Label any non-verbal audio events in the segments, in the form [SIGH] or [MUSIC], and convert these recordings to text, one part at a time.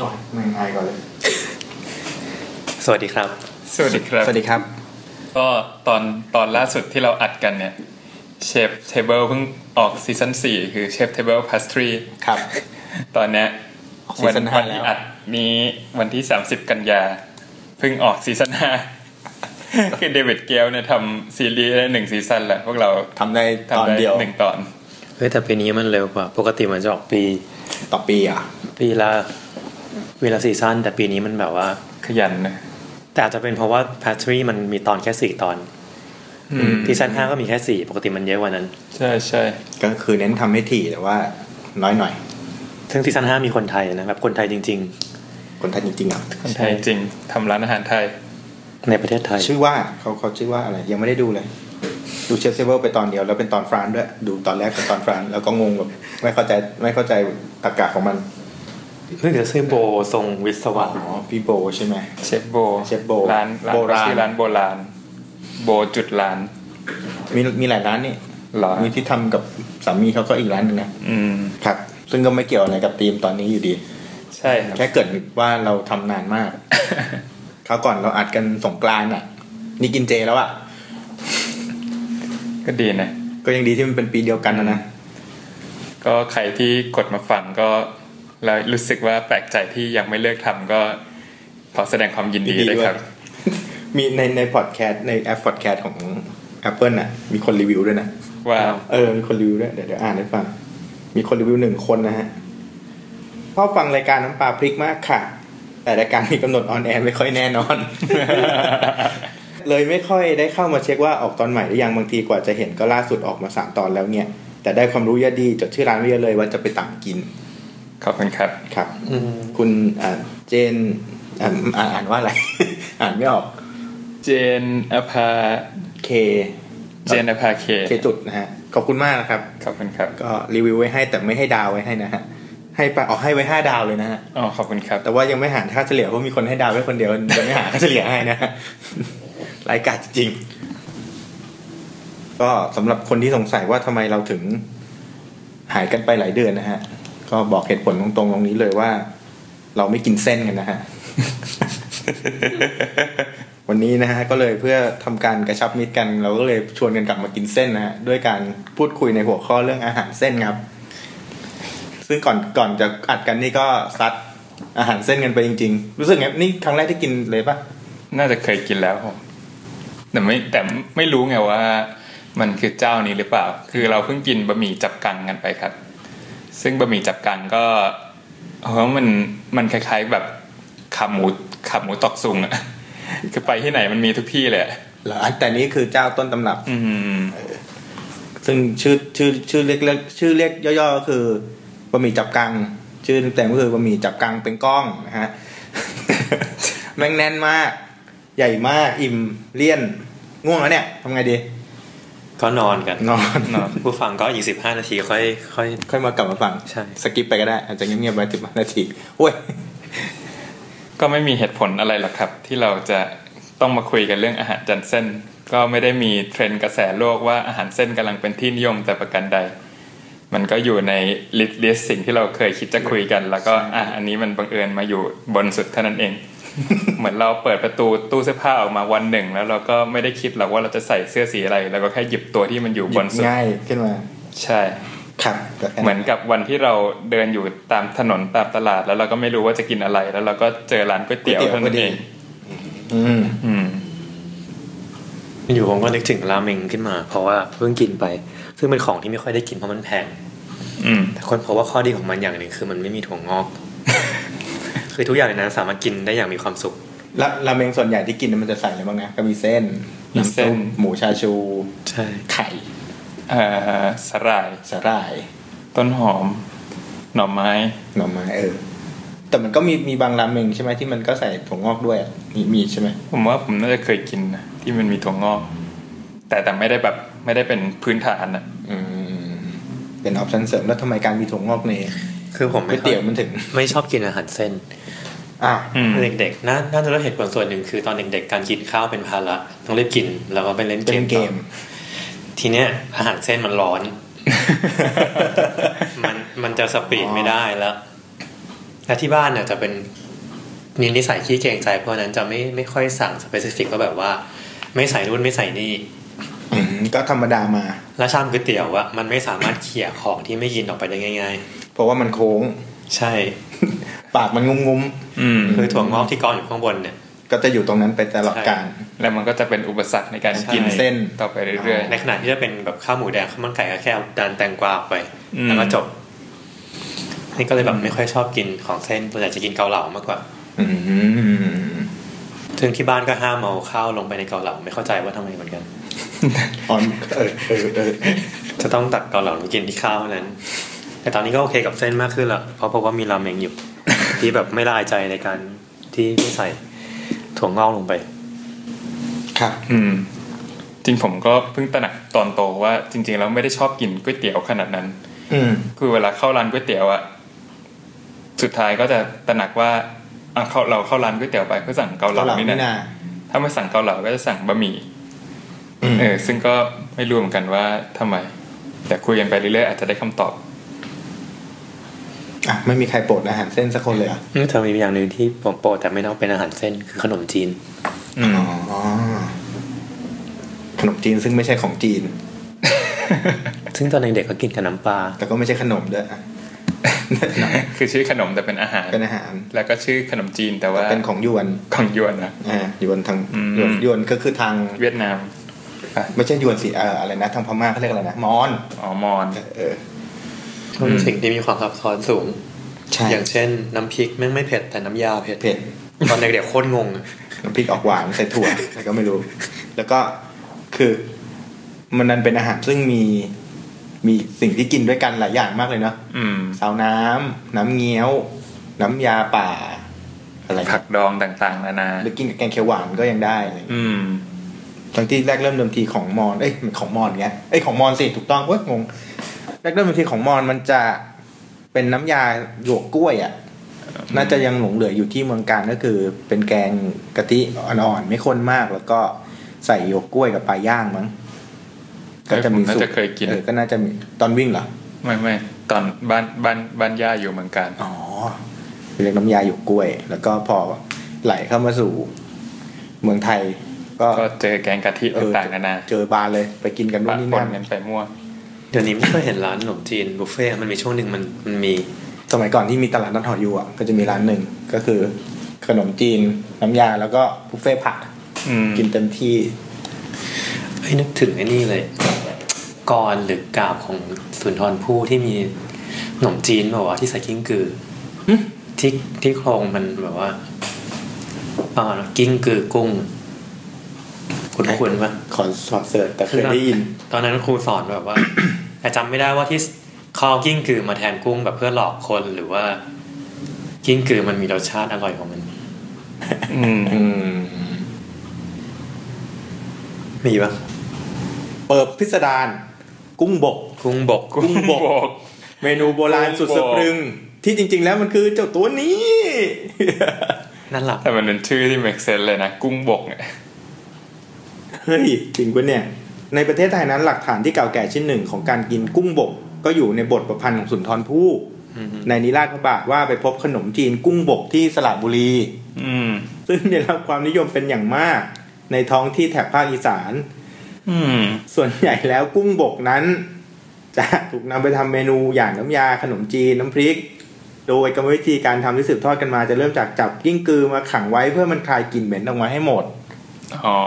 ก่อนเมืองไทยก่อนเลย สวัสดีครับ สวัสดีครับ สวัสดีครับ ก็ตอนตอนล่าสุดที่เราอัดกันเนี่ยเชฟเทเบิลเพิ่งออกซีซั่นสี่คือเชฟเทเบิลพาสทรี ครับ [LAUGHS] ตอนเนี้ย ออกซี วั ซั่นห้า วัที่ แล้ว อัดนี้วันที่ 30 กันยาเพิ่งออกซีซั่น [LAUGHS] ห้าคือเดวิดเกลเนี่ยทำซีรีส์ได้หนึ่งซีซั่นแหละพวกเรา ทำได้ตอนทำได้ เดียว หนึ่งตอน เฮ้ยแต่ปีนี้มันเร็วกว่า ปกติมันจะออกปี ต่อปีอ่ะ ปีละเวลาซีซั่นแต่ปีนี้มันแบบว่า ขยันนะ แต่อาจจะเป็นเพราะว่าแพทรีมันมีตอนแค่สี่ตอนซีซั่นห้าก็มีแค่สี่ปกติมันเยอะกว่านั้น ใช่ใช่ ก็คือเน้นทำให้ถี่แต่ว่าน้อยหน่อย ซึ่งซีซั่นห้ามีคนไทยนะแบบคนไทยจริง คนไทยจริงๆอ่ะ คนไทยจริงทำร้านอาหารไทย ๆ ในประเทศไทย ชื่อว่าเขาเขาชื่อว่าอะไรยังไม่ได้ดูเลย ดูเชฟเซเวอร์ไปตอนเดียวแล้วเป็นตอนฟรานซ์ด้วย ดูตอนแรกเป็นตอนฟรานซ์แล้วก็งงแบบไม่เข้าใจไม่เข้าใจตรรกะของมัน นึกถึงชื่อโบทรงวิศวะ อ๋อพี่โบใช่ไหม เชฟโบ เชฟโบ ร้านร้าน โบราณ ชื่อร้านโบราณ โบจุดร้าน มีมีหลายร้านนี่ เหรอ มีที่ทำกับสามีเขาก็อีกร้านหนึ่งนะ อืม ครับ ซึ่งก็ไม่เกี่ยวอะไรกับทีมตอนนี้อยู่ดี ใช่ครับ แค่เกริดว่าเราทำนาน [LAUGHS] มาก คราวก่อนเราอัดกันสงกรานต์อ่ะ นี่กินเจแล้วอ่ะ ก็ดีนะ ก็ยังดีที่มันเป็นปีเดียวกันนะนะ ก็ใครที่กดมาฟังก็แล้วรู้สึกว่าแปลกใจที่ยังไม่เลิกทำก็ขอแสดงความยินดีด้วยครับ [LAUGHS] มีในในพอดแคสต์ในแอปพอดแคสต์ของ Apple น่ะ มีคนรีวิวด้วยนะ ว้าว เออ มีคนรีวิวด้วย เดี๋ยวเดี๋ยวอ่านให้ฟัง มีคนรีวิวหนึ่งคนนะฮะชอบฟังรายการน้ำปลาพริกมากค่ะ แต่รายการมีกำหนดออนแอร์ไม่ค่อยแน่นอน [LAUGHS] เลยไม่ค่อยได้เข้ามาเช็คว่าออกตอนใหม่หรือยังบางทีกว่าจะเห็นก็ล่าสุดออกมาสามตอนแล้วเนี่ย แต่ได้ความรู้เยอะดี จดชื่อร้านไว้เยอะเลยว่าจะไปตามกิน ขอบคุณครับ ครับ คุณอ่าเจนอ่าอ่านอ่านว่าอะไร [LAUGHS] อ่านไม่ออก เจนอภา K เจนอภาเค K จุดนะฮะ ขอบคุณมากนะครับ ขอบคุณครับ ก็รีวิวไว้ให้แต่ไม่ให้ดาวไว้ให้นะฮะ ให้ไปออกให้ไว้ห้าดาวเลยนะฮะ อ๋อขอบคุณครับ แต่ว่ายังไม่หารค่าเฉลี่ยเพราะมีคนให้ดาวไว้คนเดียวจะไม่หาค่าเฉลี่ยให้นะ [LAUGHS] รายการจริง ก็สำหรับคนที่สงสัยว่าทำไมเราถึงหายกันไปหลายเดือนนะฮะ ก็บอกเหตุผลตรงๆตรงนี้เลยว่า เราไม่กินเส้นกันนะฮะ [LAUGHS] วันนี้นะฮะก็เลยเพื่อทำการกระชับมิตรกัน เราก็เลยชวนกันกลับมากินเส้นนะฮะด้วยการพูดคุยในหัวข้อเรื่องอาหารเส้นครับ ซึ่งก่อนก่อนจะอัดกันนี่ก็ซัดอาหารเส้นกันไปจริง ๆ รู้สึกไงนี่ครั้งแรกที่กินเลยปะ น่าจะเคยกินแล้วผมแต่ไม่แต่ไม่รู้ไงว่า มันคือเจ้านี้หรือเปล่า คือเราเพิ่งกินบะหมี่จับกังกันไปครับ ซึ่งบะหมี่จับกังก็เพราะมันมันคล้ายๆแบบขาหมูขาหมูตอกซุงอะ [LAUGHS] คือไปที่ไหนมันมีทุกที่เลยอะ เหรอแต่นี่คือเจ้าต้นตำรับ อืม ซึ่งชื่อชื่อชื่อเรียกเรียกชื่อเรียกย่อๆก็คือบะหมี่จับกัง ชื่อเต็มก็คือบะหมี่จับกังเป็นกล้องนะฮะ [LAUGHS] แม่งแน่นมาก ใหญ่มากอิ่มเลี่ยน ง่วงแล้วเนี่ยทำไงดี ก็นอนกัน นอน นอน ผู้ฟังก็อีกสิบห้านาทีค่อยค่อย ค่อยมากลับมาฟัง ใช่ สกิปไปก็ได้ อาจจะเงียบๆไว้สิบนาทีโอ้ย ก็ไม่มีเหตุผลอะไรหรอกครับ ที่เราจะต้องมาคุยกันเรื่องอาหารจันเส้น ก็ไม่ได้มีเทรนด์กระแสโลกว่าอาหารเส้นกำลังเป็นที่นิยมแต่ประการใด มันก็อยู่ในลิสต์สิ่งที่เราเคยคิดจะคุยกัน แล้วก็อ่ะอันนี้มันบังเอิญมาอยู่บนสุดเท่านั้นเอง [LAUGHS] เหมือนเราเปิดประตูตู้เสื้อผ้าออกมาวันหนึ่ง แล้วเราก็ไม่ได้คิดหรอกว่าเราจะใส่เสื้อสีอะไรเราก็แค่หยิบตัวที่มันอยู่ ห บ ยิ น บ สุด ง่ายขึ้นมา ใช่ ครับแต่ เหมือนกับวันที่เราเดินอยู่ตามถนนตามตลาด แล้วเราก็ไม่รู้ว่าจะกินอะไร แล้วเราก็เจอร้านก๋วย ก๋วย เตี๋ยว เตี๋ยว เท่า ก็ นั้น ดี เอง อืม อืม อยู่ผมก็นึกถึงราเมงขึ้นมา เพราะว่าเพิ่งกินไป ซึ่งเป็นของที่ไม่ค่อยได้กินเพราะมันแพง อืม แต่คนพบว่าข้อดีของมันอย่างหนึ่งคือมันไม่มีถั่วง [LAUGHS] อก คือทุกอย่างในนั้นสามารถกินได้อย่างมีความสุข แล้วราเมงส่วนใหญ่ที่กินเนี่ยมันจะใส่อะไรบ้างนะ ก็มีเส้น มีเส้ำนซุปหมูชาชู ใช่ ไข่ เอ่อสาหร่าย สาหร่าย ต้นหอม หน่อไม้ หน่อไม้เออ แต่มันก็มีมีบางราเมงใช่ไหมที่มันก็ใส่ถั่วงอกด้วยอะมีมีใช่ไหม ผมว่าผมน่าจะเคยกินนะที่มันมีถั่วงอก แต่แต่ไม่ได้แบบไม่ได้เป็นพื้นฐานอะ อืม เป็นออปชั่นเสริมแล้วทำไมการมีถั่วงอกใน คือผม ก๋ว ไม่ ย ค่อ เตี๋ยวมันถึง ไม่ชอบกินอาหารเส้น อ้าว อืม เด็กๆน่าน่าจะรู้เหตุผลส่วนหนึ่งคือตอนเด็กๆการกินข้าวเป็นภาระต้องรีบกินแล้วก็ไปเล่นเก เป็ ม นเกม ต่อทีเนี้ยอาหารเส้นมันร้อน มันมันจะสปีดไม่ได้แล้ว และที่บ้านเนี่ยจะเป็นมีนิสัยขี้เกรงใจ เพราะฉะนั้นจะไม่ไม่ค่อยสั่งสเปซิฟิกว่าแบบว่า ไม่ใส่นู่นไม่ใส่นี่ อืมก็ธรรมดามา แล้วชามก๋วยเตี๋ยวอะมันไม่สามารถเขี่ยของที่ไม่กินออกไปได้ง่าย เพราะว่ามันโค้ง ๆ ใช่ ปากมันงุ้มงุ้ม อืม คือถั่วงอกที่กองอยู่ข้างบนเนี่ย ๆก็จะอยู่ตรงนั้นไปตลอด ใช่ กาล แล้วมันก็จะเป็นอุปสรรคในการ ใช่ กิน เส้น ต่อไปเรื่อย ในขณะที่จะเป็นแบบข้าวหมูแดงข้าวมันไก่ก็แค่เอาดานแตงกวาออกไป อืม แล้วก็จบ นี่ก็เลยแบบไม่ค่อยชอบกินของเส้นส่วนใหญ่จะกินเกาเหลามากกว่า อืม ถึงที่บ้านก็ห้ามเอาข้าวลงไปในเกาเหลาไม่เข้าใจว่าทำไมเหมือนกัน ออนเออเออเออ จะต้องตักเกาเหลามากินที่ข้าวเท่านั้น แต่ตอนนี้ก็โอเคกับเส้นมากขึ้นละเพราะเพราะว่ามีราเม [LAUGHS] งอยู่ ที่แบบไม่ละอายใจในการที่ไม่ใส่ถั่วงอกลงไป ครับ ๆอืม จริงผมก็เพิ่งตระหนักตอนโตว่าจริงๆแล้วไม่ได้ชอบกินก๋วยเตี๋ยวขนาดนั้น อืม คือเวลาเข้าร้านก๋วยเตี๋ยวอะสุดท้ายก็จะตระหนักว่าอ่ะเขาเราเข้าร้านก๋วยเตี๋ยวไปเพื่อสั่งเกาเห ตอ ลาน หลัง นี่ นี่ นะ นา ถ้าไม่สั่งเกาเหลาก็จะสั่งบะหมี่ อืม เออซึ่งก็ไม่รู้เหมือนกันว่าทำไม แต่คุยกันไปเรื่อยๆอาจจะได้คำตอบ [LAUGHS] อ่ะไม่มีใครโปรดอาหารเส้นสักคนเลยเหรอ่ะ อืมแต่มีอย่างหนึ่งที่ผมโปรดแต่ไม่ต้องเป็นอาหารเส้นคือขนมจีน อืม อ๋อขนมจีนซึ่งไม่ใช่ของจีน ซึ่งตอนเด็กๆก็กินกับน้ำปลา แต่ก็ไม่ใช่ขนมด้วยอ่ะ คือชื่อขนมแต่เป็นอาหาร เป็นอาหาร แล้วก็ชื่อขนมจีนแต่ว่า เป็นของยวน ของยวนนะ อ่ายวนทาง อืม ยวนยวนก็คือทาง เวียดนาม ไม่ใช่ยวนสิเอ่ออะไรนะทางพม่าเขาเรียกอะไรนะมอน อ๋อมอน เออ เป็นสิ่งที่มีความซับซ้อนสูง ใช่ อย่างเช่น น้ำพริกแม่งไม่เผ็ดแต่น้ำยาเผ็ด เผ็ด ตอนเด็กๆโคตรงงอะ น้ำพริกออกหวานใส่ถั่วอะไรก็ไม่รู้ แล้วก็คือ มันนันเป็นอาหารซึ่งมีมีสิ่งที่กินด้วยกันหลายอย่างมากเลยเนาะ อืม สาวน้ำน้ำเงี้ยว น้ำยาป่า อะไร ผักดองต่างๆ นานา หรือกินกับแกงเขียวหวานก็ยังได้อะไรอย่างเงี้ย อืม ทั้งที่แรกเริ่มเดิมทีของมอนเอ้ยของมอนเงี้ยเอ้ยของมอนสิถูกต้องเว้ยงงแรกเริ่มเดิมทีของมอนมันจะเป็นน้ำยาหยวกกล้วยอ่ะ น่าจะยังหลงเหลืออยู่ที่เมืองการก็คือเป็นแกงกะทิอ่อนๆไม่ข้นมากแล้วก็ใส่โยกกล้วยกับปลาย่างมั้ง เอ้ยผมน่าจะเคยกิน ออก็น่าจะมีตอนวิ่งเหรอ ไม่ไม่ตอนบ้านบ้านบ้านย่าอยู่เมืองการ อ๋อเรียกน้ำยาโยกกล้วย แล้วก็พอไหลเข้ามาสู่เมืองไทย ก็ ก็เจอแกงกะทิ เออ ต่างๆนานา เจอบานเลยไปกินกันนู่ ปะ นนี่ ปน นั่น กันไปมั่ว เดี๋ยวนี้ไม่ค่อยเห็นร้านขนมจีนบุฟเฟ่ต์มันมีช่วงหนึ่งมันมันมี สมัยก่อนที่มีตลาดนัดหอยูอ่ะก็จะมีร้านหนึ่งก็คือ ขนมจีนน้ำยาแล้วก็บุฟเฟ่ต์ผัก อืม กินเต็มที่ เฮ้ยนึกถึงไอ้นี่เลยกรหรือกาบของสุนทรภู่ที่มีขนมจีนแบบว่าวะที่ใส่กิ้งกืออที่ที่โครงมันแบบว่าประมาณว่ากิ้งกือกุ้งคุ้นคุ้นๆปะ ขอสอดเสิร์ชแต่เคยได้ยิน ตอนนั้นครูสอนแบบว่า [COUGHS] แต่จำไม่ได้ว่าที่เขาเอากิ้งกือมาแทนกุ้งแบบเพื่อหลอกคนหรือว่า กิ้งกือมันมีรสชาติอร่อยของมัน อืม อืม มีปะ เปิบพิสดารกุ้งบก กุ้งบก กุ้งบก เมนูโบราณสุด กุ้ สะ งบก พรึง ที่จริง ๆ แล้วมันคือเจ้าตัวนี้ นั่นหลับ แต่มันเป็นชื่อที่ make sense เลยนะ กุ้งบกเนี่ย เฮ้ย จริงปะเนี่ย ในประเทศไทยนั้นหลักฐานที่เก่าแก่ชิ้นหนึ่งของการกินกุ้งบก ก็อยู่ในบทประพันธ์ของสุนทรภู่ในนิราชพระบาทว่าไปพบขนมจีนกุ้งบกที่สระบุรี อืม ซึ่งได้รับความนิยมเป็นอย่างมาก ในท้องที่แถบภาคอีสาน อืม ส่วนใหญ่แล้วกุ้งบกนั้น จะถูกนำไปทำเมนูอย่างน้ำยาขนมจีนน้ำพริก โดยกรรมวิธีการทำที่สืบทอดกันมาจะเริ่มจากจับกิ้งกือมาขังไว้เพื่อมันคลายกลิ่นเหม็นออกมาให้หมด อ๋อ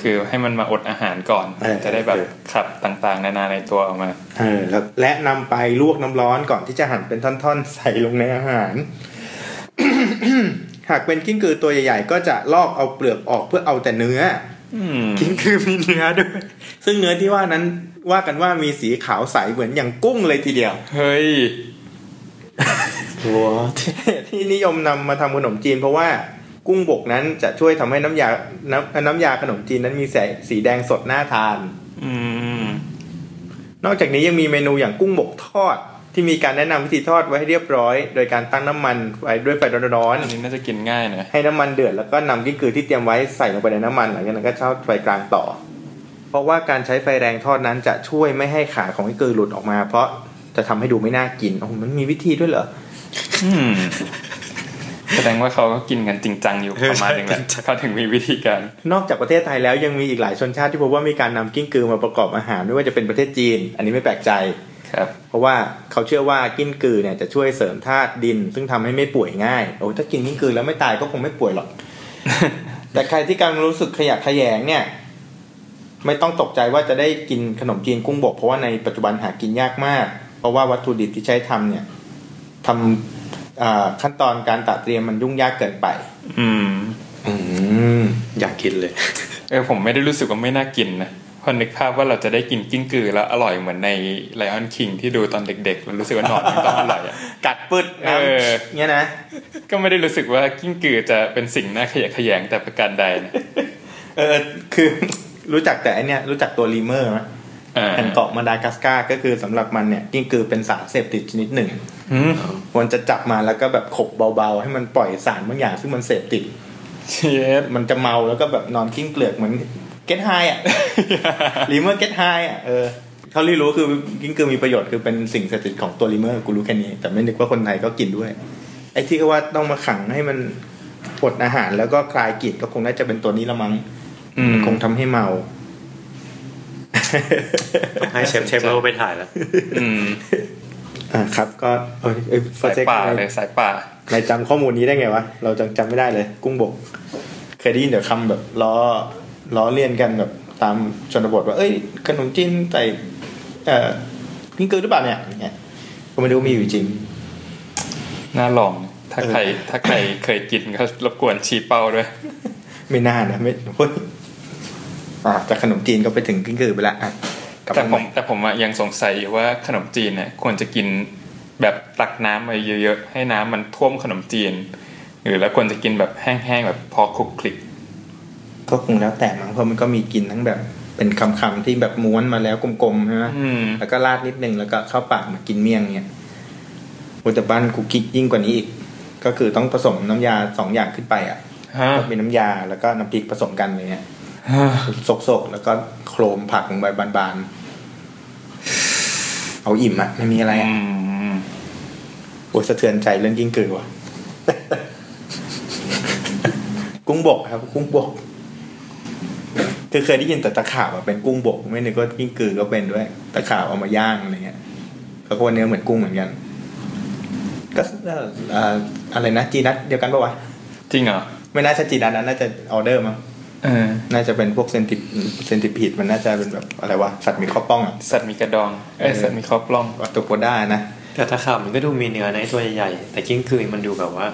คือให้มันมาอดอาหารก่อน เออ จะได้แบบ เออ ขับต่างๆ นานาในตัวออกมา เออแล้วและนำไปลวกน้ำร้อนก่อนที่จะหั่นเป็นท่อนๆ ใส่ลงในอาหาร [COUGHS] หากเป็นกิ้งกือตัวใหญ่ๆ ก็จะลอกเอาเปลือกออกเพื่อเอาแต่เนื้อ อืม กิ้งกือมีเนื้อด้วย ซึ่งเนื้อที่ว่านั้นว่ากันว่ามีสีขาวใสเหมือนอย่างกุ้งเลยทีเดียว [LAUGHS] เฮ้ย วัว ที่นิยมนำมาทำขนมจีน เพราะว่ากุ้งบกนั้นจะช่วยทำให้น้ำยาน้ำน้ำยาขนมจีนนั้นมีแสสีแดงสดน่าทาน อืม นอกจากนี้ยังมีเมนูอย่างกุ้งบกทอด ที่มีการแนะนำวิธีทอดไว้ให้เรียบร้อย โดยการตั้งน้ำมันไว้ด้วยไฟร้อน อันนี้น่าจะกินง่ายหน่อย ๆให้น้ำมันเดือดแล้วก็นำกิ้งกือที่เตรียมไว้ใส่ลงไปในน้ำมันหลังจากนั้นก็เช่าไฟกลางต่อ เพราะว่าการใช้ไฟแรงทอดนั้นจะช่วยไม่ให้ขาของกิ้งกือหลุดออกมา เพราะจะทำให้ดูไม่น่ากินโอ้โหมันมีวิธีด้วยเหรอ อืม แสดงว่าเขาก็กินกันจริงจังอยู่ประมาณหนึงแหละ ใช่ เขาถึงมีวิธีการ นอกจากประเทศไทยแล้วยังมีอีกหลายชนชาติที่พบว่ามีการนำกิ้งกือมาประกอบอาหารไม่ว่าจะเป็นประเทศจีน อันนี้ไม่แปลกใจ ครับ เพราะว่าเขาเชื่อว่ากิ้งกือเนี่ยจะช่วยเสริมธาตุดิน ซึ่งทำให้ไม่ป่วยง่ายโอ้ยถ้ากินกิ้งกือแล้วไม่ตายก็คงไม่ป่วยหรอก [LAUGHS] แต่ใครที่กำลังรู้สึกขยะแขยงเนี่ย ไม่ต้องตกใจว่าจะได้กินขนมจีนกุ้งบกเพราะว่าในปัจจุบันหากินยากมาก เพราะว่าวัตถุดิบที่ใช้ทำเนี่ยทำอ่าขั้นตอนการตัดเตรียมมันยุ่งยากเกินไป อืม อืม อยากกินเลย เออผมไม่ได้รู้สึกว่าไม่น่ากินนะพอนึกภาพว่าเราจะได้กินกิ้งกือแล้วอร่อยเหมือนในไลออนคิงที่ดูตอนเด็กๆแล้วรู้สึกว่าหนอนมันต้องอร่อยอะ [LAUGHS] กัดปืดน้ เออ ำเนี่ยนะ ก็ไม่ได้รู้สึกว่ากิ้งกือจะเป็นสิ่งน่าขยะแขยงแต่ประการใดนะ เออคือ [LAUGHS] รู้จักแต่อันเนี้ยรู้จักตัวรีเมอร์ไหม [LAUGHS] อ่าแผ่นเกาะมาดากัสการ์ก็คือสำหรับมันเนี่ยกิ้งกือเป็นสารเสพติดชนิดหนึ่ง อืม มันจะจับมาแล้วก็แบบขบเบาๆ ให้มันปล่อยสารบางอย่าง ซึ่งมันเสพติด เชียด มันจะเมาแล้วก็แบบนอนกิ้งเกลือกเหมือนเก็ตไฮอ่ะ รีเมอร์เก็ตไฮอ่ะเออเท่าที่รู้คือกิ้งกือมีประโยชน์คือเป็นสิ่งเสพติดของตัวรีเมอร์กูรู้แค่นี้ แต่ไม่นึกว่าคนไทยก็กินด้วย ไอ้ที่เขาว่าต้องมาขังให้มันอดอาหารแล้วก็คลายกลิ่นก็คงน่าจะเป็นตัวนี้ละมั้ง อืม คงทำให้เมา [LAUGHS] [LAUGHS] ให้เชฟเชฟเราไปถ่ายแล้ว อืม อ่าครับ ก็เอ้ยเอ้ย สายป่าเลยสายป่า นายจำข้อมูลนี้ได้ไงวะ เราจำจำไม่ได้เลย กุ้งบก เคยได้ยินเดี๋ยวคำแบบล้อล้อเลียนกันแบบตามชนบทว่า เอ้ย ขนมจีนใส่เอ่อกิ้งกือหรือเปล่าเนี่ยอย่างเงี้ยก็ไม่รู้มีอยู่จริง น่าลอง ถ้า เออ ใครถ้าใครเคยกินก็ [LAUGHS] รบกวนชี้เป้าด้วย ไม่น่านะไม่เฮ้ยอ่าจากขนมจีนก็ไปถึงกิ้งกือไปละอ่ะกลับ แต่ มาใหผม่ มแต่ผมอะยังสงสัยอยู่ว่าขนมจีนเนี่ยควรจะกินแบบตักน้ำมาเยอะๆ ให้น้ำมันท่วมขนมจีน หรือแล้วควรจะกินแบบแห้งๆแบบพอคลุกคลิก ก็คงแล้วแต่มั้งเพราะมันก็มีกินทั้งแบบเป็นคำๆที่แบบม้วนมาแล้วกลมๆใช่ไหม อืม แล้วก็ราดนิดนึงแล้วก็เข้าปากมากินเมี่ยงเนี่ยโอ้แต่บ้านกูกิ๊กยิ่งกว่านี้อีก ก็คือต้องผสมน้ำยาสองอย่างขึ้นไปอ่ะ ฮะ ก็มีน้ำยาแล้วก็น้ำพริกผสมกันเลยเนี่ย ฮะ โศกๆแล้วก็โครมผักลงไปบานๆ เอาอิ่มอ่ะ ไม่มีอะไร อื อ่ะ ม โอ้ยสะเทือนใจเรื่องกิ้งกือว่ะ กุ้งบกครับ กุ้งบก คือเคยได้ยินแต่ตะขาบอะเป็นกุ้งบก ไม่นึกว่ากิ้งกือก็เป็นด้วย ตะขาบเอามาย่างอะไรเงี้ยก็คนเนื้อเหมือนกุ้งเหมือนกัน ก็เอ่อเอ่ออะไรนะจีนัทเดียวกันปะวะ จริงเหรอ ไม่น่าจะจีนัทนะน่าจะออเดอร์มั้ง เออ น่าจะเป็นพวกเซนติเซนติพีดมันน่าจะเป็นแบบอะไรวะสัตว์มีข้อป้องอะ สัตว์มีกระดองเอ้ย เออ สัตว์มีคอปล้อง วัตถุโพด้านะ แต่ตะขาบมันก็ดูมีเนื้อในะไอ้ตัวใหญ่ๆแต่กิ้งกือมันดูแบบว่า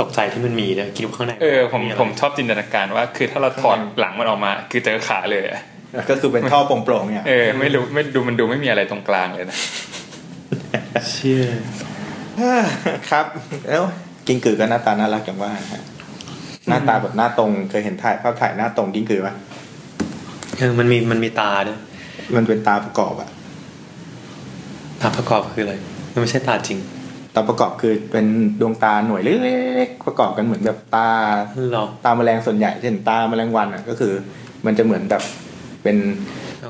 ตกใจที่มันมีนะคิดว่าข้างใน เออผม อะไร ผมชอบจินตนาการว่า คือถ้าเราถอดหลังมันออกมา คือเจอขาเลยอะ ก็คือเป็นท่อโปร่งๆเนี่ย เออไม่รู้ไม่ดูมันดูไม่มีอะไรตรงกลางเลยนะ เชื่อ ครับ แล้วกิ้งกือก็หน้าตาน่ารักอย่างว่าฮะหน้าตาแบบหน้าตรงเคยเห็นถ่ายภาพถ่ายหน้าตรงกิ้งกือปะ เออมันมีมันมีตาด้วย มันเป็นตาประกอบอะ ตาประกอบคืออะไรมันไม่ใช่ตาจริง ตาประกอบคือเป็นดวงตาหน่วยเล็กๆประกอบกันเหมือนแบบตา หรอ ตาแมลงส่วนใหญ่เช่นตาแมลงวันอะก็คือ มันจะเหมือนแบบเป็น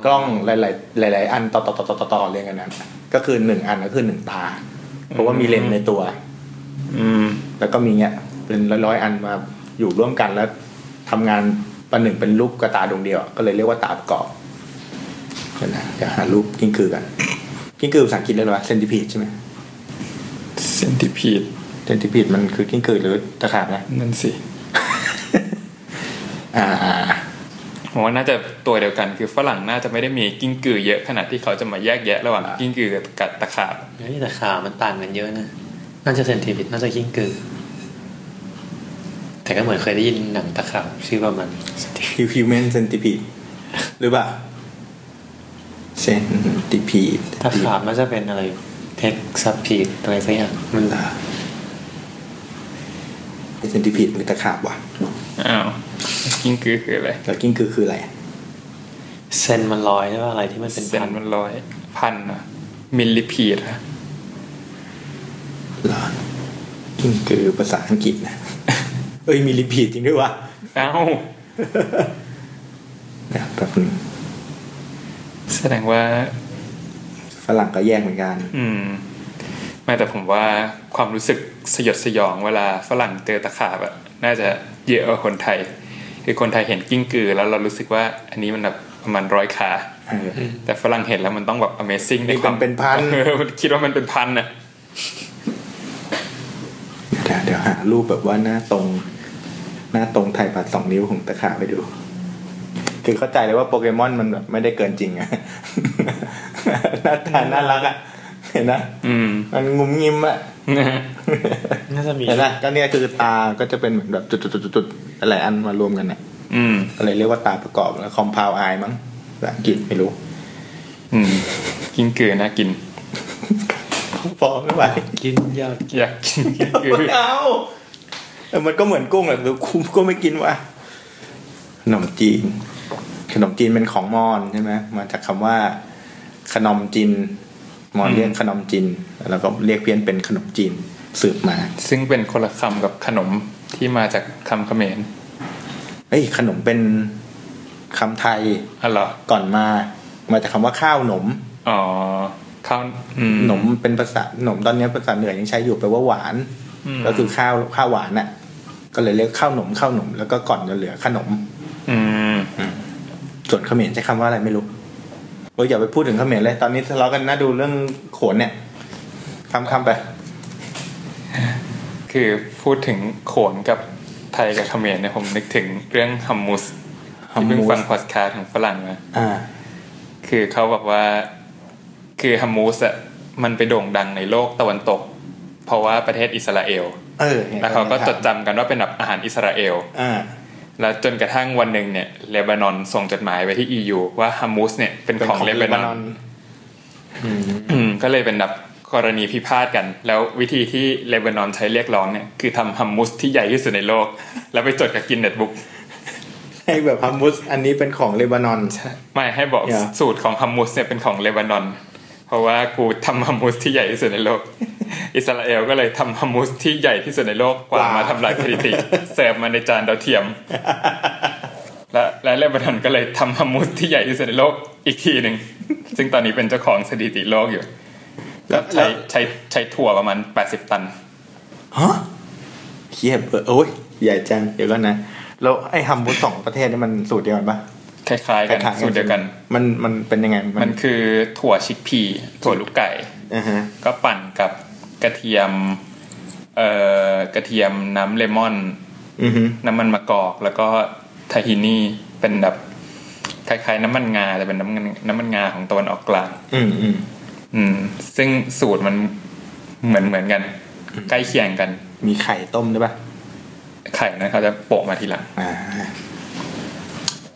กล้องหลาย ๆ หลาย ๆ อันต่อต่อต่อต่อต่อต่อเรียงกันนั้นก็คือหนึ่งอันก็คือหนึ่งตา เพราะว่ามีเลนส์ในตัว อืม แล้วก็มีเนี้ยเป็นร้อยๆอันมาอยู่ร่วมกันแล้วทำงานประหนึ่งเป็นรูปกระตาดวงเดียวอะก็เลยเรียกว่าตาประกอบเดี๋ยวนะจะหารูปกิ้งกือกันกิ้งกือภาษาอังกฤษเรียกว่าเซนติพีดใช่ไหม เซนติพีด เซนติพีดมันคือกิ้งกือหรือตะขาบนะ นั่นสิ อ่าอ่า ผมว่าน่าจะตัวเดียวกันคือฝรั่งน่าจะไม่ได้มีกิ้งกือเยอะขนาดที่เขาจะมาแยกแยะระหว่างกิ้งกือกับตะขาบ เฮ้ยแต่ขามันต่างกันเยอะนะ น่าจะเซนติฟิตน่าจะกิ้งกือ แต่ก็เหมือนเคยได้ยินหนังตะขาบชื่อประมาณ ฮิวแมนเซนติพีดหรือเปล่า เซนติพีด ตะขาบน่าจะเป็นอะไรเท็กซัสพีดอะไรสักอย่างมัน เซนติพีดหรือตะขาบวะ อ้าวกิ้งกือคืออะไร แล้วกิ้งกือคืออะไรอะ เซนมันลอยใช่ป่ะอะไรที่มันเป็น เซน พัน มันร้อยพันอะมิลลิพีดอะ เหรอกิ้งกือภาษาอังกฤษนะ [LAUGHS] เอ้ยมีลิพีดจริงด้วยวะ อ้าว นะแบบนึง แสดงว่า ฝรั่งก็แยกเหมือนกัน อืม ไม่แต่ผมว่าความรู้สึกสยดสยองเวลาฝรั่งเจอตะขาบอะน่าจะเยอะกว่าคนไทย คือคนไทยเห็นกิ้งกือ แล้วเรารู้สึกว่าอันนี้มันแบบประมาณร้อยขา เออ แต่ฝรั่งเห็นแล้วมันต้องแบบ amazing ใน นี่ ความ เป็นพัน เออมันคิดว่ามันเป็นพันน่ะ เดี๋ยวเดี๋ยวหารูปแบบว่าหน้าตรง หน้าตรงไทยปัดสองนิ้วของตะขาบไปดู คือเข้าใจเลยว่าโปเกมอนมันแบบไม่ได้เกินจริงอะ [LAUGHS] หน้าตาน่ารักอะเห็นนะ อืม มันงุ้มงิ้มอะ น่าจะมี เห็นไหมก็เนี่ยคือตาก็จะเป็นเหมือนแบบจุดๆๆๆหลายอันมารวมกันน่ะ อืม อะไรเรียกว่าตาประกอบแล้วคอมพาวไอมั้งภาษาอังกฤษไม่รู้ อืม กิ้งกือน่ากิน พอไม่ไหว กินยาก อยากกินกิ้งกือ ไม่ [LAUGHS] เอาแต่มันก็เหมือนกุ้งแหละแต่กุ้งก็ไม่กินว่ะขนมจีน ขนมจีนเป็นของมอญใช่ไหมมาจากคำว่า ขนมจีนมอญเรียกขนมจีนแล้วก็เรียกเพี้ยนเป็นขนมจีนสืบมา ซึ่งเป็นคนละคำกับขนมที่มาจากคำเขมร เอ้ยขนมเป็นคำไทย อ๋อเหรอ ก่อนมา มาจากคำว่าข้าวหนม อ๋อข้าวอืม ขนมเป็นภาษาขนมตอนนี้ภาษาเหนือยังใช้อยู่แปลว่าหวาน อืม ก็คือข้าวข้าวหวานน่ะ ก็เลยเรียกข้าวหนมข้าวหนมแล้วก็ก่อนจะเหลือขนม อืม ส่วนเขมรใช้คำว่าอะไรไม่รู้เราอย่าไปพูดถึงเขมรเลย ตอนนี้ทะเลาะกันน่าดูเรื่องโขนเนี่ยคำคำๆไป คือพูดถึงโขนกับไทยกับเขมรเนี่ยผมนึกถึงเรื่องฮัมมูสที่เพิ่งฟังพอดคาสต์ของฝรั่งมา อ่า คือเขาบอกว่าคือฮัมมูสอะมันไปโด่งดังในโลกตะวันตก เพราะว่าประเทศอิสราเอล เออ แล้วเขาก็จดจำกันว่าเป็นแบบอาหารอิสราเอล อ่า แล้วจนกระทั่งวันหนึ่งเนี่ยเลบานอนส่งจดหมายไปที่ EU ว่าฮัมมูสเนี่ยเป็นของเลบานอน อืมก็เลยเป็นแบบกรณีพิพาทกัน แล้ววิธีที่เลบานอนใช้เรียกร้องเนี่ยคือทำฮัมมูสที่ใหญ่ที่สุดในโลก แล้วไปจดกับกินเน็ตบุ๊ก ให้แบบฮัมมุสอันนี้เป็นของเลบานอน ไม่ให้บอก เหรอ สูตรของฮัมมูสเนี่ยเป็นของเลบานอน เพราะว่ากูทำฮัมมูสที่ใหญ่ที่สุดในโล [LAUGHS] ก อิสราเอลก็เลยทำฮัมมูสที่ใหญ่ที่สุดในโลกกว่ามาทำลายสถิ [LAUGHS] ติ เสิร์ฟมาในจานดาวเทียม และและเลบานอนก็เลยทำฮัมมูสที่ใหญ่ที่สุดในโลกอีกทีหนึ่งซึ่งตอนนี้เป็นเจ้าของสถิติโลกอยู่แล้วใช้ใช้ใช้ถั่วประมาณ 80 ตัน ฮะเขียบเออโอ้ยใหญ่จังเดี๋ยวก่อนนะแล้วไอ้ฮัมมุสสองประเทศนี่มันสูตรเดียวกันปะ คล้ายๆกัน คล้ายๆ สูตรเดียวกัน มันมันเป็นยังไง มันคือถั่วชิกพีถั่วลูกไก่ อ่าฮะ ก็ปั่นกับกระเทียมเอ่อกระเทียมน้ำเลมอน อือฮึ น้ำมันมะกอก แล้วก็ทาฮินี่เป็นแบบคล้ายๆ น้ำมันงาแต่เป็นน้ำมันน้ำมันงาของตะวันออกกลาง อืมอืม อืม ซึ่งสูตรมันเหมือนเหมือนกัน ใกล้เคียงกัน มีไข่ต้มด้วยปะ ไข่นั้นเขาจะโปะมาทีหลัง อ่า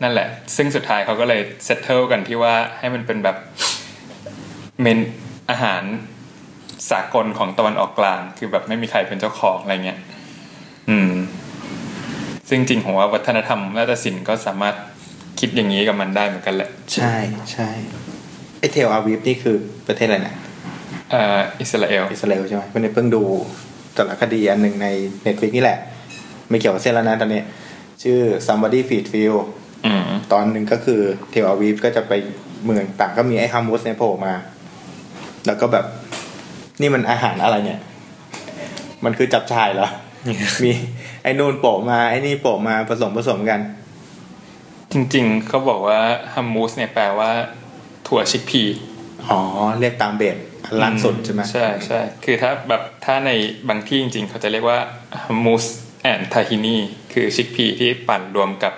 นั่นแหละ ซึ่งสุดท้ายเขาก็เลยเซตเทิลกันที่ว่าให้มันเป็นแบบเมนอาหารสากลของตะวันออกกลาง คือแบบไม่มีใครเป็นเจ้าของอะไรเงี้ย อืม ซึ่งจริงผมว่าวัฒนธรรมนาฏศิลป์ก็สามารถคิดอย่างนี้กับมันได้เหมือนกันแหละ ใช่ใช่ไอเทลอาวีฟนี่คือประเทศอะไรนะ เอ่ออิสราเอล อิสราเอลใช่ไหมวันนี้เพิ่งดูสารคดีอันหนึ่งในเน็ตฟลิกนี่แหละ ไม่เกี่ยวกับเส้นแล้วนะตอนนี้ ชื่อ somebody feed feel อืม ตอนหนึ่งก็คือเทลอาวีฟก็จะไปเมืองต่างก็มีไอ้ฮัมมุสเนี่ยโผล่มา แล้วก็แบบนี่มันอาหารอะไรเนี่ย มันคือจับชายเหรอ มีไอ้นู่นโปะมาไอ้นี่โปะมาผสมผสมกัน จริงๆเขาบอกว่าฮัมมูสเนี่ยแปลว่าถั่วชิกพี อ๋อ เรียกตามเบสอันล่างสุดใช่ไหม ใช่ใช่คือถ้าแบบถ้าในบางที่จริงๆ เขาจะเรียกว่าฮัมมูสแอนทาฮินีคือชิคพีที่ปั่นรวมกับ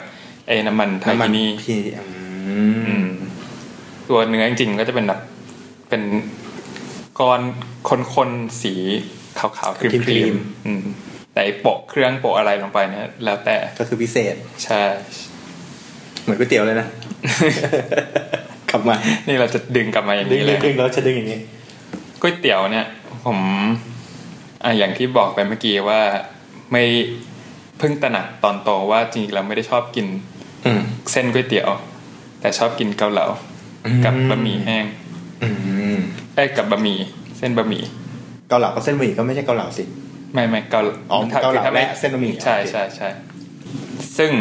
ไอ้น้ำมันทา น้ำมั ฮิ น นี พี่อืม อืมตัวเนื้อจริงๆก็จะเป็นแบบเป็นก้อนคนๆสีขาวๆครีมๆอืมแต่ไอ้โปะเครื่องโปะอะไรลงไปเนี่ยแล้วแต่ ก็คือพิเศษ ใช่ เหมือนก๋วยเตี๋ยวเลยนะ [LAUGHS] กลับมา นี่เราจะดึงกลับมาอย่าง ดึง นี้เล ดึ ย งดึงแล้วจะดึงอย่างนี้ ก๋วยเตี๋ยวเนี่ย ผมอ่ะอย่างที่บอกไปเมื่อกี้ว่าไม่เพิ่งตระหนักตอนโตว่าจริงๆเราไม่ได้ชอบกิน อืม เส้นก๋วยเตี๋ยว แต่ชอบกินเกาเหลา อืม กับบะหมี่แห้ง อืม เอ้ยกับบะหมี่เส้นบะหมี่ เกาเหลาก็เส้นบะหมี่ก็ไม่ใช่เกาเหลาสิ ไม่ไม่เกา อ๋อ ถ้ เกาเหลา คือถ้ไม่ และเส้นบะหมี่ ใช่ โอเค ใช่ใช่ซึ่ง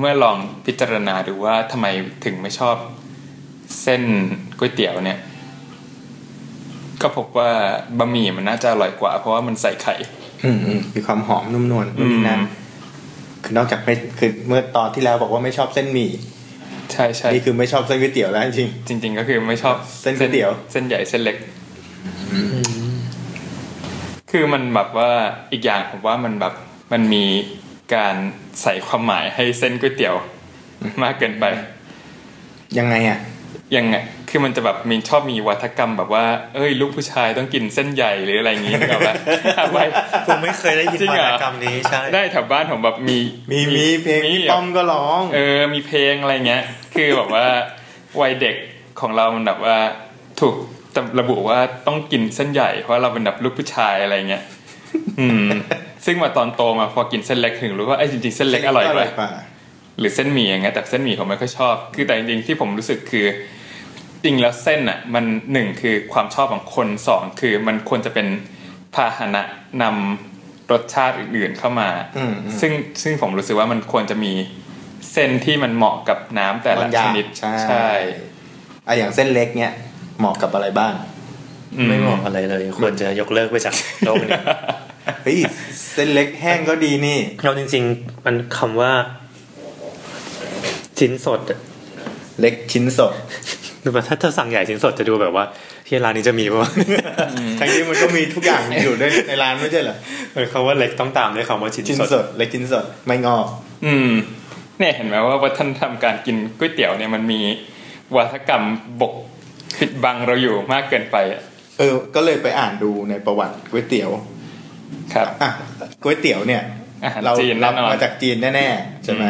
เมื่อลองพิจารณาดูว่าทำไมถึงไม่ชอบเส้นก๋วยเตี๋ยวเนี่ย ก็พบว่าบะหมี่มันน่าจะอร่อยกว่า เพราะว่ามันใส่ไข่ อืมอืมมีความหอมนุ่มนวล อืม นี่นะคือนอกจากไม่คือเมื่อตอนที่แล้วบอกว่าไม่ชอบเส้นหมี่ ใช่ใช่ นี่คือไม่ชอบเส้นก๋วยเตี๋ยวแล้วจริง จริง ๆ ก็คือไม่ชอบ เส้นก๋วยเตี๋ยว เส้นใหญ่เส้นเล็ก คือมันแบบว่าอีกอย่างผมว่ามันแบบมันมีการใส่ความหมายให้เส้นก๋วยเตี๋ยว มากเกินไป ๆยังไงอ่ะ ยังไง คือมันจะแบบมีชอบมีวัฒกรรมแบบว่า เอ้ย ลูกผู้ชายต้องกินเส้นใหญ่หรืออะไรอย่างงี้นึกออกปะเอาไป ผมไม่เคยได้ยิน จริง วร เหรอ รณกรรมนี้ใช่ ได้แถวบ้านผมแบบมี มีมีเพลง มี พี่ป้อมก็ร้อง เออ มีเพลงอะไรเงี้ย คือแบบว่า วัยเด็กของเรามันแบบว่าถูกระบุว่าต้องกินเส้นใหญ่ เพราะเราเป็นแบบลูกผู้ชายอะไรเงี้ย อืม ซึ่งมาตอนโตมาพอกินเส้นเล็กถึงรู้ว่าไอ้ยจริงๆเส้นเล็กอร่อยกว่า หรือเส้นหมี่อย่างเงี้ยแต่เส้นหมี่ผมไม่ค่อยชอบ คือแต่จริงๆที่ผมรู้สึกคือ จริงแล้วเส้นอ่ะมันหนึ่งคือความชอบของคนสองคือมันควรจะเป็นพาหนะนำรสชาติอื่นๆเข้ามา อืมอืม ซึ่งซึ่งผมรู้สึกว่ามันควรจะมีเส้นที่มันเหมาะกับน้ำแต่ละ บางอย่า ช ง นิด ใช่ ใช่ อ่ะอย่างเส้นเล็กเนี่ยเหมาะกับอะไรบ้าง อื ไม่เหมาะอะไรเลย ควรจะยกเลิกไปจากโลกนี้ เฮ้ยเส้นเล็กแห้งก็ดีนี่ เราจริง ๆ มันคำว่าชิ้นสดอะ เล็กชิ้นสด หรือว่าถ้าเธอสั่งใหญ่ชิ้นสดจะดูแบบว่าที่ร้านนี้จะมีปะวะ ทั้งที่มันก็มีทุกอย่างอยู่ในในร้านไม่ใช่เหรอ เออคำว่าเล็กต้องตามด้วยคำว่าชิ้น ชิ้น สด สดเล็กชิ้นสดไม่งอก อืมเนี่ยเห็นไหมว่าวัฒนธรรมการกินก๋วยเตี๋ยวเนี่ยมันมีวัฒกรรมบกปิดบังเราอยู่มากเกินไปอะ เออ ก็เลยไปอ่านดูในประวัติก๋วยเตี๋ยว ครับ อ่ะก๋วยเตี๋ยวเนี่ย อาหาร เรา จีนแน่ รับ นอน มาจากจีนแน่ๆใช่ไหม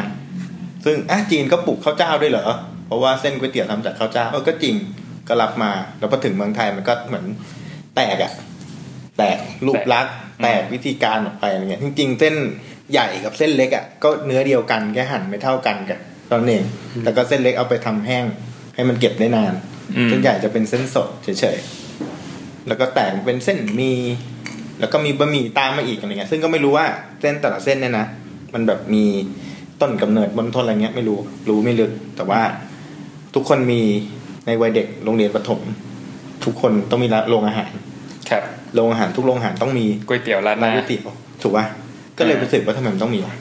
ซึ่งอ่ะจีนก็ปลูกข้าวเจ้าด้วยเหรอเพราะว่าเส้นก๋วยเตี๋ยวทำจากข้าวเจ้าเออก็จริงก็รับมาแล้วพอถึงเมืองไทยมันก็เหมือนแตกอะแตกรูปลักษณ์แตกวิธีการออกไปอะไรเงี้ยจริงๆเส้นใหญ่กับเส้นเล็กอะก็เนื้อเดียวกันแค่หั่นไม่เท่ากันกันตอนเองแล้วก็เส้นเล็กเอาไปทำแห้ง ให้มันเก็บได้นาน อืม เส้นใหญ่จะเป็นเส้นสดเฉยๆแล้วก็แตกเป็นเส้นหมี แล้วก็มีบะหมี่ตามมาอีกอะไรเงี้ย ซึ่งก็ไม่รู้ว่าเส้นแต่ละเส้นเนี่ยนะ มันแบบมีต้นกำเนิดบนทนอะไรเงี้ยไม่รู้รู้ไม่ลึก แต่ว่าทุกคนมีในวัยเด็กโรงเรียนประถม ทุกคนต้องมีร้านโรงอาหาร ครับ โรงอาหารทุกโรงอาหารต้องมี ก๋วยเตี๋ยวร้านห ร้านก๋น้าวยเตี๋ยวถูกป่ะก็เลยไปสืบว่าทำไมมันต้องมีวะ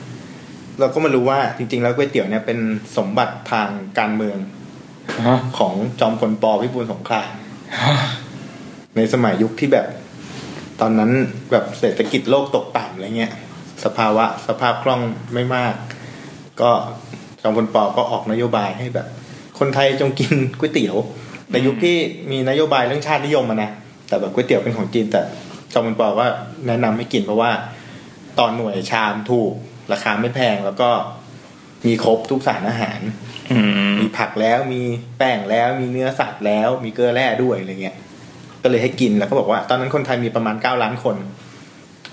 เราก็มารู้ว่าจริง ๆ แล้วก๋วยเตี๋ยวเนี่ยเป็นสมบัติทางการเมือง ของจอมพลปพิบูลสงคราม ในสมัยยุคที่แบบ ตอนนั้นแบบเศรษฐกิจโลกตกต่ำอะไรเงี้ย สภาวะสภาพคล่องไม่มาก ก็จอมพลปก็ออกนโยบายให้แบบ คนไทยจงกินก๋วยเตี๋ยว ในยุคที่มีนโยบายเรื่องชาตินิยมอะนะแต่แบบก๋วยเตี๋ยวเป็นของจีน แต่จอมพลปว่าแนะนำให้กินเพราะว่าตอนหน่วยชามถูกราคาไม่แพงแล้วก็มีครบทุกสารอาหาร อืม มีผักแล้วมีแป้งแล้วมีเนื้อสัตว์แล้ว มีเกลือแร่ด้วยอะไรเงี้ย ก็เลยให้กินแล้วก็บอกว่า ตอนนั้นคนไทยมีประมาณ 9 ล้านคน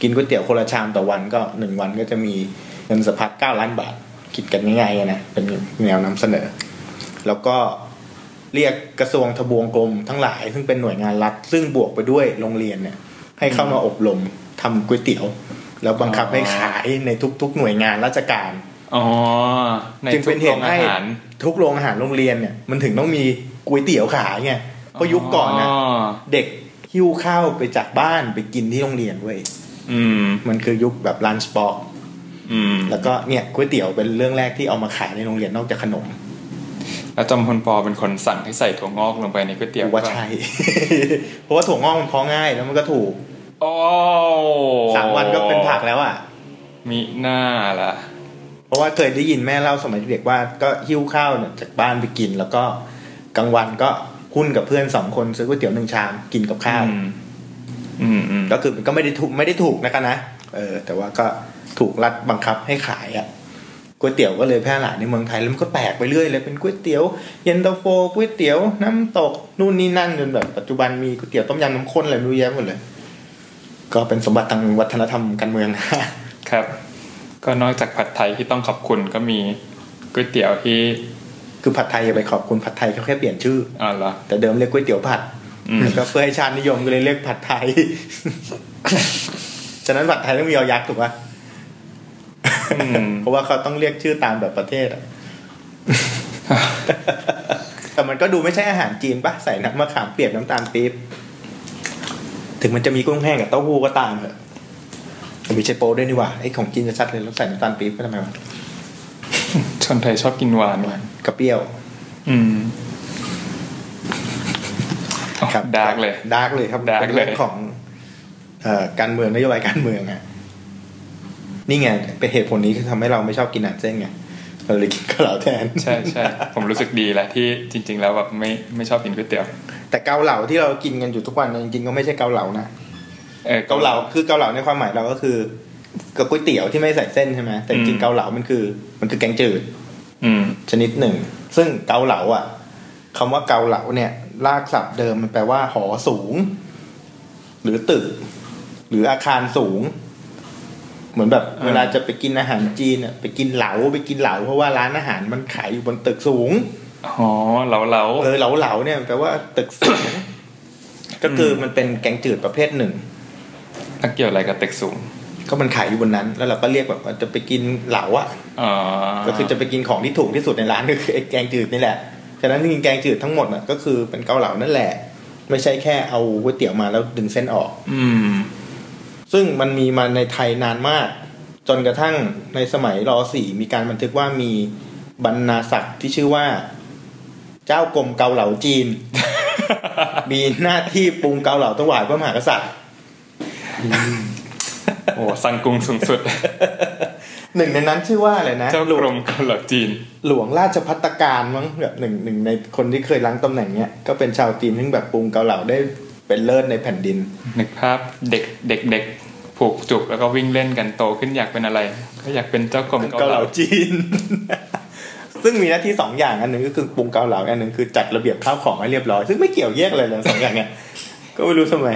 กินก๋วยเตี๋ยวคนละชามต่อวันก็หนึ่งวันก็จะมีเงินสะพัด9ล้านบาท คิดกันง่ายๆนะเป็นแนวนำเสนอ แล้วก็เรียกกระทรวงทบวงกรมทั้งหลาย ซึ่งเป็นหน่วยงานรัฐ ซึ่งบวกไปด้วยโรงเรียนเนี่ย ให้เข้ามาอบรมทำก๋วยเตี๋ยว แล้วบังคับให้ขายในทุก ๆ หน่วยงานราชการ อ๋อ ใน จึง ทุ เป็น ก เห โรง ตุ อา ให้ หาร ทุกโรงอาหารโรงเรียนเนี่ยมันถึงต้องมีก๋วยเตี๋ยวขายไงเพราะยุคก่อนนะเด็กหิ้วข้าวไปจากบ้านไปกินที่โรงเรียนเว้ย อืม มันคือยุคแบบลันช์บอก อืม แล้วก็เนี่ยก๋วยเตี๋ยวเป็นเรื่องแรกที่เอามาขายในโรงเรียนนอกจากขนม แล้วจอมพลปอเป็นคนสั่งให้ใส่ถั่วงอกลงไปในก๋วยเตี๋ยว กูว่า ป่ะ ใช่ [LAUGHS] เพราะว่าถั่วงอกมันเพอง่ายแล้วมันก็ถูก โอ้ สามวันก็เป็นผักแล้วอ่ะ มีหน้าล่ะ เพราะว่าเคยได้ยินแม่เล่าสมัยเด็กว่าก็หิ้วข้าวเนี่ยจากบ้านไปกิน แล้วก็กลางวันก็หุ้นกับเพื่อนสองคนซื้อก๋วยเตี๋ยวหนึ่งชามกินกับข้าว อืม อืมอืม ก็คือมันก็ไม่ได้ถูกไม่ได้ถูกนะคะนะเออ แต่ว่าก็ถูกรัฐบังคับให้ขายอะ่ะก๋วยเตี๋ยวก็เลยแพร่หลายในเมืองไทยแล้วมันก็แตกไปเรื่อยเลยเป็นก๋วยเตี๋ยวเย็นตาโฟก๋วยเตี๋ยวน้ำตกนู่นนี่นั่นจนแบบปัจจุบันมีก๋วยเตี๋ยวต้มยำน้ำข้นอะไรไม่รู้เยอะหมดเลย ก็เป็นสมบัติทางวัฒนธรรมการเมือง [LAUGHS] นะ ครับ ก็นอกจากผัดไทยที่ต้องขอบคุณก็มีก๋วยเตี๋ยวที่ คือผัดไทยอย่าไปขอบคุณผัดไทยเขาแค่เปลี่ยนชื่อ อ๋อเหรอ แต่เดิมเรียกก๋วยเตี๋ยวผัด อืม แล้วก็เพื่อให้ชาตินิยมก็เลยเรียกผัดไทย [LAUGHS] ฉะนั้นผัดไทยต้องมียอยักษ์ถูกปะ อืม เพราะว่าเขาต้องเรียกชื่อตามแบบประเทศ [LAUGHS] อะ แต่มันก็ดูไม่ใช่อาหารจีนปะใส่น้ำมะขามเปียกน้ำตาลปี๊บ ถึงมันจะมีกุ้งแห้งกับเต้าหู้ก็ตามเถอะแต่มีใชโป๊ด้วยนี่หว่าไอ้ของจีนชัดๆเลยแล้วใส่น้ำตาลปี๊บไปทำไมวะ ชนไทยชอบกินหวานหวาน กระเปรี้ยว อืม ครับ ดาร์กเลย ดาร์กเลยครับ dark ป็นรื่อง เลย ของเอ่อการเมืองนโยบายการเมืองอ่ะนี่ไงเป็นเหตุผลนี้ที่ทำให้เราไม่ชอบกินอาหารเส้นไงเราเลยกินข้าวเหลาแทน [LAUGHS] ใช่ใช่ผมรู้สึกดีแหละที่จริง ๆ แล้วแบบไม่ไม่ชอบกินก๋วยเตี๋ยว แต่เกาเหลาที่เรากินกันอยู่ทุกวันเนี่ยจริงๆก็ไม่ใช่เกาเหลานะ ออ เกาเหลาคือเกาเหลาในความหมายเราก็คือกับก๋วยเตี๋ยวที่ไม่ใส่เส้นใช่ไหมแต่จ อื ริ ม งๆเกาเหลามันคือ มันคือแกงจืด อืม ชนิดหนึ่ง ซึ่งเกาเหลาอ่ะคำว่าเกาเหลาเนี่ยรากศัพท์เดิมมันแปลว่าหอสูง หรือตึก หรืออาคารสูง เหมือนแบบ อ่า เวลาจะไปกินอาหารจีนอ่ะไปกินเหลาไปกินเหลาเพราะว่าร้านอาหารมันขายอยู่บนตึกสูง อ๋อเหลาเหลา เออเหลาเหลาๆเนี่ยแปลว่าตึกสูง ก็คือมันเป็นแกงจืดประเภทหนึ่ง นักเกี่ยวอะไรกับตึกสูง ก็มันขายอยู่บนนั้น แล้วเราก็เรียกแบบว่าจะไปกินเหลาอะ อ๋อ ก็คือจะไปกินของที่ถูกที่สุดในร้านก็คือไอ้แกงจืดนี่แหละฉะนั้นจริงๆแกงจืดทั้งหมดน่ะก็คือเป็นเกาเหลานั่นแหละ ไม่ใช่แค่เอาก๋วยเตี๋ยวมาแล้วดึงเส้นออก อืม ซึ่งมันมีมาในไทยนานมาก จนกระทั่งในสมัยรสี่มีการบันทึกว่ามีบรรณาศักดิ์ที่ชื่อว่า เจ้ากรมเกาเหลาจีน มีหน้าที่ปรุงเกาเหลาถวายพระมหากษัตริย์ โอ้สังกุงสูง [LAUGHS] สุด หนึ่งในนั้นชื่อว่าอะไรนะ เจ้ากรมเกาหลาจีน หลวงราชพัฒการมั้งแบบหนึ่งหนึ่งในคนที่เคยล้างตำแหน่งเนี้ยก็เป็นชาวจีนที่แบบปรุงเกาเหลาได้เป็นเลิศในแผ่นดิน นึกภาพเด็กเด็กเด็กผูกจุกแล้วก็วิ่งเล่นกันโตขึ้นอยากเป็นอะไร ก็อยากเป็นเจ้ากรมเกา เกา เห เห ลา ลาจีน [LAUGHS] ซึ่งมีหน้าที่สองอย่างอันหนึ่งก็คือปรุงเกาเหลาอันหนึ่งคือจัดระเบียบข้าวของให้เรียบร้อย ซึ่งไม่เกี่ยวแยกเลยเลยสองอย่างเนี้ย ก็ไม่รู้ทำไม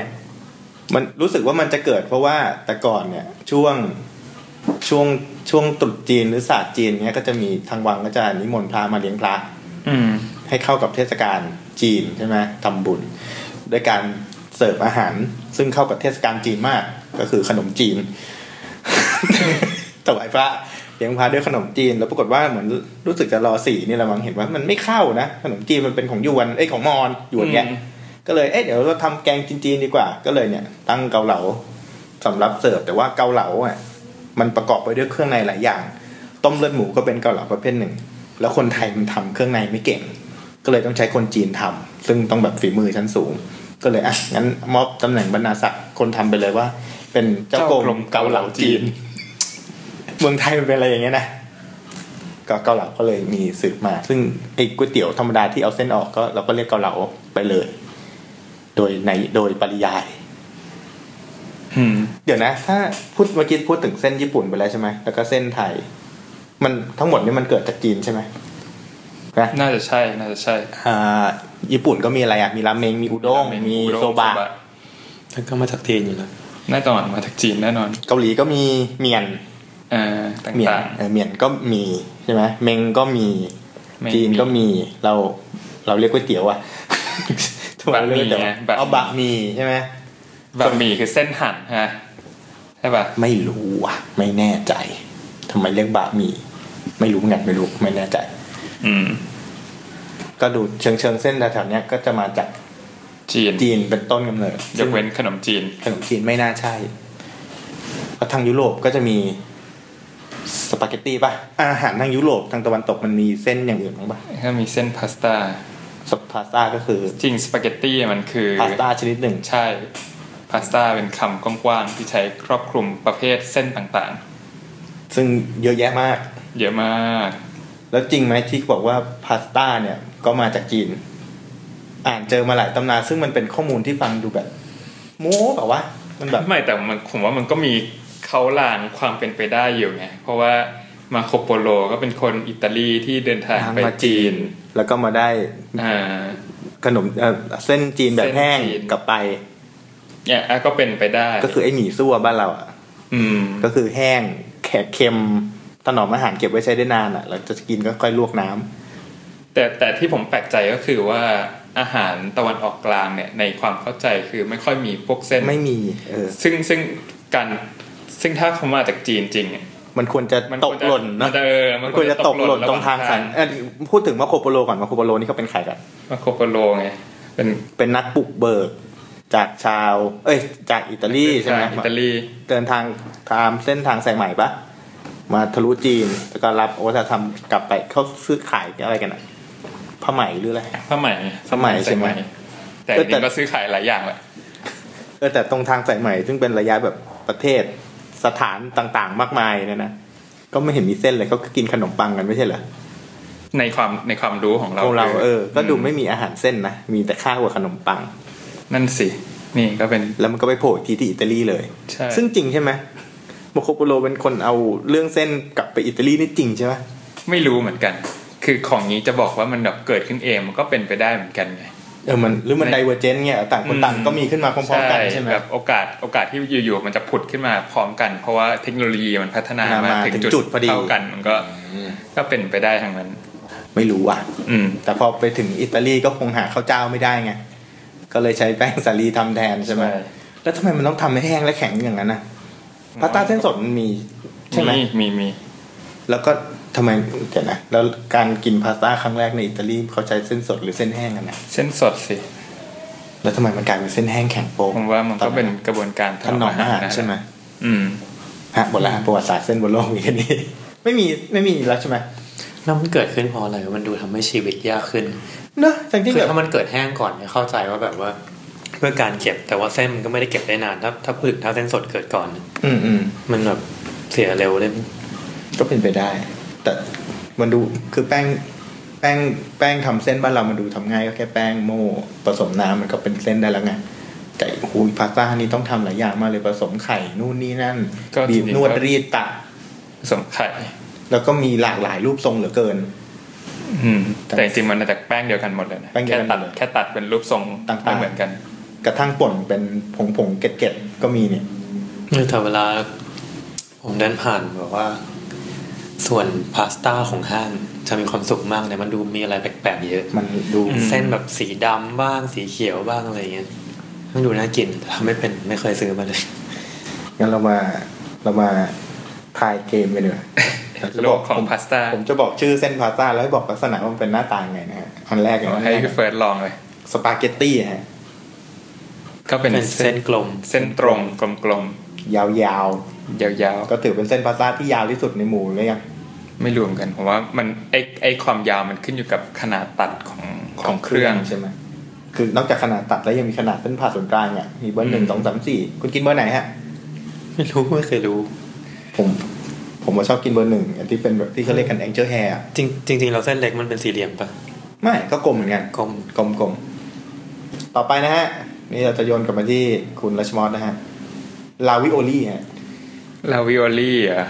มันรู้สึกว่ามันจะเกิดเพราะว่าแต่ก่อนเนี่ย ช่วงช่วงช่วงตรุษจีนหรือศาสตร์จีนเนี้ยก็จะมีทางวังก็จะนิมนต์พระมาเลี้ยงพระ อืม ให้เข้ากับเทศกาลจีนใช่ไหมทำบุญด้วยการเสิร์ฟอาหาร ซึ่งเข้ากับเทศกาลจีนมาก ก็คือขนมจีน [LAUGHS] ถวายพระเลี้ยงพระด้วยขนมจีน แล้วปรากฏว่าเหมือนรู้สึกจะรอสีนี่แหละมั้งเห็นว่ามันไม่เข้านะ ขนมจีนมันเป็นของยวนเอ้ยของมอญยวนเนี่ย อืม ก็เลยเอ้ยเดี๋ยวเราทำแกงจีนๆดีกว่า ก็เลยเนี่ย ตั้งเกาเหลาสำหรับเสิร์ฟแต่ว่าเกาเหลาอ่ะมันประกอบไปด้วยเครื่องในหลายอย่าง ต้มเลือดหมูก็เป็นเกาเหลาประเภทหนึ่ง แล้วคนไทยมันทำเครื่องในไม่เก่ง ก็เลยต้องใช้คนจีนทำซึ่งต้องแบบฝีมือชั้นสูง ก็เลยอ่ะงั้นมอบตำแหน่งบรรณาศักดิ์คนทำไปเลยว่า เป็นเจ้ากรมเกาเหลาจีน เมืองไทยมันเป็นอะไรอย่างเงี้ยนะก็เกาเหลาก็เลยมีสืบมา ซึ่งไอ้ก๋วยเตี๋ยวธรรมดาที่เอาเส้นออกก็เราก็เรียกเกาเหลาไปเลย โดยในโดยปริยาย อืม เดี๋ยวนะ ถ้าพูดเมื่อกี้พูดถึงเส้นญี่ปุ่นไปแล้วใช่ไหมแล้วก็เส้นไทย มันทั้งหมดนี่มันเกิดจากจีนใช่ไหมนะ น่าจะใช่น่าจะใช่ อ่าญี่ปุ่นก็มีอะไรอ่ะ มีราเมง มีอุด้ง มี อุด้ง โซบะ มันก็มาจากจีนอยู่แล้ว แน่นอนมาจากจีนแน่นอน เกาหลีก็มีเมียน เอ่อต เมียน่ าง เออเมียนก็มีใช่ไหมเมงก็มี เมง จีนก็มี เรา เราเรียกก๋วยเตี๋ยวอ่ะถูกไหม บะหมี่ เรียกก๋ [LAUGHS] วยเตี๋ยวอะ ไงบะ เอาบะหมี่ใช่ไหม ๆบะหมี่คือเส้นหั่นฮะใช่ป่ะ ไม่รู้อ่ะ ไม่แน่ใจทำไมเรียกบะหมี่ ไม่รู้เหมือนกันไม่รู้ ไม่แน่ใจ อืม ก็ดูเชิงเชิงๆเส้นแถวๆเนี้ยก็จะมาจาก จีน จีนเป็นต้นกำเนิด ยกเว้นขนมจีน ขนมจีนไม่น่าใช่เพราะทางยุโรปก็จะมีสปาเกตตีป่ะ อาหารทางยุโรปทางตะวันตกมันมีเส้นอย่างอื่นบ้างป่ะ ถ้ามีเส้นพาสต้า สปาสต้าก็คือ จริงสปาเกตตี้มันคือ พาสต้าชนิดหนึ่ง ใช่พาสต้าเป็นคำกว้างๆที่ใช้ครอบคลุมประเภทเส้นต่าง ซึ่งเยอะแยะมาก ๆ เยอะมาก แล้วจริงไหมที่บอกว่าพาสต้าเนี่ย ก็มาจากจีน อ่านเจอมาหลายตำนานซึ่งมันเป็นข้อมูลที่ฟังดูแบบโม้แบบว่ามันแบบ ไม่แต่มันผมว่ามันก็มีเขาลางความเป็นไปได้อยู่ไง เพราะว่ามาโคโปโลก็เป็นคนอิตาลีที่เดินทางไป มาจี จีน แล้วก็มาได้ อ่า ขนมเอ่อเส้นจีนแบบแห้ง เส้นจีน กลับไป เนี่ยอ่ะก็เป็นไปได้ ก็คือไอ้หมี่ซั่วบ้านเราอะ อืม ก็คือแห้งแขกเค็มถนอมอาหารเก็บไว้ใช้ได้นานอ่ะเราจะกินก็ค่อยลวกน้ำ แต่แต่ที่ผมแปลกใจก็คือว่าอาหารตะวันออกกลางเนี่ยในความเข้าใจคือไม่ค่อยมีพวกเส้น ไม่มีเออ ซึ่งซึ่งการซึ่งถ้าเขามาจากจีนจริงอ่ะ มันควรจะ มัน ตกหล่น มั เนาะ จเออ มันควรจะตกหล่นตรงทางสาย ระหว่ เอ่อพูดถึงมาโคโปโลก่อนมาโคโปโลนี่เขาเป็นใครกัน มาโคโปโลไงเป็น เป็นนักปลุกเบิก จากชาว เอ้ย จากอิตาลีใช่ไหม อิตาลี เดินทางตามเส้นทางสายใหม่ปะมาทะลุจีน แล้วก็รับวัฒนธรรมกลับไปเขาซื้อขายอะไรกันอะผ้าไหมหรืออะไร ผ้าไหม ผ้าไหมใช่ไหม แต่ ก็ จ แต่ ริงๆก็ซื้อขายหลายอย่างแหละ เออแต่ตรงทางสายใหม่ซึ่งเป็นระยะแบบประเทศสถานต่างๆ มากมายเนี่ยนะก็ไม่เห็นมีเส้นเลยเขาก็กินขนมปังกันไม่ใช่เหรอ ในความในความรู้ของเรา ของเราเออ ก็ดูไม่ ม มีอาหารเส้นนะมีแต่ข้าวกับขนมปัง นั่นสิ นี่ก็เป็น แล้วมันก็ไปโผล่อีกทีที่อิตาลีเลย ใช่ ซึ่งจริงใช่ไหมโมโคโปโลเป็นคนเอาเรื่องเส้นกลับไปอิตาลีนี่จริงใช่ไหม ไม่รู้เหมือนกัน คือของนี้จะบอกว่ามันแบบเกิดขึ้นเองมันก็เป็นไปได้เหมือนกันไง เออมันหรือมันไดเวอร์เจนเนี่ยต่างคนต่าง อืม ก็มีขึ้นมาพร้อมๆกันใช่ไหม แบบโอกาสโอกาสที่อยู่ๆมันจะผุดขึ้นมาพร้อมกัน เพราะว่าเทคโนโลยีมันพัฒนามา มา ถึง ถึงจุ จุ ด ด พอดี เท่ากันมันก็ก็เป็นไปได้ทั้งนั้น ไม่รู้อ่ะ อืม แต่พอไปถึงอิตาลีก็คงหาข้าวเจ้าไม่ได้ไงก็เลยใช้แป้งสาลีทำแทนใช่ไหม ใช่ แล้วทำไมมันต้องทำให้แห้งและแข็งอย่างนั้นนะพาสต้าเส้นสดมันมีใช่ไหม มีมีมี แล้วก็ทำไมเดี๋ยวนะแล้วการกินพาสต้าครั้งแรกในอิตาลีเขาใช้เส้นสดหรือเส้นแห้งกันนะ เส้นสดสิ แล้วทำไมมันกลายเป็นเส้นแห้งแข็งโป๊ก ผมว่ามัน ตอ ก็เป็นกระบวนการ ขนมอาหาร นะ ใช่ไหม อืม ฮะหมดแล้วฮะประวัติศาสตร์เส้นบนโลกมีแค่นี้ [LAUGHS] ไม่มีไม่มีอีกแล้วใช่ไหม แล้วมันเกิดขึ้นเพราะอะไรมันดูทำให้ชีวิตยากขึ้น เนอะทั้งที่ คื แบ อบ ถ้ามันเกิดแห้งก่อนเนี่ยเข้าใจว่าแบบว่า เพื่อการเก็บแต่ว่าเส้นมันก็ไม่ได้เก็บได้นาน ถ้าถ้าพึกถ้าเส้นสดเกิดก่อน อืมอืม มันแบบเสียเร็วเลย ก็เป็นไปได้ แต่มันดูคือแป้งแป้งแป้งทำเส้นบ้านเรามันดูทำง่ายก็แค่แป้งโม่ผสมน้ำมันก็เป็นเส้นได้แล้วไงแต่โอ้ยพาสต้านี่ต้องทำหลายอย่างมากเลยผสมไข่นู่นนี่นั่น ก็จริ บี ง บ ๆ นวด ก็ รีดตัด ผสมไข่ แล้วก็มีหลากหลายรูปทรงเหลือเกิน อืม แต่จริงๆมันมาจากแป้งเดียวกันหมดเลยนะ แป้งเดียวแค่กัน ตัด หมดเลย แค่ตัดเป็นรูปทรง ต่างๆ ไม่เหมือนกัน กระทั่งป่นเป็นผงผงๆเกล็ดเกล็ดๆก็มีเนี่ย แต่เวลา ผมเดินผ่านแบบว่า ส่วนพาสต้าของห้างจะมีความสุขมากเลยมันดูมีอะไรแปลกๆเยอะ มันดู อืม เส้นแบบสีดำบ้างสีเขียวบ้างอะไรเงี้ยมันดูน่ากินแต่ทำไม่เป็นไม่เคยซื้อมาเลย งั้นเรามาเรามาทายเกมกันดีกว่า [LAUGHS] โลกของพาสต้า ผมจะบอกชื่อเส้นพาสต้าแล้วให้บอกลักษณะว่ามันเป็นหน้าตาไงนะฮะอันแรกอย่าง ให้ แรก พี่เฟิร์สลองเลย สปาเกตตี้ฮะ ก็เป็น เป็น เส้ เส้ น นกลม เส้นตรงกลม ยาว ๆยาว ๆ ก็ถือเป็นเส้นพาสต้าที่ยาวที่สุดในหมู่เลยยัง ๆ ไม่รวมอนกันผมว่ามันไอไอความยาวมันขึ้นอยู่กับขนาดตัดของของเครื่อง ใช่ไหมคือนอกจากขนาดตัดแล้วยังมีขนาดเส้นผ่าศูนย์กลางเนี่ยมีเบอร์หนึ่ง อืม สองสามสี่คุณกินเบอร์ไหนฮะ ไม่รู้ไม่เคยรู้ ผม ผมว่าชอบกินเบอร์หนึ่งอันที่เป็นแบบที่เขาเรียกกันแองเจิลแฮร์ จริงจริงๆเราเส้นเล็กมันเป็นสี่เหลี่ยมปะ ไม่ก็กลมเหมือนกัน กลม กลมๆ ต่อไปนะฮะ นี่เราจะโยนกลับมาที่คุณรัชมอสนะฮะ ลาวิโอลี่ฮะ ลาวิโอลี่อะ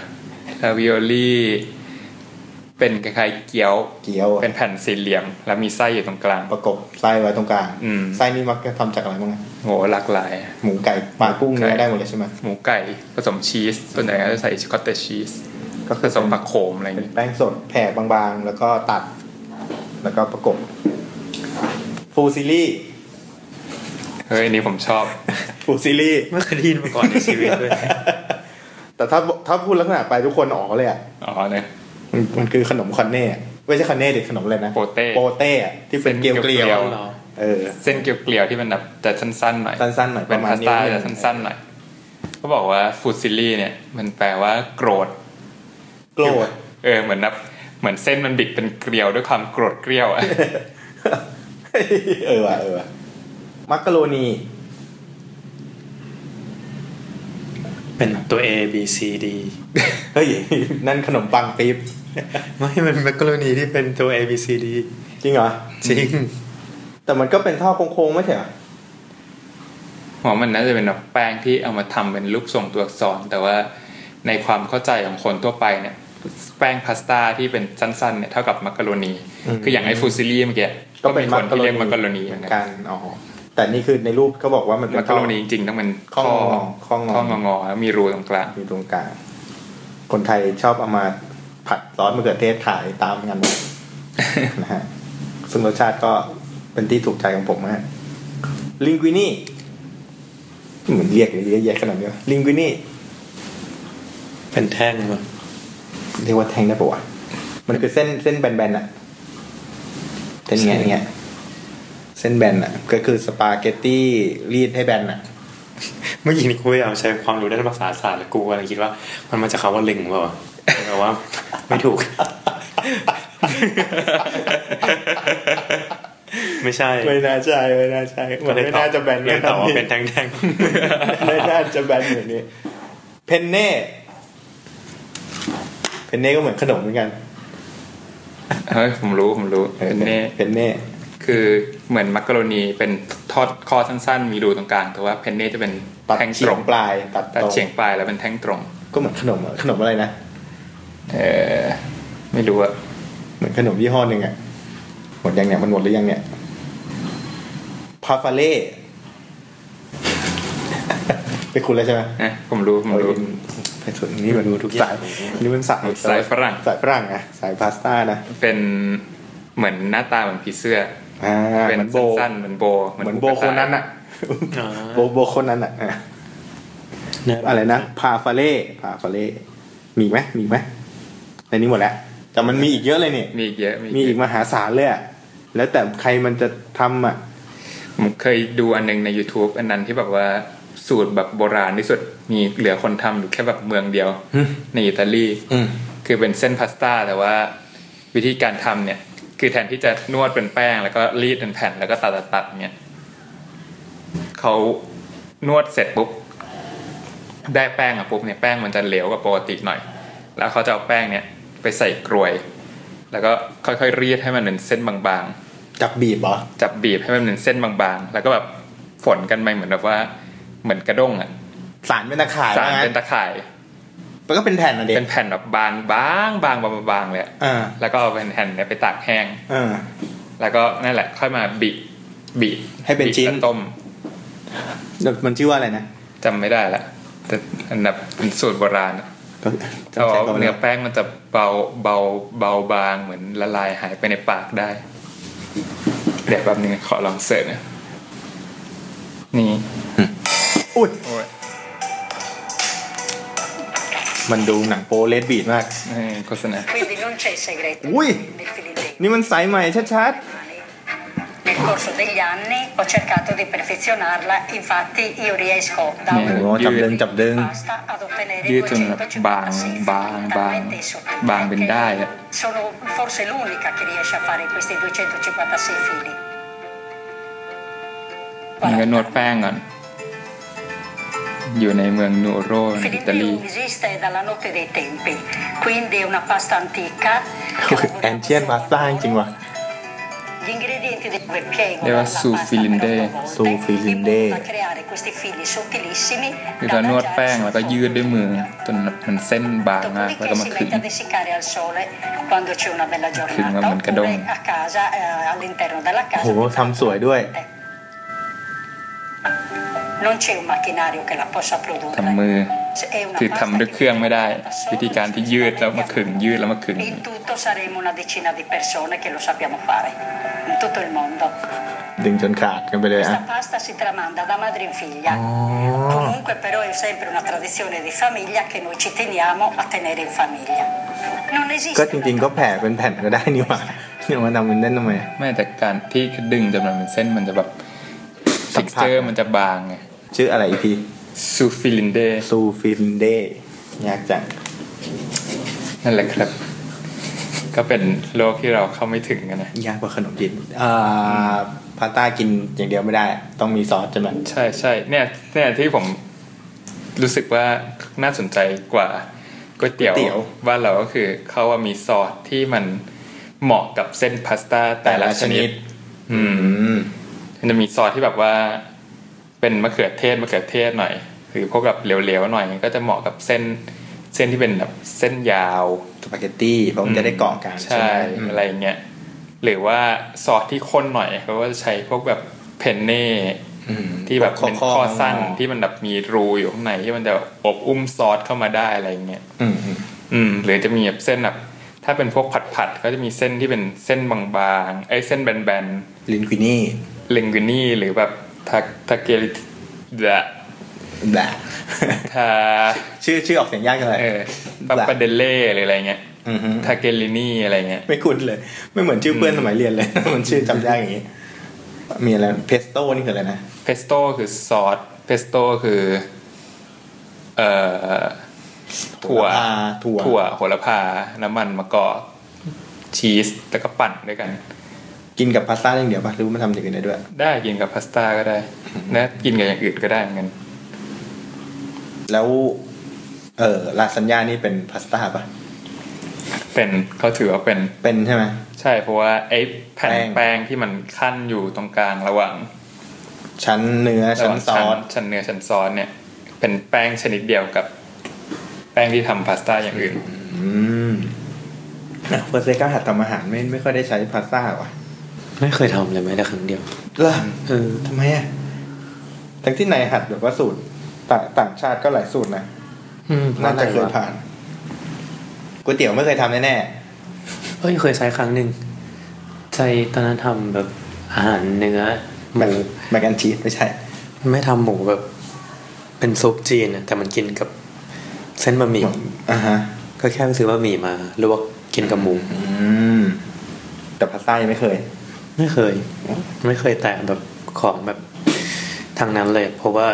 ลาวิโอลี่เป็นคล้ายๆเกี๊ยว เกี๊ยวอะ เป็นแผ่นสี่เหลี่ยม แล้วมีไส้อยู่ตรงกลาง ประกบไส้ไว้ตรงกลาง อืม ไส้นี่มักจะทำจากอะไรบ้างอะ โหหลากหลาย หมูไก่ปลากุ้งเนื้ ไก่ อได้หมดเลยใช่ไหม หมูไก่ผสมชีสส่วนใหญ่ก็จะใส่คอตเตจชีสก็ผสมผักโขมอะไรอย่าง เป็น เงี้ย แป้งสดแผ่บางๆ แล้วก็ตัด แล้วก็ประกบฟูซิลี่ เฮ้ยอันนี้ผมชอบ ฟูซิลี่ ไม่เคยได้ยินมาก่อนในชีวิตด้วย แต่ถ้าถ้าพูดลักษณะไปทุกคนอ๋อเลยอ่ะ อ๋อเนี่ย มันมันคือขนมคอนเน่อะไม่ใช่คอนเน่ดิขนมอะไรนะ โปเต้ โปเต้อะที่เป็น เส้น เกลียวเกลีย เกลียว ว เหรอ เออ เส้นเกลียวๆที่มันแบบจะสั้นๆหน่อย สั้นๆหน่อยปเป็นระมาณ พาสต้า นิ้วหนึ่ จะ ง สั้นๆหน่อยเขาบอกว่าฟูซิลี่เนี่ย มันแปลว่าโกรธ โกรธ [LAUGHS] เออเหมือนนับเหมือนเส้นมันบิดเป็นเกลียวด้วยความโกรธเกลียวอะ เออว่ะเออว่ะมักกะโรนี เป็นตัว A B C D เฮ้ยนั่นขนมปังปี๊บ ไม่ มันเป็นกรณีที่เป็นตัว A B C D จริงเหรอ จริง แต่มันก็เป็นท่อโค้งๆไม่ใช่เหรอ [LAUGHS] ผมว่ามันน่าจะเป็นแบบแป้งที่เอามาทำเป็นรูปทรงตัวอักษร แต่ว่าในความเข้าใจของคนทั่วไปเนี่ย แป้งพาสต้าที่เป็นสั้นๆเนี่ยเท่ากับมักกะโรนี อืม คืออย่างไอ้ฟูซิลี่เมื่อกี้ก็มีคนที่เรียกมักกะโรนีเห เห มื มืออนนกักันนอ๋อแต่นี่คือในรูปเขาบอกว่ามันเป็ มัน ก ท่ กะ อ โรนีจริงๆต้องเป็น ข้องอข้องอ ข้องอแล้วมีรูตรงกลาง อยู่ตรงกลางคนไทยชอบเอามาผัดซอสมะเขือเทศขายตามงาน [LAUGHS] วัด นะฮะซึ่งรสชาติก็เป็นที่ถูกใจของผมมากลิงกุนี่เหมือนเรียกเลยเยอะแยะขนาดนี้ลิงกุนี่ เป็นแท่งมา เรียกว่าแทงได้ปะวะมันคือเส้นเส้นแบนๆอะเส้นแง่เงี้ย เส้นแบนอ่ะ ก็คือสปาเกตตี้รีดให้แบนอ่ะ เมื่อกี้นี่กูพยายามใช้ความรู้ด้านภาษาศาสตร์แล้วกูอะไรคิดว่า มันมาจากคำว่าเล็งเปล่าวะแต่ว่า ไม่ถูก ไม่ใช่ ไม่น่าใช่ไม่น่าใช่เหมือนไม่น่าจะแบน เรียนต่อว่าเป็น ไ แทง ม่ [LAUGHS] น่าจะแบนเหมือนนี้เพนเน่เพนเน่ก็เหมือนขนมเหมือนกัน เฮ้ยผมรู้ผมรู้เป็นเน่ เพนเน่ คือเหมือนมักกะโรนีเป็นทอดคอสั้นๆ มีรูตรงกลาง แต่ว่าเพนเน่จะเป็น ตัด แท่งต เฉี ร ยง ง ปลายตัด ตัด ตรง เฉียงปลายแล้วเป็นแท่งตรง ก็เหมือนขนมอะขนมอะไรนะ เออไม่รู้อะ เหมือนขนมยี่ห้อหนึ่งอ่ะหมดยังเนี่ยมันหมดหรือยังเนี่ยพาฟาเล่ [LAUGHS] ไปคุณแล้วใช่ไหม นะผมรู้ผมรู้ ไอ้ส่วนนี้มันดูทุกสายนี่มันสาย สายฝรั่ง สายฝรั่งอะสายพาสต้านะ เป็นเหมือนหน้าตาเหมือนผีเสื้อ อ่า เป็น เหมือนโบ สั้นๆเหมือนโบ เหมือนโบคนนั้นอะ ๆอ๋อ โบโบคนนั้นอะอ่ะ เนี่ย อะไรนะพาฟาเล่พาฟาเล่มีไหมมีไหมในนี้หมดแล้ว แต่มันมีอีกเยอะเลยเนี่ย มีอีกเยอะ มี เย อี อะ กมหาศาลเลยอะแล้วแต่ใครมันจะทำอ่ะ ผมเคยดูอันหนึงใน YouTube อันนั้นที่แบบว่าสูตรแบบโบราณที่สุดมีเหลือคนทำอยู่แค่แบบเมืองเดียว ในอิตาลี อืม คือเป็นเส้นพาสต้าแต่ว่าวิธีการทำเนี่ย คือแทนที่จะนวดเป็นแป้ง แล้วก็รีดเป็นแผ่นแล้วก็ตัดตัดตัดเนี่ยเขานวดเสร็จปุ๊บได้แป้งอ่ะปุ๊บเนี่ยแป้งมันจะเหลวกว่าปกติหน่อย แล้วเขาจะเอาแป้งเนี่ยไปใส่กรวย แล้วก็ค่อยๆรีดให้มันเป็นเส้นบางๆ จับบีบเหรอ จับบีบให้มันเป็นเส้นบางๆ แล้วก็แบบฝนกันไปเหมือนแบบว่าเหมือนกระด้งอ่ะ สารเป็นตะข่าย สาร ว่างั้ เป็น น ตะข่าย มันก็เป็นแผ่นอะเด็ก เป็นแผ่นแบบบางบางบางบางบางเลยอะ อ่า แล้วก็เอาแผ่นๆเนี่ยไปตากแห้ง อ่า แล้วก็นั่นแหละ ค่อยมาบีบบีบ ให้เป็น บีบ ชิ้น แล้วต้ม แล้วมันชื่อว่าอะไรนะ จำไม่ได้ละแต่อันดับเป็นสูตรโบราณอะ ก็ เพราะ จำใจ ว่า ก่อน เนื้ เล อยแป้งมันจะเบาเบาเบาบางเหมือนละลายหายไปในปากได้ เดี๋ยวแป๊บนึงขอลองเสิร์ชหนะนี่ อุ้ย โอ้ย มันดูหนังโปเลสบีดมาก เออโฆษณา Quindi non c'è segreto Ui! nel filindeiro. นี่มันสายใหม่ชัด Nel corso degli anni ho cercato di perfezionarla, infatti io riesco da Eh, un no, chilo chạm đơn, chạm di đơn. pasta ad ottenere Dư thường là bàn, 256 bàn, fondamentalmente bàn, sottili, bàn bên che đai ạ. Sono forse l'unica che riesce a fare questi 256 fili. มันก็นวดแป้งก่อน อยู่ในเมืองนูโร Il ในอิตาลี Filindeo esiste dalla notte dei tempi, quindi è una pasta antica. ๆ แอนเชียนพาสต้าจริงๆว่ะ Gli ingredienti del ripiego Leva della su pasta Filindeo. per otto volte, Su Filindeo. in modo da creare questi fili sottilissimi คือ da เรานวด adagiare แป้ง sul แล้วก็ยืดด้วยมือ จนมันเส้นบางมาก แล้ว Dopodiché ก็มา si ขึง mette a dessicare al sole quando c'è una bella Prima giornata Mercadona. oppure a casa eh, all'interno della โอ้ casa โห ทำสวยด้วย non c'è un macchinario che la possa ทำ produrre มือ è una คือ pasta ทำด้วย che เครื่อง viene ไม่ได้ fatta solo วิธีการที่ยืดแล้วมาขึง ยืดแล้วมาขึง in tutto saremo una decina di persone che lo sappiamo fare in tutto il mondo ดึงจนขาดกันไปเลยอ่ะ Questa pasta si tramanda da madre in figlia. Comunque però è sempre una tradizione di famiglia che noi ci teniamo a tenere in famiglia. Non ก็ esiste จริง ๆ ก็แผ่เป็นแผ่นก็ได้นี่หว่า [LAUGHS] เนี่ยมาทำเป็นเล่นทำไม แม้แต่การที่ดึงจนมันเป็นเส้นมันจะแบบ สั ฟิ ม ก ผัส เจอร์มันจะบางไง ชื่ออะไรอีกที ซูฟิลินเด ซูฟินเดย์ยากจัง นั่นแหละครับ ก็เป็นโลกที่เราเข้าไม่ถึงกันนะ ยากกว่าขนมจีนอ่าพาสต้ากินอย่างเดียวไม่ได้ ต้องมีซอสใช่ไหม ใช่ใช่เนี่ยเนี่ยที่ผมรู้สึกว่าน่าสนใจกว่าก๋วยเตี๋ยวบ้านเราก็คือเขาว่ามีซอสที่มันเหมาะกับเส้นพาสต้าแต่ละชนิด อืม อืม มันจะมีซอสที่แบบว่าเป็นมะเขือเทศมะเขือเทศหน่อย หรือพวกแบบเหลวๆหน่อย ก็จะเหมาะกับเส้นเส้นที่เป็นแบบเส้นยาว สปาเกตตี้เพราะมันจะได้เกาะกัน ใช่ อืม อะไรอย่างเงี้ยหรือว่าซอสที่ข้นหน่อยเขาก็จะใช้พวกแบบเพนเน่ อืม ที่แบบเป็นข้อสั้น ข้อ ที่มันแบบมีรูอยู่ข้างในที่มันจะอบอุ้มซอสเข้ามาได้อะไรอย่างเงี้ย อืมอืม อืม หรือจะมีแบบเส้นแบบถ้าเป็นพวกผัดผัดๆก็จะมีเส้นที่เป็นเส้นบางๆไอ้ยเส้นแบน ลินควินี่ ๆเลงกินี่หรือแบบทาทาเกลิดะ แบะ ทา [LAUGHS] ชื่อชื่อออกเสียงยากจังเลย เออปาปาเดเล่หรืออะไรเงี้ย อือฮึ ทาเกลินี่อะไรเงี้ย [LAUGHS] ไม่คุ้นเลย ไม่เหมือนชื่อเพื่อนสมัยเรียนเลย มันชื่อจำยากอย่างนี้ มีอะไรเพสโต้นี่คืออะไรนะ เพสโต้คือซอสเพสโต้คือเอ่อถั่ว โหระพาถั่ว ถั่วโหระพา น้ำมันมะกอกชีส แล้วก็ปั่นด้วยกัน กินกับพาสต้าอย่างเดียวปะหรือว่ามันทำอย่างอื่นได้ด้วย ได้กินกับพาสต้า [LAUGHS] ก็ได้ และกินกับอย่างอื่นก็ได้เหมือนกัน แล้ว เออลาซานญ่านี่เป็นพาสต้าปะ เป็นเขาถือว่าเป็น เป็นใช่ไหม ใช่เพราะว่าไอ้แผ่น แป้ง แป้งที่มันขั้นอยู่ตรงกลางระหว่าง ชั้นเนื้อ ระห ชั้น ว่าง ซอส ชั้นเนื้อชั้นซอสเนี่ย เป็นแป้งชนิดเดียวกับ แป้งที่ทำพาสต้าอย่างอื่น อืมเฟอร์เซก้าหัดทำอาหารไม่ไม่ค่อยได้ใช้พาสต้าว่ะ ไม่เคยทำเลยแม้แต่ครั้งเดียว เหรอ เออ ทำไมอ่ะทั้งที่ในหัดแบบว่าสูตรต่างต่างชาติก็หลายสูตรนะ อืม น่าจะเคยผ่านก๋วยเตี๋ยวไม่เคยทำแน่ เอ้ยเคยใช้ครั้งหนึ่งใช้ตอนนั้นทำแบบอาหารเนื้อ ๆ ห แบบ มู แมกแอนชีสไม่ใช่ ไม่ทำหมูแบบ เป็นซุปจีนอะแต่มันกินกับเส้นบะหมี่ อ่าฮะ ก็แค่ไปซื้อบะหมี่มาลวกกินกับหมู อืม แต่พาสต้ายังไม่เคย ไม่เคย ไม่เคยแตะแบบของแบบทางนั้นเลย เพราะว่า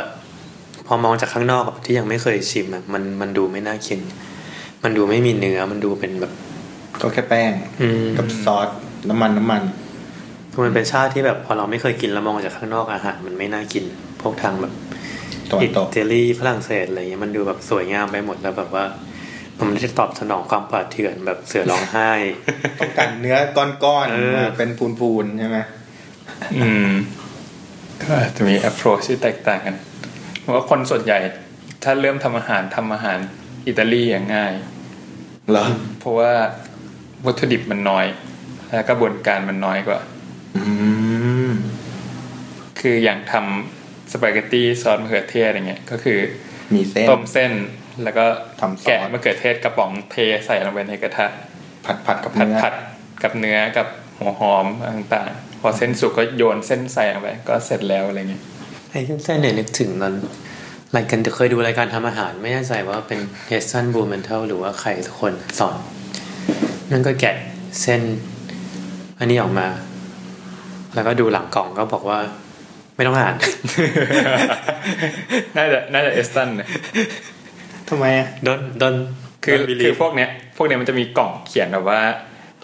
พอมองจากข้างนอกแบบที่ยังไม่เคยชิมอะมันมันดูไม่น่ากิน มันดูไม่มีเนื้อมันดูเป็นแบบ ก็แค่แป้ง อืม กับซอสน้ำมันน้ำมัน มันเป็นชาติที่แบบพอเราไม่เคยกินแล้วมองจากข้างนอกอาหาร มันไม่น่ากิน พวกทางแบบ ตะวันตก อิตาลีฝรั่งเศสอะไรเงี้ยมันดูแบบสวยงามไปหมดแล้วแบบว่า มันไม่ได้ตอบสนองความปราดเถื่อนแบบเสือร้องไห้ ต้องการเนื้อก้อน เอ ๆ อ มาเป็นพูนๆใช่ไหม อืมก็อาจจะมี approach ที่แตกต่างกันเพราะว่าคนส่วนใหญ่ถ้าเริ่มทำอาหารทำอาหารอิตาลีอย่างง่าย เหรอ เพราะว่าวัตถุดิบมันน้อย และกระบวนการมันน้อยกว่า อืม คืออย่างทำสปาเกตตี้ซอสมะเขือเทศอย่างเงี้ย ก็คือ มีเส้น ต้มเส้นแล้วก็ ทำซอส แกะมะเขือเทศกระป๋องเทใส่ลงไปในกระทะ ผัดผัดกับ ผัด เนื้อ ผัดกับเนื้อกับหัวหอมต่างๆ พอเส้นสุกก็โยนเส้นใส่ลงไปก็เสร็จแล้วอะไรเงี้ย [LAUGHS] [LAUGHS] ไอ้เส้นๆเนี่ยนึกถึงตอนรายการเคยดูรายการทำอาหารไม่แน่ใจว่าเป็นเฮสันบูเมนเทลหรือว่าใครสักคนสอน นั่นก็แกะเส้น อันนี้ออกมา แล้วก็ดูหลังกล่องก็บอกว่า ไม่ต้องอ่าน น่าจะน่าจะเอสตันเนี่ย ทำไมอะ [LAUGHS] ดนดน คือคือพวกเนี้ยพวกเนี้ยมันจะมีกล่องเขียนแบบว่า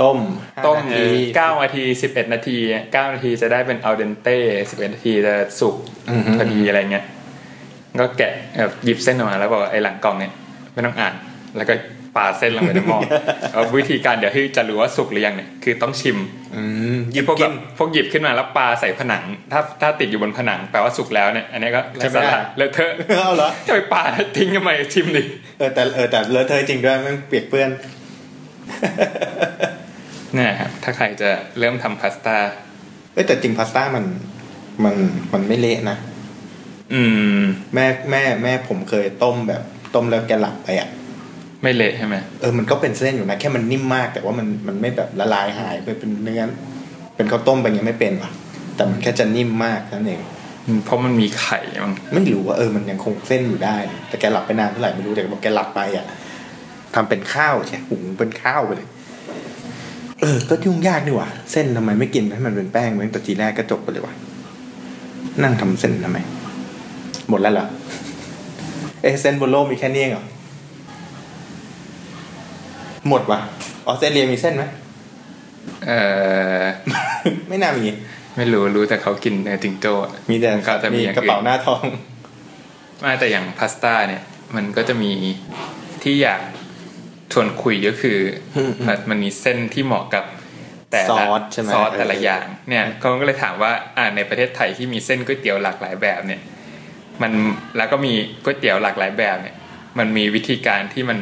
ต้ม ต้ม ห้านาที 9นาที 11 นาที 9 นาทีจะได้เป็นอัลเดนเต้11 นาทีจะสุกพอดีอะไรเงี้ย ก็แกะแบบหยิบเส้นออกมาแล้วบอกว่าไอ้หลังกล่องเนี่ยไม่ต้องอ่าน แล้วก็ปาเส้นลงไปใน [LAUGHS] หม้อ เอาวิธีการเดี๋ยวที่จะรู้ว่าสุกหรือยังเนี่ยคือต้องชิม อืม หยิบพวกแบบพวกหยิบขึ้นมาแล้วปาใส่ผนัง ถ้าถ้าติดอยู่บนผนังแปลว่าสุกแล้วเนี่ยอันนี้ก็ไร้สาระเลอะเทอะ [LAUGHS] เอาเหรอ จะไปปาทิ้งทำไมชิมดิ เออแต่เออแต่เลอะเทอะจริงด้วยแมันเปียกเปื้อน เนี่ยครับถ้าใครจะเริ่มทำพาสต้า เอ้ยแต่จริงพาสต้ามันมันมันไม่เละนะ อืม แม่แม่แม่ผมเคยต้มแบบต้มแล้วแกหลับไปอ่ะ ไม่เละใช่ไหม เออมันก็เป็นเส้นอยู่นะ แค่มันนิ่มมาก แต่ว่ามันมันไม่แบบละลายหายไปเป็นเนื้อเป็นข้าวต้มไปยังไม่เป็นว่ะ แต่มันแค่จะนิ่มมากนั่นเอง อืมเพราะมันมีไข่มั้ง ไม่รู้ว่าเออมันยังคงเส้นอยู่ได้ แต่แกหลับไปนานเท่าไหร่ไม่รู้แต่บอกแกหลับไปอ่ะทำเป็นข้าวใช่หุงเป็นข้าวไปเลย เออ ก็ยุ่งยากนี่หว่าเส้นทำไมไม่กินให้มันเป็นแป้งไว้ตั้งแต่ทีแรกก็จบไปเลยว่ะนั่งทำเส้นทำไมหมดแล้วเหรอเอะเส้นบนโลกมีแค่นี้เองเหรอหมดว่ะออสเตรเลียมีเส้นไหม [LAUGHS] เออ ไม่น่ามี ไม่รู้รู้แต่เขากินเนื้อจิงโจ้อะ มีแต่ นก็จะมี มี อย่าง กระเป๋า อื่น หน้าทอง ไม่แต่อย่างพาสต้าเนี่ย มันก็จะมีที่อยากชวนคุยก็ [LAUGHS] คืออ ม มันมันมีเส้นที่เหมาะกับแต่ละ ซอสใช่ไหม ซอสแต่ละ เออ อ อ ย่าง เนี่ยเขาก็เลยถามว่าอ่าในประเทศไทยที่มีเส้นก๋วยเตี๋ยวหลากหลายแบบเนี่ย มันแล้วก็มีก๋วยเตี๋ยวหลากหลายแบบเนี่ย มันมีวิธีการที่มัน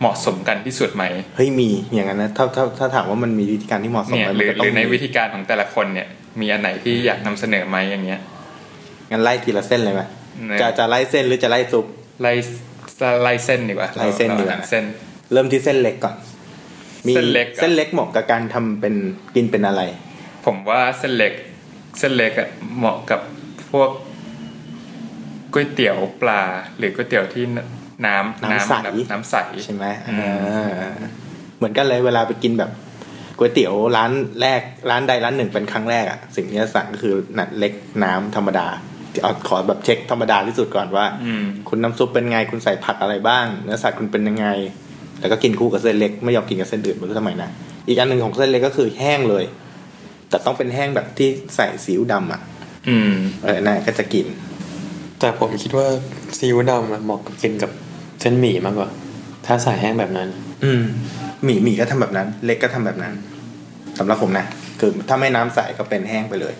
เหมาะสมกันที่สุดไหม เฮ้ยมีอย่างนั้นนะถ้าถ้าถ้าถามว่ามันมีวิธีการที่เหมาะสม เนี่ย ไหม หรือ มัก็ ห ต้ง รือใน มี วิธีการของแต่ละคนเนี่ย มีอันไหนที่อยากนำเสนอไหมอย่างเงี้ย งั้นไล่ทีละเส้นเลยไหม เนี่ย จะจะไล่เส้นหรือจะไล่ซุป ไล่ไล่เส้นดีกว่า ไล่เส้นดีกว่า รอ่เส้น เริ่มที่เส้นเล็กก่อนมี เส้นเล็กอะ เส้นเล็กเหมาะกับการทำเป็นกินเป็นอะไร ผมว่าเส้นเล็กเส้นเล็กอะเหมาะกับพวกก๋วยเตี๋ยวปลา หรือก๋วยเตี๋ยวที่น้ำ น้ำใส น้ำน้ำใส ใช่ไหม อืม เออเหมือนกันเลยเวลาไปกินแบบ ก๋วยเตี๋ยวร้านแรกร้านใดร้านหนึ่งเป็นครั้งแรกอะสิ่งที่จะสั่งก็คือหนัดเล็กน้ำธรรมดาเอาขอแบบเช็คธรรมดาที่สุดก่อนว่า อืม คุณน้ำซุปเป็นไงคุณใส่ผักอะไรบ้าง เนื้อสัตว์คุณเป็นยังไง แล้วก็กินคู่กับเส้นเล็กไม่ยอมกินกับเส้นอื่นไม่รู้ทำไมนะอีกอันหนึ่งของเส้นเล็กก็คือแห้งเลย แต่ต้องเป็นแห้งแบบที่ใส่ซีอิ๊วดำอ่ะ อืม เออน่าก็จะกิน แต่ผมคิดว่าซีอิ๊วดำอะเหมาะกับกินกับเส้นหมี่มากกว่า ถ้าใส่แห้งแบบนั้น อืมหมี่หมี่ก็ทำแบบนั้น เล็กก็ทำแบบนั้นสำหรับผมนะคือถ้าไม่น้ำใสก็เป็นแห้งไปเลย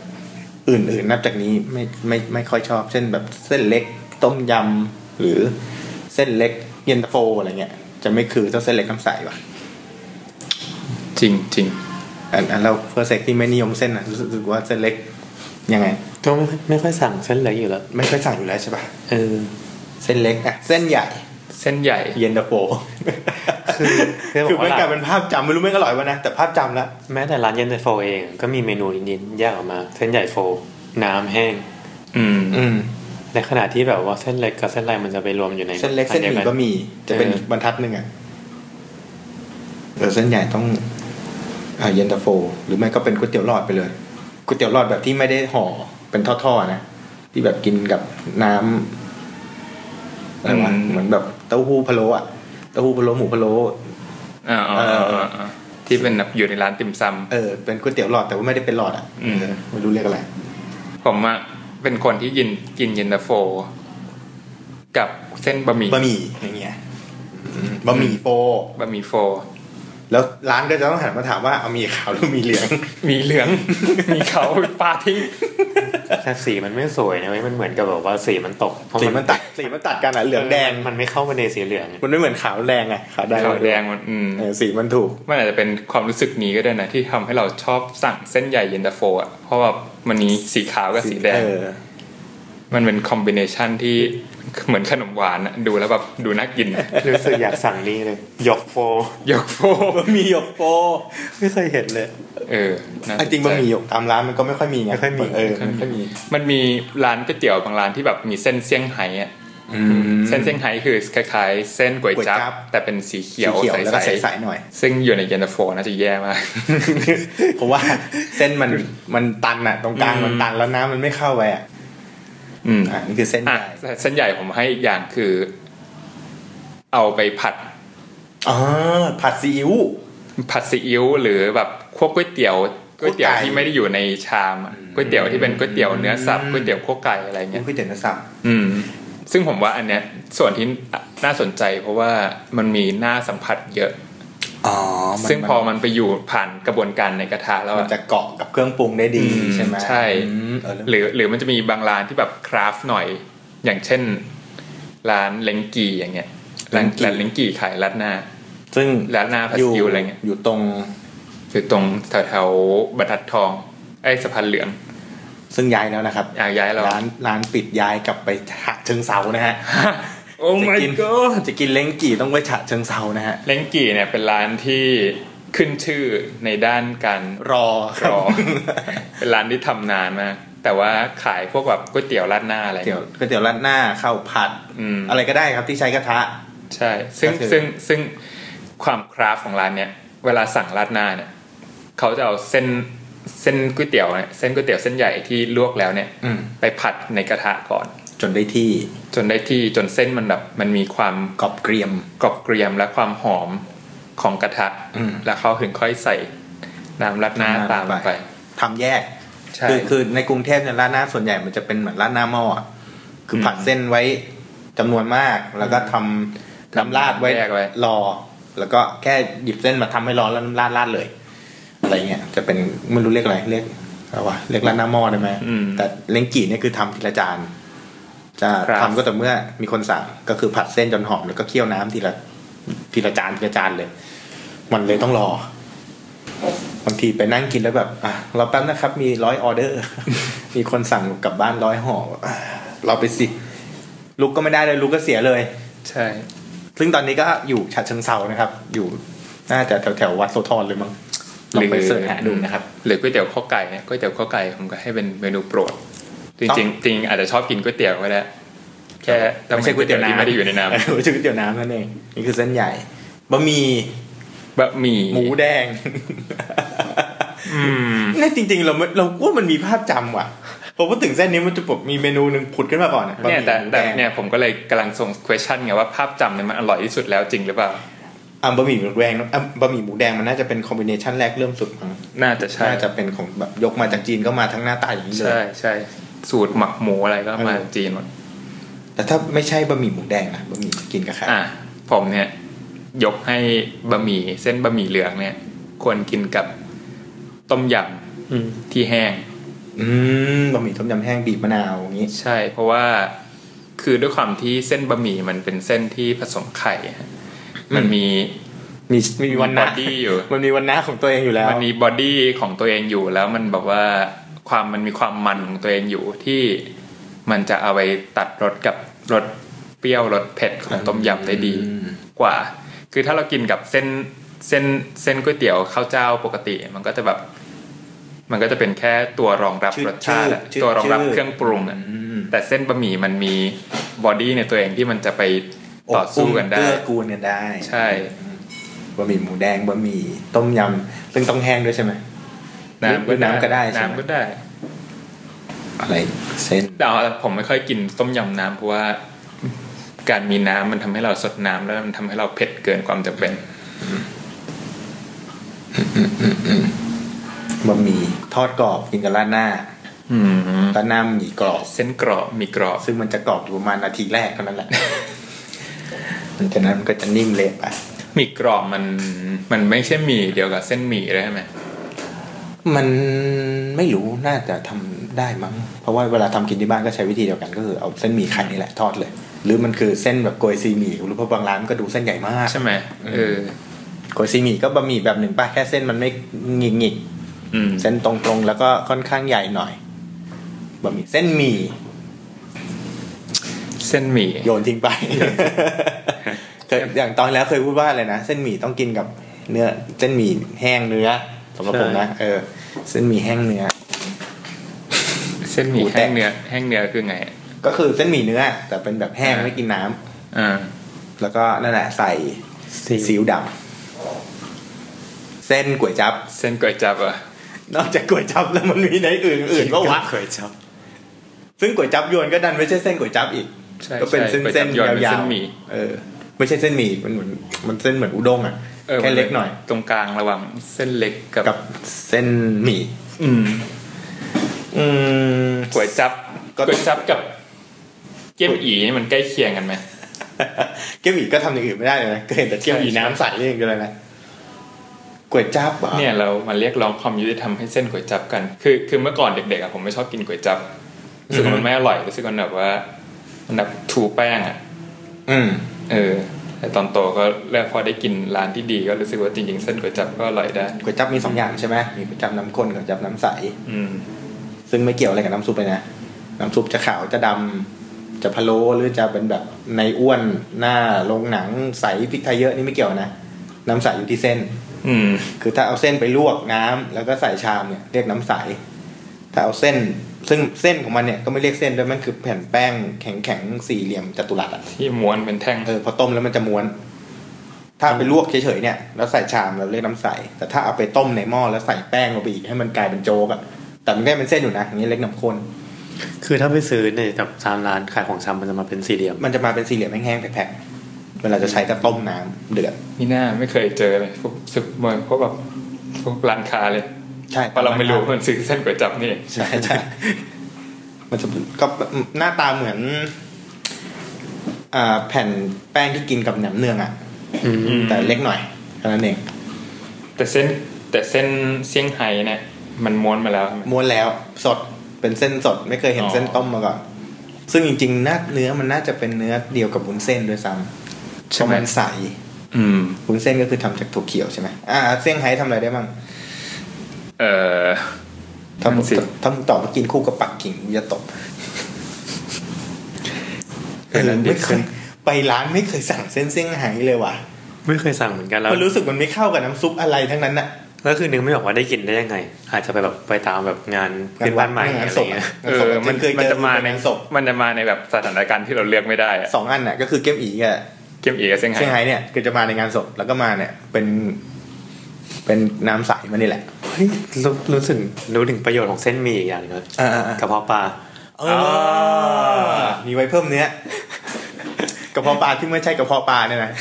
อื่นๆนับจากนี้ไม่ไม่ไม่ค่อยชอบ เช่นแบบเส้นเล็กต้มยำหรือเส้นเล็กเย็นตาโฟอะไรเงี้ย จะไม่คือเจ้าเส้นเล็กน้ำใสว่ะ จริงจริง อันอันเราเฟอร์เซกที่ไม่นิยมเส้นอ่ะรู้สึกรู้สึกว่าเส้นเล็กยังไง ก็ไม่ไม่ค่อยสั่งเส้นเล็กอยู่แล้ว ไม่เคยสั่งอยู่แล้วใช่ปะ เออ เส้นเล็กอ่ะเส้นใหญ่ เส้นใหญ่ เย็นตาโฟ คือคือ คือ ผมว่า มันกลายเป็นภาพจำไม่รู้ไม่งอร่อยวะนะแต่ภาพจำละ แม้แต่ร้านเย็นตาโฟเองก็มีเมนูนิดๆแยกออกมา เส้นใหญ่โฟ น้ำแห้ง อืม อืม ในขณะที่แบบว่าเส้นเล็กกับเส้นลายมันจะไปรวมอยู่ใน เส้นเล็กเส้นหมี่ก็มี จะเป็นบรรทัดหนึ่งอ่ะแต่เส้นใหญ่ต้องอ่าเย็นตาโฟ หรือไม่ก็เป็นก๋วยเตี๋ยวหลอดไปเลยก๋วยเตี๋ยวหลอดแบบที่ไม่ได้ห่อเป็นท่อๆนะที่แบบกินกับน้ำอะไรวะ อืม เหมือนแบบเต้าหู้พะโล้อ่ะเต้าหู้พะโล้หมูพะโล้ อ่าอ่าอ่าอ่าอ่าที่เป็นแบบอยู่ในร้านติ่มซ เออเป็นก๋วยเตี๋ยวหลอดแต่ว่าไม่ได้เป็นหลอดอ่ะ อืม เออไม่รู้เรียกอะไร ำผมอะเป็นคนที่ยินกินเย็นตาโฟ กับเส้นบะหมี่ บะหมี่อย่างเงี้ยบะหมี่โป บะหมี่โฟ แล้วร้านก็จะต้องหันมาถามว่าเอามีขาวหรือมีเหลือง มีเหลื [LAUGHS] อง มีเขาปาทิ้ง แต่สีมันไม่สวยนะเว้ยมันเหมือนกับแบบว่าสีมันตกเพราะ สีมันตัดสีมันตัดกันอ่ะเหลืองแดง มันไม่เข้ามาในสีเหลือง มันไม่เหมือนขาวแดงไงขาวแดง ขาวแดงมันอืม เออสีมันถูก มันอาจจะเป็นความรู้สึกนี้ก็ได้นะ ที่ทำให้เราชอบสั่งเส้นใหญ่เย็นตาโฟอ่ะเพราะว่ามันนี้สีขาวกับสีแดง เออ มันเป็นคอมบิเนชันที่เหมือนขนมหวานอะดูแล้วแบบดูน่ากินอะ [LAUGHS] รู้สึกอยากสั่งนี่เลยหยกโฟ ยกโฟ มีหยกโป ไม่เคยเห็นเลย เออน่าสนใจ จริงบะหมี่หยกตามร้านมันก็ไม่ค่อยมีไง ไม่ค่อยมี เออไม่ค่อยมี มันมีร้านก๋วยเตี๋ยวบางร้านที่แบบมีเส้นเซี่ยงไฮ้อะเส้นเซี่ยงไฮ้คือคล้ายๆเส้นก๋วยจั๊บแต่เป็นสีเขียว สีเขียวแล้วก็ ใส ใสๆหน่อย [LAUGHS] ๆซึ่งอยู่ในเย็นตาโฟน่าจะแย่มาก เพราะว่าเส้นมันมันตันอ่ะ ตรงกลาง อืม มันตันแล้วน้ำมันไม่เข้าไปอ่ะ อืม อ่านี่คือเส้นให อ่ะ ญ่ เส้นใหญ่ผมให้อีกอย่างคือ เอาไปผัด อ๋อผัดซีอิ๊ว ผัดซีอิ๊วหรือแบบคั่วก๋วยเตี๋ยวก๋วยเตี๋ยว คั่วไก่ ที่ไม่ได้อยู่ในชามอะก๋วยเตี๋ยวที่เป็นก๋วยเตี๋ยวเนื้อสับก๋วยเตี๋ยวคั่วไก่อะไรเงี้ย ก๋วยเตี๋ยวเนื้อสับ อืมซึ่งผมว่าอันเนี้ยส่วนที่น่าสนใจเพราะว่ามันมีหน้าสัมผัสเยอะ อ๋อ ซึ่งพอมันไปอยู่ผ่านกระบวนการในกระทะแล้ว มั อะ นจะเกาะกับเครื่องปรุงได้ดี อืม ใช่ไหม ใช่ อืมเออ ห เรื่อง รือหรือมันจะมีบางร้านที่แบบคราฟหน่อย อย่างเช่น ร้านเลงกีอย่างเงี้ยร้านร้านเลงกีขายรัดหน้า ซึ่ง รัดหน้าผัด อ ซี ยู่ อิ๊วอะไรเงี้ย อยู่ตรง อยู่ตรงแถวๆบรรทัดทองไอ้ยสะพานเหลือง ซึ่งย้ายแล้วนะครับ อ่ะย้ายเรา [LAUGHS] ร้านร้านปิดย้ายกลับไปฉะเชิงเซานะฮะ โอ้ my จะกิน god จะกินเล้งกี่ต้องไปฉะเชิงเซานะฮะ เลงกีเนี่ยเป็นร้านที่ขึ้นชื่อในด้านการ รอค ร บ อ เป็นร้านที่ทำนานมาก แต่ว่าขายพวกแบบก๋วยเตี๋ยวราดหน้าอะไร [LAUGHS] ก๋วยเตี๋ยวก๋วยเตี๋ยวราดหน้าข้าวผัด อืม อะไรก็ได้ครับที่ใช้กระทะ ใช่ ซึ่ง ก็คือ ซึ่งซึ่งความคราฟของร้านเนี้ยเวลาสั่งราดหน้าเนี่ยเขาจะเอาเส้นเส้นก๋วยเตี๋ยวเนี่ยเส้นก๋วยเตี๋ยวเส้นใหญ่ที่ลวกแล้วเนี่ย อืม ไปผัดในกระทะก่อน จนได้ที่ จนได้ที่จนเส้นมันแบบมันมีความ กรอบเกรียม กรอบเกรียมและความหอมของกระทะ อืม แล้วเขาถึงค่อยใส่น้ำราดหน้าตามลงไป ทำแยก ใช่ คือคือในกรุงเทพเนี่ยร้านหน้าส่วนใหญ่มันจะเป็นเหมือนร้านหน้าหม้ออะคือผัดเส้นไว้จำนวนมาก แล้วก็ทำน้ำราดไว้ แยกไว้ รอ แล้วก็แค่หยิบเส้นมาทำให้ร้อนแล้วน้ำราดราดเลย อะไรเงี้ยจะเป็นไม่รู้เรียกอะไรเรียกอะไรวะเรียกร้านหน้าหม้อได้ไหม อืม แต่เล้งกี่เนี่ยคือทำทีละจานจะ ครับ ทำก็แต่เมื่อมีคนสั่งก็คือผัดเส้นจนหอมแล้วก็เคี่ยวน้ำทีละทีละจานทีละจานเลย มันเลยต้องรอ บางทีไปนั่งกินแล้วแบบ อ่ะรอแป๊บนะครับ มีร้อยออเดอร์ [LAUGHS] มีคนสั่งกลับบ้านร้อยห่ออ่ะเราไปสิลุกก็ไม่ได้เลยลุกก็เสียเลย ใช่ ซึ่งตอนนี้ก็อยู่ฉะเชิงเซานะครับ อยู่น่าจะแถวแถวๆวัดโสธรเลยมั้งลองไปเสิร์ชหาดูนะครับ หรือก๋วยเตี๋ยวข้าวไก่เนี่ยก๋วยเตี๋ยวข้าวไก่ผมก็ให้เป็นเมนูโปรด จริง ต้อจริ ง งจริงอาจจะชอบกินก๋วยเตี๋ยวก็ได้แค่ต้อง ไม่ใช่ก๋วยเตี๋ยวน้ำ [LAUGHS] ที่ไม่ได้อยู่ในน้ เไม่ใช่ก๋วยเตี๋ยวน้ำนั่นเองนี่คือเส้นใหญ่บะหมี่ บะหมี่ หมูแดง อืม นี่จริงๆเราไม่เราว่ามันมีภาพจำว่ะพอพูดถึงเส้นนี้มันจะแบบมีเมนูหนึ่งผุดขึ้นมาก่อนอะบะห เนี่ย มี่ แต่ หมู แต่ ดง เนี่ยผมก็เลยกำลังส่ง question ไงว่าภาพจำเนี่ยมันอร่อยที่สุดแล้วจริงหรือเปล่า อ่ะบะหมี่หมูแดงอ่ะบะหมี่หมูแดงมันน่าจะเป็นคอมบิเนชันแรกเริ่มสุดมั้ง น่าจะใช่ น่าจะเป็นของแบบยกมาจากจีนก็มาทั้งหน้าตาอย่างนี้เล ใช่ ย ใช่สูตรหมักหมูอะไรก็มา เออ จีนหมด แต่ถ้าไม่ใช่บะหมี่หมูแดงนะบะหมี่กินกับไข่ อ่ะผมเนี่ย ยกให้บะหมี่เส้นบะหมี่เหลืองเนี่ย ควรกินกับต้มย อืม ำที่แห้ง อืมบะหมี่ต้มยำแห้งบีบมะนาวอย่างนี้ ใช่ เพราะว่าคือด้วยความที่เส้นบะหมี่มันเป็นเส้นที่ผสมไข่ฮะมันมี มีมีวันนะ มี body อยู่ มันมีวันนะของตัวเองอยู่แล้ว มันมีบอดี้ของตัวเองอยู่แล้วมันแบบว่าความมันมีความมันของตัวเองอยู่ที่มันจะเอาไปตัดรสกับรสเปรี้ยวรสเผ็ดของต้มยำได้ดีกว่า คือถ้าเรากินกับเส้นเส้นเส้นก๋วยเตี๋ยวข้าวเจ้าปกติ มันก็จะแบบ มันก็จะเป็นแค่ตัวรองรับรสชาติอะตัวรองรับเครื่องปรุงอะ อืม แต่เส้นบะหมี่มันมีบอดี้ในตัวเองที่มันจะไปต่อสู้กันได้ เกื้อกูลกันได้ ใช่ บะหมี่หมูแดงบะหมี่ต้มยำซึ่งต้องแห้งด้วยใช่ไหม น้ำก็ น้ำก็ได้ใช่ไหม น้ำก็ได้ อะไรเส้น แต่เอาละผมไม่ค่อยกินต้มยำน้ำเพราะว่าการมีน้ำมันทำให้เราสดน้ำแล้วมันทำให้เราเผ็ดเกินความจำเป็น บะหมี่ทอดกรอบกินกับราดหน้า อืม ราดหน้าหมี่กรอบ เส้นกรอบมีกรอบ ซึ่งมันจะกรอบอยู่ประมาณนาทีแรกเท่า [LAUGHS] นั้นแหละ หลังจากนั้นมันก็จะนิ่มเละไป มีกรอบมันมันไม่ใช่หมี่เดียวกับเส้นหมี่เลยใช่ไหม มันไม่รู้น่าจะทำได้มั้ง เพราะว่าเวลาทำกินที่บ้านก็ใช้วิธีเดียวกันก็คือเอาเส้นหมี่ไข่นี่แหละทอดเลย หรือมันคือเส้นแบบโกยซีหมี่หรือเพราะบางร้านก็ดูเส้นใหญ่มาก ใช่ไหมเออ โกยซีหมี่ก็บะหมี่แบบหนึ่งป่ะแค่เส้นมันไม่หงิกๆ อืม เส้นตรงๆ แล้วก็ค่อนข้างใหญ่หน่อยบะหมี่เส้นหมี่ เส้นหมี่ โยนทิ้งไป เคยอย่างตอนแล้วเคยพูดว่าอะไรนะเส้นหมี่ต้องกินกับเนื้อ เส้นหมี่แห้งเนื้อสำหรับผมนะเออ เส้นหมี่แห้งเนื้อ เส้นหมี่ หมูแตะ แห้งเนื้อแห้งเนื้อคือไง ก็คือเส้นหมี่เนื้อ แต่เป็นแบบแห้งไม่กินน้ำ อ่า แล้วก็นั่นแหละใส่ ซี ซี อิ๊ว อิ๊วดำเส้นก๋วยจับ เส้นก๋วยจับอ่ะ นอกจากก๋วยจับแล้วมันมีในอื่นอื่นๆปะวะ เคยชอบ ซึ่งก๋วยจับยวนก็ดันไม่ใช่เส้นก๋วยจับอีก ใช่ ก็เป็น ใช่ เส้น ก๋วย เส้ จั น บยอดเป็น ยา เส้ วน หมี่ ๆเออ ไม่ใช่เส้นหมี่มันเหมือนมันเส้นเหมือนอุด้งอ่ะ ออ แค่เล็กหน่อย ตรงกลางระหว่างเส้นเล็กกับ กับเส้นหมี่ อืม อืม [LAUGHS] ก๋วยจับ ก็ ก๋วยจับกับเกี๊ยมอีนี่มันใกล้เคียงกันไหม เกี๊ยวหมี่ก็ทำอย่างอื่นไม่ได้เลยนะก็เห็นแต่เกี๊ยวหมี่น้ำใสนี่อย่างเดียวเลยนะก๋วยจั๊บเหรอ เนี่ยเรามาเรียกร้องความยุติธรรมให้เส้นก๋วยจับกัน คือคือเมื่อก่อนเด็กๆอะผมไม่ชอบกินก๋วยจับรู้สึกว่ามันไม่อร่อยรู้สึกว่าแบบว่ามันแบบทูแป้งอ่ะ อืม เออ แต่ตอนโตก็แล้วพอได้กินร้านที่ดีก็รู้สึกว่าจริงๆเส้นก๋วยจับก็อร่อยได้ ก๋วยจั๊บมีสองอย่างใช่ไหมมีก๋วยจั๊บน้ำข้นกับก๋วยจั๊บน้ำใส อืม ซึ่งไม่เกี่ยวอะไรกับน้ำซุปเลยนะ น้ำซุปจะขาวจะดำจะพะโล้หรือจะเป็นแบบในอ้วนหน้าลงหนังใสพริกไทยเยอะนี่ไม่เกี่ยวนะ น้ำใสอยู่ที่เส้น อืม คือถ้าเอาเส้นไปลวกน้ำแล้วก็ใส่ชามเนี่ยเรียกน้ำใส ถ้าเอาเส้น ซึ่งเส้นของมันเนี่ยก็ไม่เรียกเส้นด้วยมันคือแผ่นแป้งแข็งแข็งๆสี่เหลี่ยมจัตุรัสอะ ที่ม้วนเป็นแท่ง เออพอต้มแล้วมันจะม้วน ถ้าเอาไปลวกเฉยๆเนี่ยแล้วใส่ชามเราเรียกน้ำใส แต่ถ้าเอาไปต้มในหม้อแล้วใส่แป้งลงไปอีกให้มันกลายเป็นโจ๊กอะแต่มันก็ยังเป็นเส้นอยู่นะอย่างนี้เล็กน้ำข้น คือถ้าไปซื้อเนี่ยจากตามร้านขายของชำมันจะมาเป็นสี่เหลี่ยม มันจะมาเป็นสี่เหลี่ยมแห้งๆแผ่ๆเวลาจะใช้ก็ต้มน้ำเดือด นี่หน้าไม่เคยเจอเลยพวกสึกเหมือนพวกแบบพวกร้านค้าเลย ใช่ เพราะเราไม่รู้ว่ามันซื้อเส้นก๋วยจับนี่เอง ใช่ใช่มันจะก็หน้าตาเหมือนอ่าแผ่นแป้งที่กินกับแหนมเนืองอะ อืม แต่เล็กหน่อยเท่านั้นเอง แต่เส้นแต่เส้นเซี่ยงไฮ้เนี่ยมันม้วนมาแล้วใช่ไหม ม้วนแล้วสดเป็นเส้นสด ไม่เคยเห็น อ๋อ เส้นต้มมาก่อน ซึ่งจริงๆน่าเนื้อมันน่าจะเป็นเนื้อเดียวกับวุ้นเส้นด้วยซ้ำเพ ใช่ ราะ ไหม มันใส อืม วุ้นเส้นก็คือทำจากถั่วเขียวใช่ไหมอ่าเซี่ยงไฮ้ทำอะไรได้บ้าง เออ ถ้า นั่ มึง นสิ ถ้ามึงตอบว่ากินคู่กับปักกิ่งจะตบ เออนั่นดิ ไม่เคยไปร้านไม่เคยสั่งเส้นเซี่ยงไฮ้เลยว่ะ ไม่เคยสั่งเหมือนกันแล้ว เพราะรู้สึกมันไม่เข้ากับน้ำซุปอะไรทั้งนั้นน่ะ แล้วคือนึกไม่ออกว่าได้กินได้ยังไง อาจจะไปแบบไปตามแบบงานขึ้นบ้านใหม่ งา อะ น ไร ศพ เงี้ย เออ มั มัน น เคย มัน เจอ จะมาใน งานศพ มันจะมาในแบบสถานการณ์ที่เราเลือกไม่ได้อะ สองอันน่ะก็คือเกมอีกับ เกมเอกับเซี่ยงไฮ้ เซี่ยงไฮ้เนี่ยคือจะมาในงานศพแล้วก็มาเนี่ยเป็น เป็นน้ำใสมานี่แหละ เฮ้ยรู้รู้สึกรู้ถึงประโยชน์ของเส้นหมีอีกอย่างหนึงครับ อ่าๆๆ กระเพาะปลา เออมีไว้เพิ่มเนื้อ กระเพาะปลาที่ไม่ใช่กระเพาะปลาเนี่ยนะ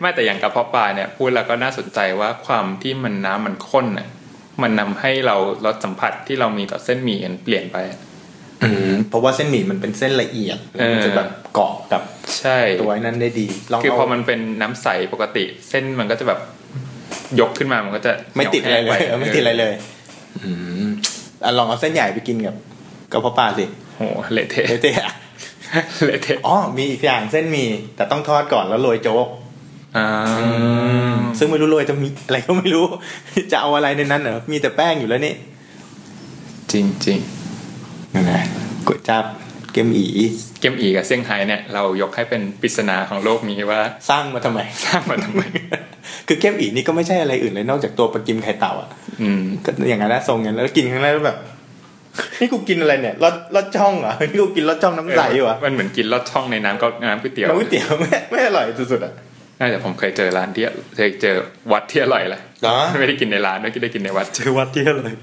ไม่แต่อย่างกระเพาะปลาเนี่ยพูดแล้วก็น่าสนใจว่าความที่มันน้ำมันข้นน่ะมันนำให้เรารสสัมผัสที่เรามีต่อเส้นหมี่มันเปลี่ยนไป เพราะว่าเส้นหมี่มันเป็นเส้นละเอียด เออ มันจะแบบเกาะกับ ใช่ ตัวไอ้นั้นได้ดีลอง คือ เอา พอมันเป็นน้ำใสปกติ เส้นมันก็จะแบบยกขึ้นมามันก็จะ ไม่ติดอะไรเลยเออไม่ติดอะไรเลยอ่ะลองเอาเส้นใหญ่ไปกินกับกระเพาะปลาสิ โอ้โหเละเทะ เต้ๆอ่ะ เละเทะ อ๋อมีอีกอย่างเส้นหมี่แต่ต้องทอดก่อนแล้วโรยโจ๊ก อ่า ซึ่งไม่รู้โรยจะมีอะไรก็ไม่รู้ [LAUGHS] จะเอาอะไรในนั้นเหรอมีแต่แป้งอยู่แล้วนี่ จริงจริง นั่นแหละก๋วยจับเกมอี ๆเกมอีกับเซี่ยงไฮ้เนี่ยเรายกให้เป็นปริศนาของโลกนี้ว่า [LAUGHS] สร้างมาทำ [LAUGHS] ไม สร้างมาทำไม คือเกมอีนี่ก็ไม่ใช่อะไรอื่นเลยนอกจากตัวปลากิมไข่เต่าอ่ะ อืม ก็อย่างนั้นนะทรงอย่างนั้นแล้วกินครั้งแรกแล้วแบบ [LAUGHS] นี่กูกินอะไรเนี่ยลอดลอดช่อง [LAUGHS] เหรอนี่กูกินลอดช่องน้ำใสอยู่เหรอ่ะ มันเหมือนกินลอดช่องในน้ำก็น้ำก๋วยเตี๋ยว น้ำก๋วยเตี๋ [LAUGHS] ยวไม่ไม่อร่อยสุดๆอ่ะ น่าจะผมเคยเจอร้านที่เคยเจอวัดที่อร่อยแหละ เหรอ ไม่ได้กินในร้านไม่ได้กินในวัด ชื่อวัดเที่ยเลย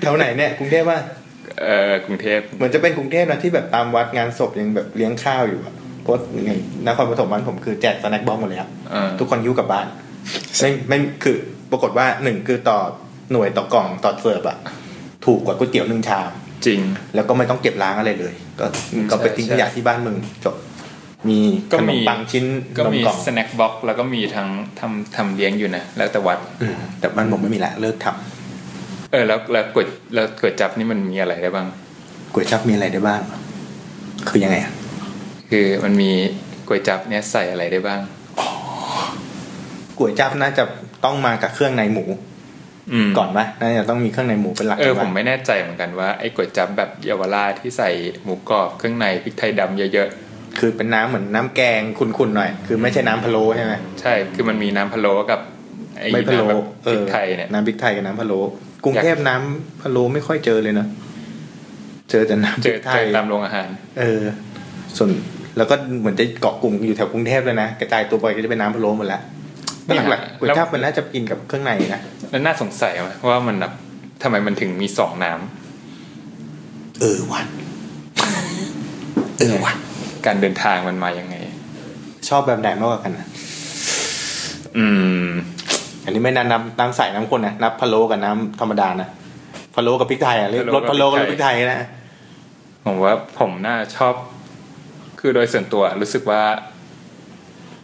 แถวไหนเนี่ยกรุงเทพว่า เอ่อกรุงเทพ เหมือนจะเป็นกรุงเทพนะที่แบบตามวัดงานศพยังแบบเลี้ยงข้าวอยู่อะเพราะอย่างนครปฐมวันผมคือแจกสแน็คบ้องหมดเลยครับ เออ ทุกคนยิ้วกลับบ้านไม่ไม่คือปรากฏว่าหนึ่งคือต่อหน่วยต่อกล่องต่อเสิร์ฟอะถูกกว่าก๋วยเตี๋ยวหนึ่งชาม จริง แล้วก็ไม่ต้องเก็บล้างอะไรเลย ก็ อืม ก็ไป ใช่ ทิ้ง ใช่ ขยะที่บ้านมึงจบมี ก็ ขน มี มปังชิ้น ก็ นม มี กล่อง สแน็คบ็อกซ์แล้วก็มีทั้งทำทำเลี้ยงอยู่นะแล้วแต่วัด อืมแต่บ้านผมไม่มีละเลิกทำ เออแล้วแล้วก๋วยแล้วก๋วยจับนี่มันมีอะไรได้บ้าง ก๋วยจั๊บมีอะไรได้บ้าง คือยังไงอะ คือมันมีก๋วยจับเนี่ยใส่อะไรได้บ้าง ก๋วยจั๊บน่าจะต้องมากับเครื่องในหมู อืม ก่อนไหมน่าจะต้องมีเครื่องในหมูเป็นหลัก เออผ ก่น ม ปะ ไม่แน่ใจเหมือนกันว่าไอ้ก๋วยจับแบบเยาวราชที่ใส่หมูกรอบเครื่องในพริกไทยดำเยอะๆ คือเป็นน้ำเหมือนน้ำแกงขุ่นๆหน่อย คือไม่ใช่น้ำพะโล้ใช่ไหม ใช่ คือมันมีน้ำพะโล้กับไอ้ ไม่พะโล้ น้ำแบบพ เอ ริ อก ไทยเนี่ย น้ำพริกไทยกับน้ำพะโล้กรุงเทพน้ำพะโล้ไม่ค่อยเจอเลยนะเจอแต่น้ำพ เจ ริ อก ไท เจ ย อตามโรงอาหาร เออ ส่วนแล้วก็เหมือนจะเกาะกลุ่มอยู่แถวกรุงเทพเลยนะกระจายตัวไปก็จะเป็นน้ำพะโล้หมดละ เนี่ย หลักๆก๋วยจั๊บมันน่าจะกินกับเครื่องในนะ แล้วน่าสงสัยไหมว่ามันแบบทำไมมันถึงมีสองน้ เออว่ะเออว่ะ ำการเดินทางมันมายังไง ชอบแบบไหนมากกว่ากันนะ อืม อันนี้ไม่นับน้ำน้ำใสน้ำข้นนะนับพะโล้กับน้ำธรรมดานะพะโล้กับพริกไทยอะเรียกรสพะโล้กับรสพริกไทยนะ ผมว่าผมน่าชอบ คือโดยส่วนตัวรู้สึกว่า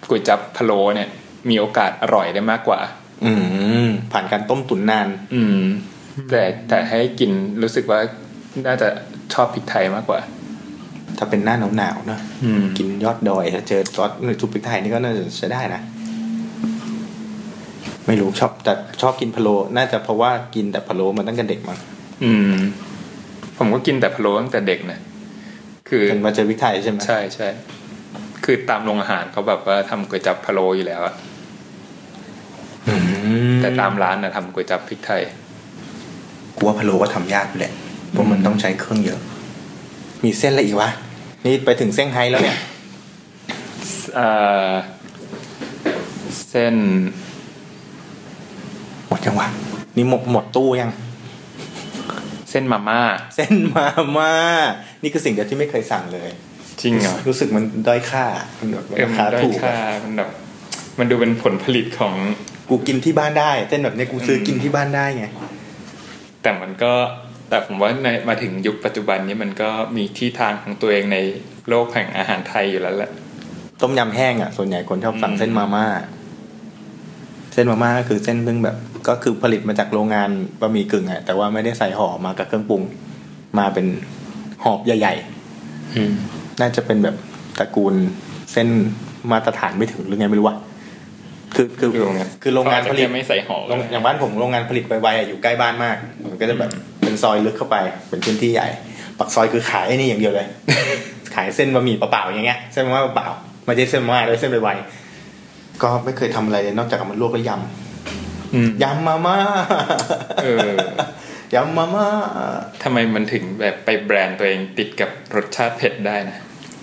ก๋วยจับพะโล้เนี่ย มีโอกาสอร่อยได้มากกว่า อืมผ่านการต้มตุ๋นนาน อืม แต่แต่ให้กินรู้สึกว่าน่าจะชอบพริกไทยมากกว่า ถ้าเป็นหน้าหนาวๆเนอะ อืม กินยอดดอยถ้าเจอซอสซุปพริกไทยนี่ก็น่าจะใช้ได้นะ ไม่รู้ชอบแต่ชอบกินพะโล้น่าจะเพราะว่ากินแต่พะโล้มาตั้งแต่เด็กมั้ง อืม ผมก็กินแต่พะโล้ตั้งแต่เด็กนะคือ จนมาเจอพริกไทยใช่ไหม ใช่ใช่คือตามโรงอาหารเขาแบบว่าทำก๋วยจับพะโล้อยู่แล้วอะแต่ตามร้านนะทำก๋วยจับพริกไทย กูว่าพะโล้ก็ทำยากอยู่แหละเพราะมันต้องใช้เครื่องเยอะ มีเส้นอะไรอีกวะนี่ไปถึงเซี่ยงไฮ้แล้วเนี่ย เอ่อ เส้น หมดยังวะนี่หมดหมดตู้ยัง เส้นมาม่า เส้นมาม่านี่คือสิ่งเดียวที่ไม่เคยสั่งเลย จริงเหรอ รู้สึกมันด้อยค่ามันแบบ เออ รา มัน คา ด้อย ถูกอะ ค่ามันแบบมันดูเป็นผลผลิตของ กูกินที่บ้านได้เส้นแบบเนี้ยกูซื้อกินที่บ้านได้ไง แต่มันก็ แต่ผมว่าในมาถึงยุคปัจจุบันนี้มันก็มีที่ทางของตัวเองในโลกแห่งอาหารไทยอยู่แล้วแหละ ต้มยำแห้งอ่ะส่วนใหญ่คนชอบสั่ง อืม เส้นมาม่าเส้นมาม่าก็คือเส้นซึ่งแบบ ก็คือผลิตมาจากโรงงานบะหมี่กึ่งอ่ะแต่ว่าไม่ได้ใส่ห่อมากับเครื่องปรุง มาเป็นหอบใหญ่ ๆ น่าจะเป็นแบบตระกูลเส้นมาตรฐานไม่ถึงหรือไงไม่รู้ว่ะคือคือ โรงงาน คือโรงงาน เข ผ อจ ลิต จะไม่ใส่หอม โรงอย่างบ้านผมโรงงานผลิตไวๆอ่ะอยู่ใกล้บ้านมากมันก็จะแบบเป็นซอยลึกเข้าไปเป็นพื้นที่ใหญ่ปักซอยคือขายไอ้นี่อย่างเดียวเลย [LAUGHS] ขายเส้นบะหมี่เปล่าๆอย่างเงี้ยเส้นมาม่าเปล่าๆไม่ใช่เส้นมาม่าด้วยเส้นไวๆก็ไม่เคยทำอะไรเลยนอกจากเอามันลวกแล้วย อืม ำยำมาม่า [LAUGHS] เออ ยำมาม่า ทำไมมันถึงแบบไปแบรนด์ตัวเองติดกับรสชาติเผ็ดได้นะ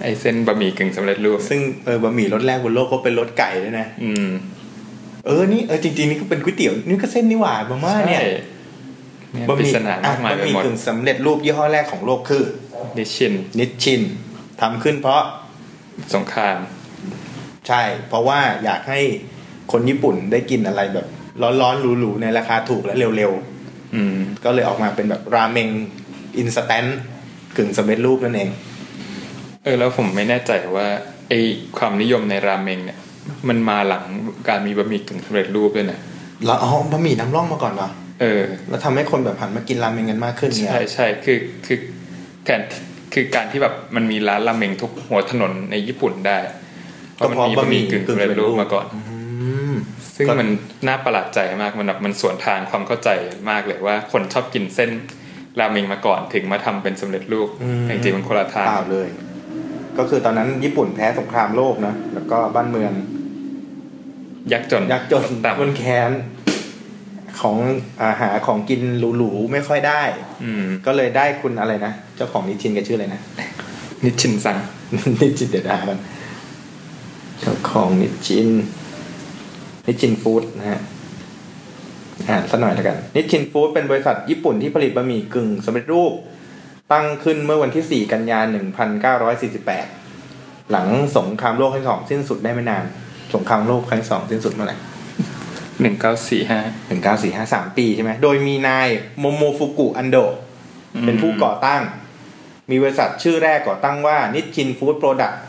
ไอเส้นบะหมี่กึ่งสำเร็จรูป ซึ่งเออบะหมี่รสแรกบนโลกก็เป็นรสไก่ด้วยนะ อืม เออนี่เออจริงๆนี่ก็เป็นก๋วยเตี๋ยวนี่ก็เส้นนี่หว่ามาม่าเนี่ย ใช่เนี่ยปริศนามากมาย อ่ะบะไปหมี่ หมด กึ่งสำเร็จรูปยี่ห้อแรกของโลกคือ นิชชิน นิชชินทำขึ้นเพราะ สงคราม ใช่ เพราะว่าอยากให้คนญี่ปุ่นได้กินอะไรแบบร้อนๆหรูๆในราคาถูกและเร็ว อืม ๆ ก็เลยออกมาเป็นแบบราเมงอินสแตนต์กึ่งสำเร็จรูปนั่นเอง เออแล้วผมไม่แน่ใจว่าไอความนิยมในราเมงเนี่ย มันมาหลังการมีบะหมี่กึ่งสำเร็จรูปด้วยนะ แล้วอ๋อบะหมี่น้ำร่องมาก่อนเหรอ เออ แล้วทำให้คนแบบหันมากินราเมงกันมากขึ้นเนี่ย ใช่ใช่คือคือการคือการที่แบบมันมีร้านราเมงทุกหัวถนนในญี่ปุ่นได้เพราะมันมีบะหมี่กึ่งสำเร็จรูปมาก่อน อืม ซึ่ง ก็ มันน่าประหลาดใจมากมันแบบมันสวนทางความเข้าใจมากเลยว่าคนชอบกินเส้นราเมงมาก่อนถึงมาทำเป็นสำเร็จรูป อืม แต่จริงๆมันคนละทาง เปล่าเลย ก็คือตอนนั้นญี่ปุ่นแพ้สงครามโลกนะแล้วก็บ้านเมือง ยักษ์จน ยากจน ต่ำ คนแค้นของอาหาของกินหรูๆไม่ค่อยได้ อืม ก็เลยได้คุณอะไรนะ เจ้าของนิชินกันชื่ออะไรนะ นิชชินซัง [LAUGHS] นิชินเดยวดากันเจ้าของนิชินนิชินฟู้ดนะฮะอ่านสักหน่อยแล้วกัน นิชินฟู้ดเป็นบริษัทญี่ปุ่นที่ผลิตบะหมี่กึ่งสำเร็จรูป ตั้งขึ้นเมื่อวันที่ 4 กันยายน1948 หลังสงครามโลกครั้งที่สองสิ้นสุดได้ไม่นาน สงครามโลกครั้งที่สองสิ้นสุดเมื่อไหร่ หนึ่งเก้าสี่ห้า หนึ่งเก้าสี่ห้าสามปีใช่ไหม โดยมีนายโมโมฟุกุอันโดะ อืม เป็นผู้ก่อตั้ง มีบริษัทชื่อแรกก่อตั้งว่านิชชินฟู้ดโปรดักต์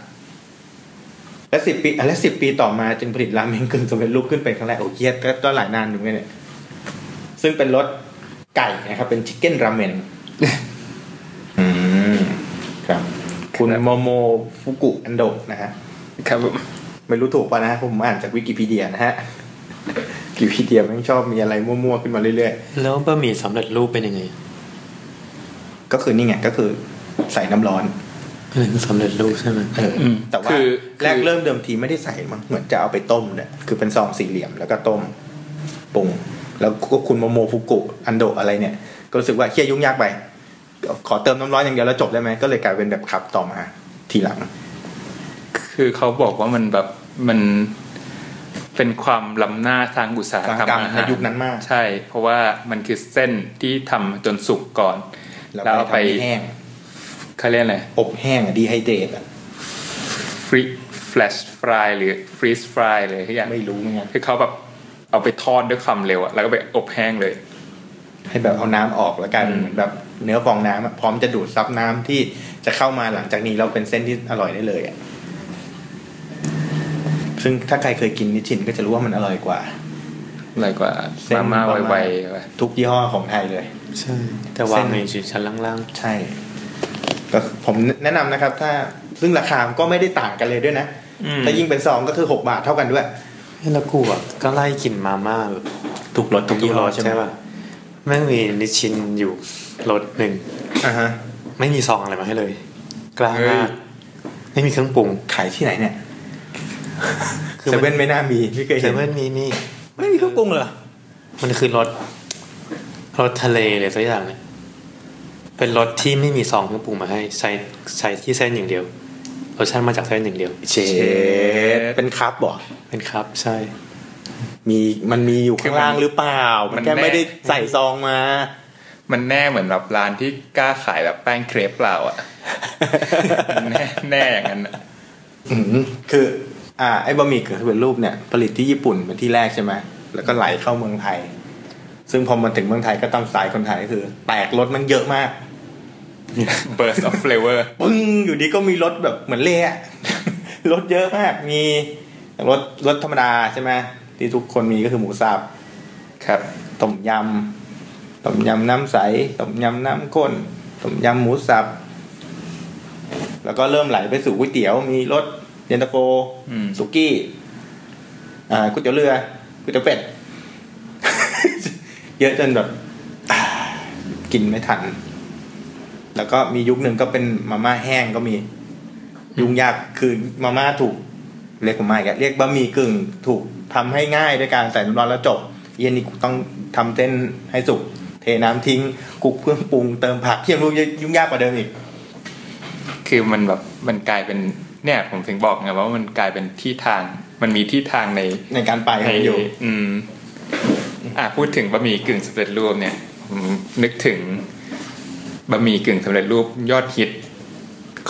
และสิบปีและสิบปีต่อมาจึงผลิตราเมงกึ่งสำเร็จรูปขึ้นเป็นครั้งแรก โอ้เกียดก็ก็หลายนานอยู่ไงเนี่ย ซึ่งเป็นรสไก่นะครับ เป็นชิคเก้นราเมน อืม ครับ คุณโมโมฟุกุอันโดะนะฮะ ครับผม ไม่รู้ถูกป่ะนะ ผมอ่านจากวิกิพีเดียนะ [LAUGHS] ฮะ วิกิพีเดียแมันชอบมีอะไรมั่วๆ ขึ้นมาเรื่อย แล้วบะหมี่สำเร็จรูปเป็นยังไง ๆ ก็คือนี่ไงก็คือใส่น้ำร้อน อันนั้นสำเร็จรูปใช่ไหม เออ อืม แต่ว่า คือ แรกเริ่มเดิมทีไม่ได้ใส่มั้งเหมือนจะเอาไปต้มเนี่ยคือเป็นซองสี่เหลี่ยมแล้วก็ต้มปรุง แล้วก็คุณโมโมฟุกุอันโดะอะไรเนี่ย ก็รู้สึกว่าเคี่ยยุ่งยากไปขอเติมน้ำร้อนอย่างเดียวแล้วจบได้ไหมก็เลยกลายเป็นแบบขับต่อมาทีหลัง คือเขาบอกว่ามันแบบมันเป็นความล้ำหน้าทางอุตสาหกรรม อุตสาหกรรม อาหาร ในยุคนั้นมาก ใช่ เพราะว่ามันคือเส้นที่ทำจนสุกก่อน แล้ว แล้ว ไป เอาไป ทำให้แห้ง เขาเรียกอะไร อบแห้งดีไฮเดรตอะ ฟรีแฟลชฟรายหรือฟรีสฟรายเลยทุกอย่าง ไม่รู้เหมือนกัน คือเขาแบบเอาไปทอดด้วยความเร็วอะแล้วก็ไปอบแห้งเลย ให้แบบเอาน้ำออกแล้วกลายเป็น อืม เหมือนแบบเนื้อฟองน้ำอะพร้อมจะดูดซับน้ำที่จะเข้ามาหลังจากนี้เราเป็นเส้นที่อร่อยได้เลยอะซึ่งถ้าใครเคยกินนิชชินก็จะรู้ว่ามันอร่อยกว่า อะไรกว่า เส้น มาม่า ประมาณ ไวๆไว้ ทุกยี่ห้อของไทยเลย ใช่ แต่วางในชั้นล่าง ใช่ก็ผมแนะนำนะครับ ถ้าซึ่งราคาก็ไม่ได้ต่างกันเลยด้วยนะถ้ายิ่งเป็นซองก็คือหกบาทเท่ากันด้วย ๆให้แล้วกูอ่ะก็ไล่กินมาม่าแบบ ทุกรสทุกยี่ห้อใช่ไหม ใช่ป่ะแม่งมีนิชชินอยู่รสหนึ่ง อ่าฮะ ไม่มีซองอะไรมาให้เลย กล้ามากไม่มีเครื่องปรุง ขายที่ไหนเนี่ย คือ เซ มัน เว่นไม่น่ามีพี่เคย เซ เห็น เว่นมีนี่ ไม่มีเครื่องปรุงเหรอ มันคือรสรสทะเลเลยสักอย่างเนี่ยเป็นรสที่ไม่มีซองเครื่องปรุงมาให้ ใช้ใช้ที่เส้นอย่างเดียวรสชาติมาจากเส้นอย่างเดียว เชดเป็นครับบ่ เป็นครับใช่ มีมันมีอยู่ข้างล่างหรือเปล่า มันแค่ไม่ได้ใส่ซองมา มันแน่เหมือนแบบร้านที่กล้าขายแบบแป้งเครปเปล่า [LAUGHS] อะ มันแน่แน่อย่างนั้นอะ อืมคือ อ่า ไอ้บะหมี่กึ่งสำเร็จรูปเนี่ย ผลิตที่ญี่ปุ่นเป็นที่แรกใช่ไหมแล้วก็ไหลเข้าเมืองไทย ซึ่งพอมันถึงเมืองไทยก็ตามสายคนไทยก็คือ แตกรถมันเยอะมาก เบิร์สออฟเฟลเวอร์ ปึ้งอยู่ดีก็มีรถแบบเหมือนเละ [LAUGHS] รถเยอะมาก มีรถรถธรรมดาใช่ไหมที่ทุกคนมีก็คือหมูสับ ครับ ต้มยำต้มยำน้ำใสต้มยำน้ำข้นต้มยำหมูสับแล้วก็เริ่มไหลไปสู่ก๋วยเตี๋ยว มีรถเย็นตาโฟ อืม สุกี้ อ่าก๋วยเตี๋ยวเรือก๋วยเตี๋ยวเป็ด [LAUGHS] เยอะจนแบบ [SIGHS] กินไม่ทัน แล้วก็มียุคหนึ่งก็เป็นมาม่าแห้งก็มี ยุ่งยากคือมาม่าถูก เรียกมาม่าอีกแล้วเรียกบะหมี่กึ่งถูกทำให้ง่ายด้วยการใส่น้ำร้อนแล้วจบเย็นนี้กูต้องทำเส้นให้สุก เทน้ำทิ้งคลุกเครื่องปรุงเติมผักเที่ยงรู้ยุ่งยากกว่าเดิมอีก คือมันแบบมันกลายเป็นเนี่ยผมถึงบอกไงว่ามันกลายเป็นที่ทาง มันมีที่ทางใน ในการไปข ใน องอยู่ อืม อ่ะพูดถึงบะหมี่กึ่งสำเร็จรูปเนี่ยผมนึกถึงบะหมี่กึ่งสำเร็จรูปยอดฮิต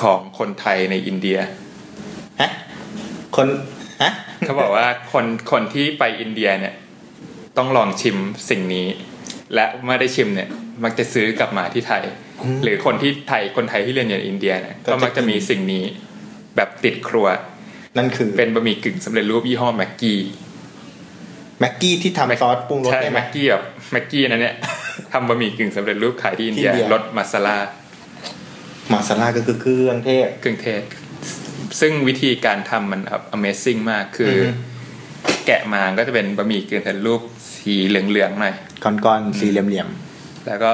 ของคนไทยในอินเดีย ฮะ คนฮะ เขาบอกว่า [LAUGHS] คนคนที่ไปอินเดียเนี่ย ต้องลองชิมสิ่งนี้ และเมื่อได้ชิมเนี่ย มักจะซื้อกลับมาที่ไทย หรือคนที่ไทยคนไทยที่เรียนอยู่ในอินเดียเนี่ยก็มักจะมีสิ่งนี้แบบติดครัว นั่นคือ เป็นบะหมี่กึ่งสำเร็จรูปยี่ห้อแม็กกี้ แม็กกี้ที่ทำซอสปรุงรส ใช่ ได้ไหม แม็กกี้แบบแม็กกี้นั่น [LAUGHS] เนี่ย ทำบะหมี่กึ่งสำเร็จรูปขายที่อินเดีย ที่อินเดีย รสมาซาลา มาซาล่าก็คือเครื่องเทศ เครื่องเทศ ซึ่งวิธีการทำมันแบบ Amazing มากคืออ อฮึ แกะมาก็จะเป็นบะหมี่กึ่งสำเร็จรูปสีเหลืองๆหน่อย ก้อนๆสี่เหลี่ยม แล้วก็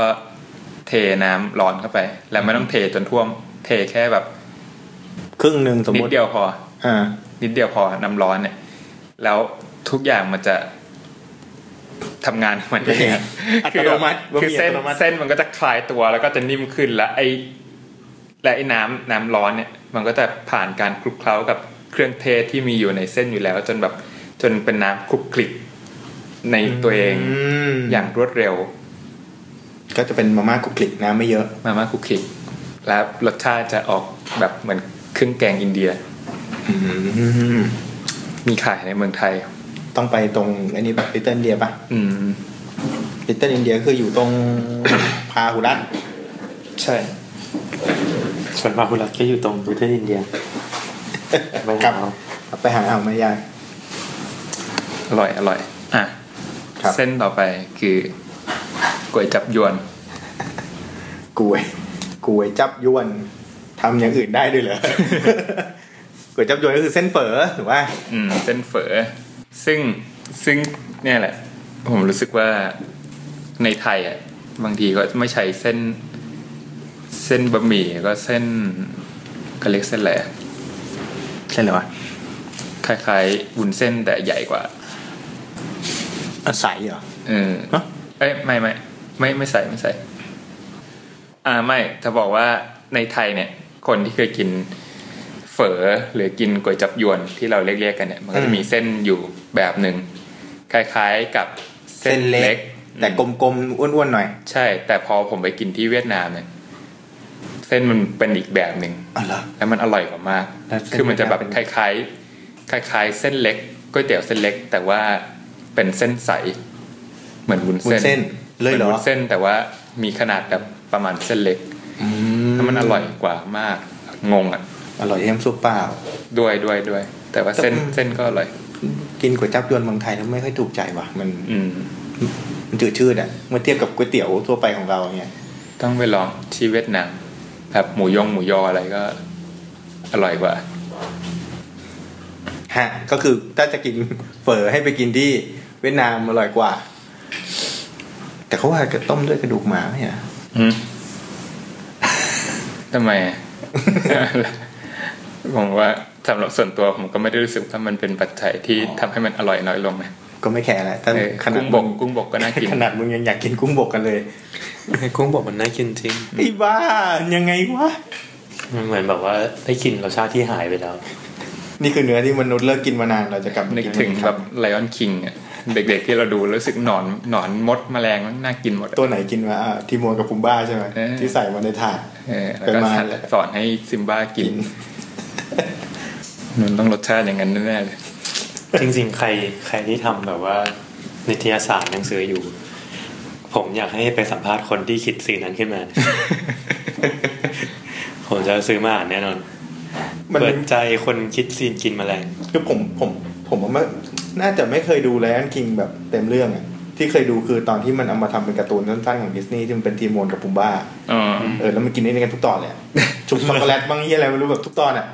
เทน้ำร้อนเข้าไป แล้วไม่ต้องเทจนท่วม เทแค่แบบ ๆครึ่งหนึ่งสม นิ ม ด ติ เดียวพอ อ่า นิดเดียวพอน้ำร้อนเนี่ย แล้วทุกอย่างมันจะทำงาน [LAUGHS] ของมันเองอะ อั [LAUGHS] ตโนมัติ คือคือเส้น บะหมี่อัตโนมัติ เส้นมันก็จะคลายตัวแล้วก็จะนิ่มขึ้นและไอและไอ้น้ำน้ำร้อนเนี่ย มันก็จะผ่านการคลุกเคล้ากับเครื่องเทศที่มีอยู่ในเส้นอยู่แล้ว จนแบบจนเป็นน้ำคลุกคลิกในตัวเอง ม อย่างรวดเร็ว ก็จะเป็นมาม่าคลุกคลิกน้ำไม่เยอะ มาม่าคุกคิกแล้วรสชาติจะออกแบบเหมือนเครื่องแกงอินเดีย อืม มีขายในเมืองไทย ต้องไปตรงอันนี้แบบลิตเติ้ลเดียป่ะ อืม ลิตเติ้ลอินเดียคืออยู่ตรง [COUGHS] พาหุรัตน์ ใช่ ส่วนมาฮุรักก็อยู่ตรงประเทศอินเดียไม่ กลับ เอา [LAUGHS] กลับไปหาเอาวมายาย อร่อยอร่อย อ่ะ ครับ เส้นต่อไปคือก๋วยจับยวน กวยกวยจับยวนทำอย่างอื่นได้ด้วยเหรอ [LAUGHS] กวยจับยวนก็คือเส้นเฝอถูกป่ะ อืม เส้นเฝอ ซึ่งซึ่งเนี่ยแหละ ผมรู้สึกว่าในไทยอ่ะ บางทีก็ไม่ใช้เส้น เส้นบะหมี่ก็เส้นก็เรียกเส้นอะไรอะ ใช่เหรอวะ คล้ายๆวุ้นเส้นแต่ใหญ่กว่า อาศัยเหรอ เออ ฮะ เอ้ยไม่ไม่ไม่ไม่ใส่ไม่ใส่ อ่าไม่จะบอกว่าในไทยเนี่ย คนที่เคยกินเฝอหรือกินก๋วยจับยวนที่เราเรียกๆกันเนี่ย มันก็จะมีเส้นอยู่แบบหนึ่งคล้ายๆกับเส้นเล็ก แต่กลมๆอ้วนๆหน่อย ใช่ แต่พอผมไปกินที่เวียดนามเนี่ย เส้นมันเป็นอีกแบบหนึ่ง อ๋อเหรอ แล้วมันอร่อยกว่ามาก แล้วเส้น คือมันจะแบบ เวียคนดามเป็น ล้ายๆคล้ายๆ เส้นเล็กก๋วยเตี๋ยวเส้นเล็ก แต่ว่าเป็นเส้นใส เหมือนวุ้น วุ้นเส้เส้นนเลยเหรอ ป็นวุ้นเส้นแต่ว่ามีขนาดแบบประมาณเส้นเล็ก อื ถ้ามันอร่อยกว่ามาก งงอ่ะ อร่อยเยี่ยมซุปเปล่า ด้วยด้วยด้วย แต่ว่าเส้น แต่ผม เส้นก็อร่อย กินก๋วยจับยวนเมืองไทยแล้วไม่ค่อยถูกใจว่ะมัน อืม มันจืดชืดอ่ะเมื่อเทียบกับก๋วยเตี๋ยวทั่วไปของเราเนี่ย ต้องไปลองที่เวียดนามแบบหมูยงหมูยออะไรก็ อร่อยกว่า ฮะก็คือถ้าจะกิน [LAUGHS] เฝอให้ไปกินที่เวียดนามอร่อยกว่า แต่เขาว่ากระต้มด้วยกระดูกหมาเนี่ยนะ อืม [LAUGHS] ทำไมอะ [LAUGHS] ผมว่าสำหรับส่วนตัวผมก็ไม่ได้รู้สึกว่ามันเป็นปัจจัยที่ทำให้มันอร่อยน้อยลงนะ ก็ไม่แคร์แหละถ้า เออ ขนาด กุ้งบกกุ้งบกก็น่ากิน ขนาดมึงยังอยากกินกุ้งบกกันเลย ไอ้กุ้งบอกมันน่ากินจริง ไอ้บ้ายังไงวะ มันเหมือนแบบว่าได้กินรสชาติที่หายไปแล้ว นี่คือเนื้อที่มนุษย์เลิกกินมานานเราจะกลับมา นึ กิ ก น ถึงแบบไลออนคิงอ่ะ เด็กๆที่เราดูแล้วรู้สึกหนอนหนอนมดแมลงมันน่ากินหมดอะ ตัวไหนกินวะอ่าทีมัวกับปุมบ้าใช่ไหม เออ ที่ใส่มาในถาด เออแล้วก็ เป็นมาเลย สอนให้ซิมบ้ากิน มันต้องรสชาติอย่างนั้นแน่ๆเลย จริงๆ ใครใครที่ทำแบบว่า นิตยสารหนังสืออยู่ ผมอยากให้ไปสัมภาษณ์คนที่คิดสื่อนั้นขึ้น [LAUGHS] มา ผมจะซื้อมาอ่านแน่นอน มัน เปิ เป็ ด น ใจคนคิดซีนกินแมลง คือผมผมผมว่าไม่น่าจะไม่เคยดูไลออนคิงแบบเต็มเรื่องอะที่เคยดูคือตอนที่มันเอามาทำเป็นการ์ตูนสั้นๆของดิสนีย์ที่มันเป็นทีมโมนกับปุมบ้า อ๋อ เออแล้วมันกินได้กันทุกตอนเลยอะ [LAUGHS] ชุบช็อกโกแลตบางยี่อะไรไม่รู้แบบทุกตอนอ่ะ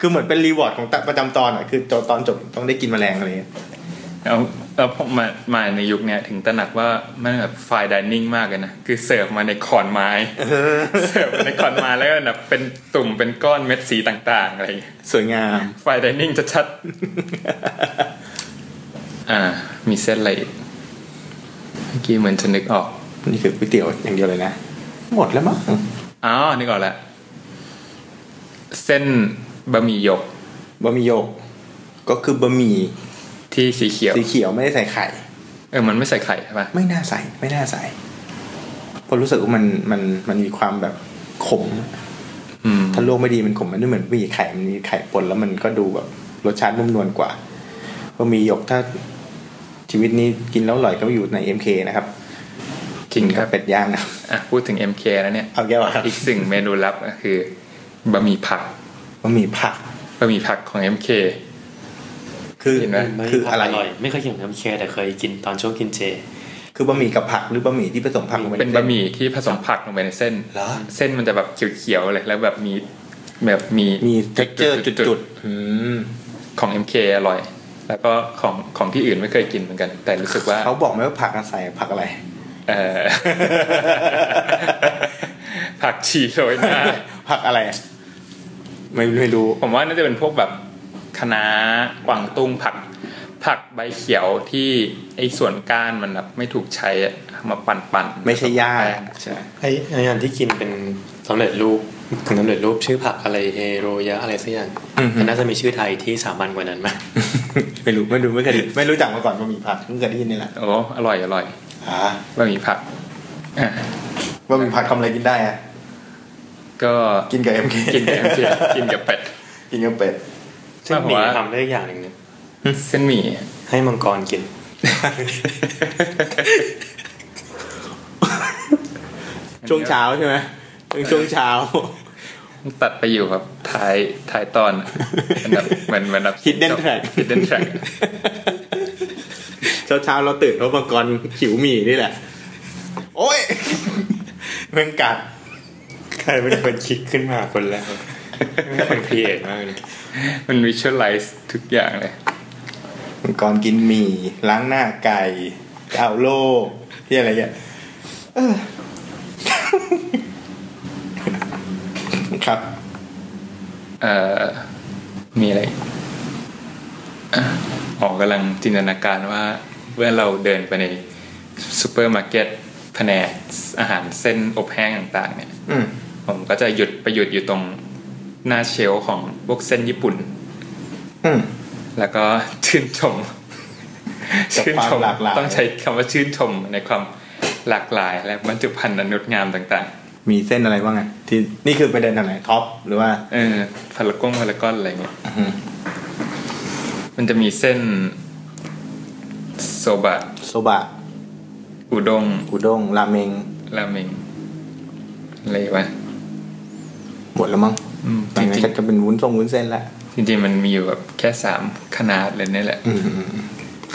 คือเหมือนเป็นรีวอร์ดของตะประจำตอนอ่ะคือตอนจบต้องได้กินแมลงอะไรเงี้ย แล้วแล้วผมมามาในยุคเนี้ยถึงตระหนักว่ามันแบบไฟด i นิ่งมากเลยนะ คือเสิร์ฟมาในขอนไม้ [LAUGHS] เสิร์ฟมาในขอนไม้แล้วก็แบบเป็นตุ่มเป็นก้อนเม็ดสีต่างๆ อะไร สวยงาม ไฟด i นิ่างชัดๆ อ่า มีเส้นอะไรอีกเมื่อกี้เหมือนจะนึกออก นี่คือก๋วยเตี๋ยวอย่างเดียวเลยนะ หมดแล้วมั้ง อ๋อนึกออกแล้ว เส้นบะหมี่หยก บะหมี่โยก ก็คือบะหมี่ ที่สีเขียว สีเขียวไม่ได้ใส่ไข่ เออ มันไม่ใส่ไข่ใช่ปะ ไม่น่าใส่ไม่น่าใส่เพราะรู้สึกว่ามันมันมันมีความแบบขม อืม ถ้าลวกไม่ดีมันขมมันไม่เหมือนบะหมี่ไข่ มันมีไข่ปนแล้วมันก็ดูแบบรสชาตินุ่มนวลกว่าบะหมี่หยกถ้าชีวิตนี้กินแล้วอร่อยก็อยู่ใน MK นะครับ จริงครับ กัเป็ดย่างนะ อ่ะพูดถึง MK แล้วเนี่ย เอาแก้วอะครับ อีกสิ่งเมนูลับก็คือบะหมี่ผัก บะหมี่ผัก บะหมี่ผักของ MK คือ เห็นไหม คืออะไร ร่อย ไม่เคยกินน้ำเชแต่เคยกินตอนช่วงกินเจ คือบะหมี่กับผักหรือบะหมี่ที่ผสมผักลงไป เป็น ใส้ บะหมี่ที่ผสมผักลงไปในเส้น เหรอ เส้นมันจะแบบเขียวๆเลยแล้วแบบมีแบบมี มี texture จุดๆอืม ของ MK อร่อย แล้วก็ของของที่อื่นไม่เคยกินเหมือนกัน แต่รู้สึกว่า เขาบอกไหมว่าผักอะใส่ผัก [LAUGHS] อะไร เออ ผักชีโรยหน้า ผักอะไร ไม่ไม่รู้ ผมว่าน่าจะเป็นพวกแบบคะน้ากวางตุ้งผัก ผักใบเขียวที่ไอ้ส่วนก้านมันแบบไม่ถูกใช้อะมาปั่นปั่นๆ ไม่ใช่ย่าใช่ ไอ้ไอ้อันที่กินเป็นสำเร็จรูปขนมสำเร็จรูปชื่อผักอะไรเฮโรยะอะไรสักอย่าง อือฮึ มันน่าจะมีชื่อไทยที่สามัญกว่านั้นมาก [LAUGHS] ไม่รู้ไม่รู้ไม่เคยได้ไม่รู้จักมาก่อนบะหมี่ผักเพิ่งเคยได้ยินนี่แหละ โอ้อร่อยอร่อย อ่า บะหมี่ผักอ่ะ บะหมี่ผักทำอะไรกินได้อะ ก็ กินกับเอ็มเค กินกับกินกับเป็ด [LAUGHS] กินกับเป็ด ซึ่ง ผม หมี ว่า ทำได้อย่างหนึ่งนะ เส้นหมี่ ให้มังกรกิน ช่วงเช้าใช่ไหมช่วงเช้า ตัดไปอยู่ครับท้ายท้าย [LAUGHS] ตอนเป็นแบบเหมือนเหมือนแบบ Hidden track ฮิดเด้นแทร็ก เช้า [LAUGHS] เช้าๆเราตื่นเพราะมังกรหิวหมี่นี่แหละ โอ้ย [LAUGHS] แม่งกัด ใครเป็นคนคิดขึ้นมาคนแรก [LAUGHS] เป็นคนครีเอทมากเลย มันวิชวลไลซ์ทุกอย่างเลย มังกรกินหมี่ล้างหน้าไก่เอาโลกที่อะไรเงี้ย [LAUGHS] เออครับ เอ่อมีอะไรอีกอ่ะอ๋อกำลังจินตนาการว่าเมื่อเราเดินไปในซูเปอร์มาร์เก็ตแผนกอาหารเส้นอบแห้งต่างๆ เนี่ย อืม ผมก็จะหยุดไปหยุดอยู่ตรงหน้าเชลฟ์ของพวกเส้นญี่ปุ่น อืม แล้วก็ชื่นชม [LAUGHS] กับ ชื่น ความ ชม หลากหลาย ต้องใช้คำว่าชื่นชมในความหลากหลาย และบรรจุภัณฑ์อันงดงามต่าง มีเส้นอะไรบ้างอะที่นี่คือไปเดินทางไหนท็อปหรือว่า ๆ เออพารากอนพารากอนอะไรเงี้ย มันจะมีเส้นโซบะ โซบะ อุด้ง อุด้งราเมง ราเมงอะไรวะ หมดแล้วมั้ง อืม หลั จ งจากนั้นริงก็จะเป็นวุ้นทรงวุ้นเส้นละ ๆจริงๆมันมีอยู่แบบแค่สามขนาดเลยเนี่ยแหละ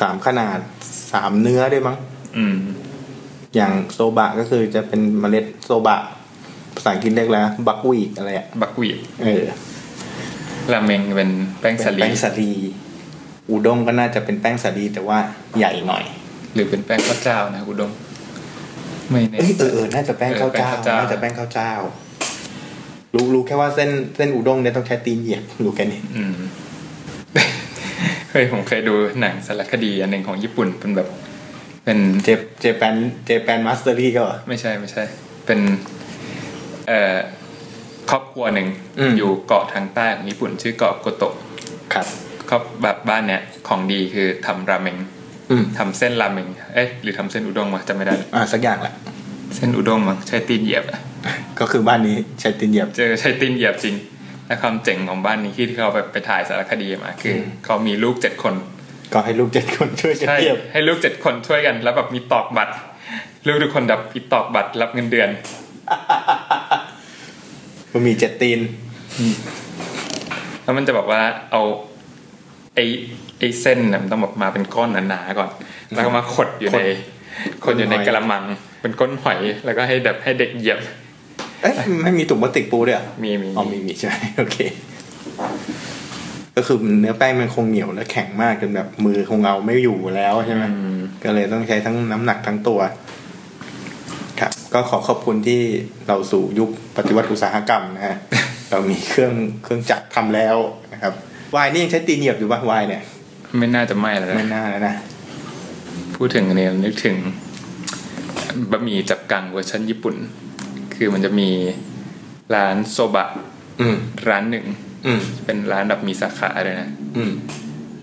สามขนาดสามเนื้อด้วยมั้ง อืม อย่างโซบะก็คือจะเป็นเมล็ดโซบะ ภาษาอังกฤษเรียกแล้วบักวีดอะไรอะ บักหวีด เออ ราเมงเป็นแป้งสา เป็น ลี แป้งสาลีอุด้งก็น่าจะเป็นแป้งสาลีแต่ว่าใหญ่หน่อย หรือเป็นแป้งข้าวเจ้านะอุด้งไม่แน่ เอ้ยเออ ใจ เออน่าจะแป้งข้าวเจ้า เออแป้งข้าวเจ้า น่าจะแป้งข้าวเจ้า รู้รู้แค่ว่าเส้นเส้นอุด้งเนี่ยต้องใช้ตีนเหยียบรู้แค่นี้ อืม เฮ้ยผมเคยดูหนังสารคดีอันหนึ่งของญี่ปุ่นเป็นแบบ เป็น เจเจแปนเจแปนมาสเตอรี่ก็เหรอ ไม่ใช่ไม่ใช่ เป็น เอ่อครอบครัวหนึ่ง อืม อยู่เกาะทางใต้ของญี่ปุ่น ชื่อเกาะโกโตะ ครับ ครอบแบบบ้านเนี้ยของดีคือทำราเมง อืม ทำเส้นราเมงเอ๊ะหรือทำเส้นอุด้งวะจำไม่ได้ อ่าสักอย่างแหละ เส้นอุด้งมั้งใช้ตีนเหยียบอะ ก็คือบ้านนี้ใช้ตีนเหยียบ เจอใช้ตีนเหยียบจริงและความเจ๋งของบ้านนี้ที่เขาแบบไปถ่ายสารคดีมาคืออเขามีลูกเจ็ดคน ก็ให้ลูกเจ็ดคนช่วยกัน ใช่ เหยียบ ให้ลูกเจ็ดคนช่วยกัน แล้วแบบมีตอกบัตรลูกทุกคนดับมีตอกบัตรรับเงินเดือน มันมีเจ็ดตีน แล้วมันจะบอกว่าเอาไอไอเส้นน่ะมันต้องแบบมาเป็นก้อนหนาๆก่อน แล้วก็มาขดอยู่ในขดอยู่ใน ก้นหอย กระมัง เป็นก้นหอย แล้วก็ให้แบบให้เด็กเหยียบ เอ๊ะไม่มีถุงพลาสติกปูด้วยเหรอ มีมี อ๋อมีมีใช่ไห [LAUGHS] มโอเค ก็คือเนื้อแป้งมันคงเหนียวและแข็งมากจนแบบมือคงเอาไม่อยู่แล้วใช่ไหมก็เลยต้องใช้ทั้งน้ำหนักทั้งตัว ครับ ก็ขอขอบคุณที่เราสู่ยุคปฏิวัติอุตสาหกรรม [LAUGHS] นะฮะ เรามีเครื่องเครื่องจักรทำแล้วนะครับวายนี่ยังใช้ตีนเหยียบอยู่ป่ะวายเนี่ย ไม่น่าจะไหม้แล้ว ไม่ นะ น่าแล้วนะ พูดถึงเนี่ยนึกถึงบะหมี่จับกังเวอร์ชันญี่ปุ่น คือมันจะมีร้านโซบะ อืม ร้านหนึ่ง อืม เป็นร้านแบบมีสาขาเลยนะ อืม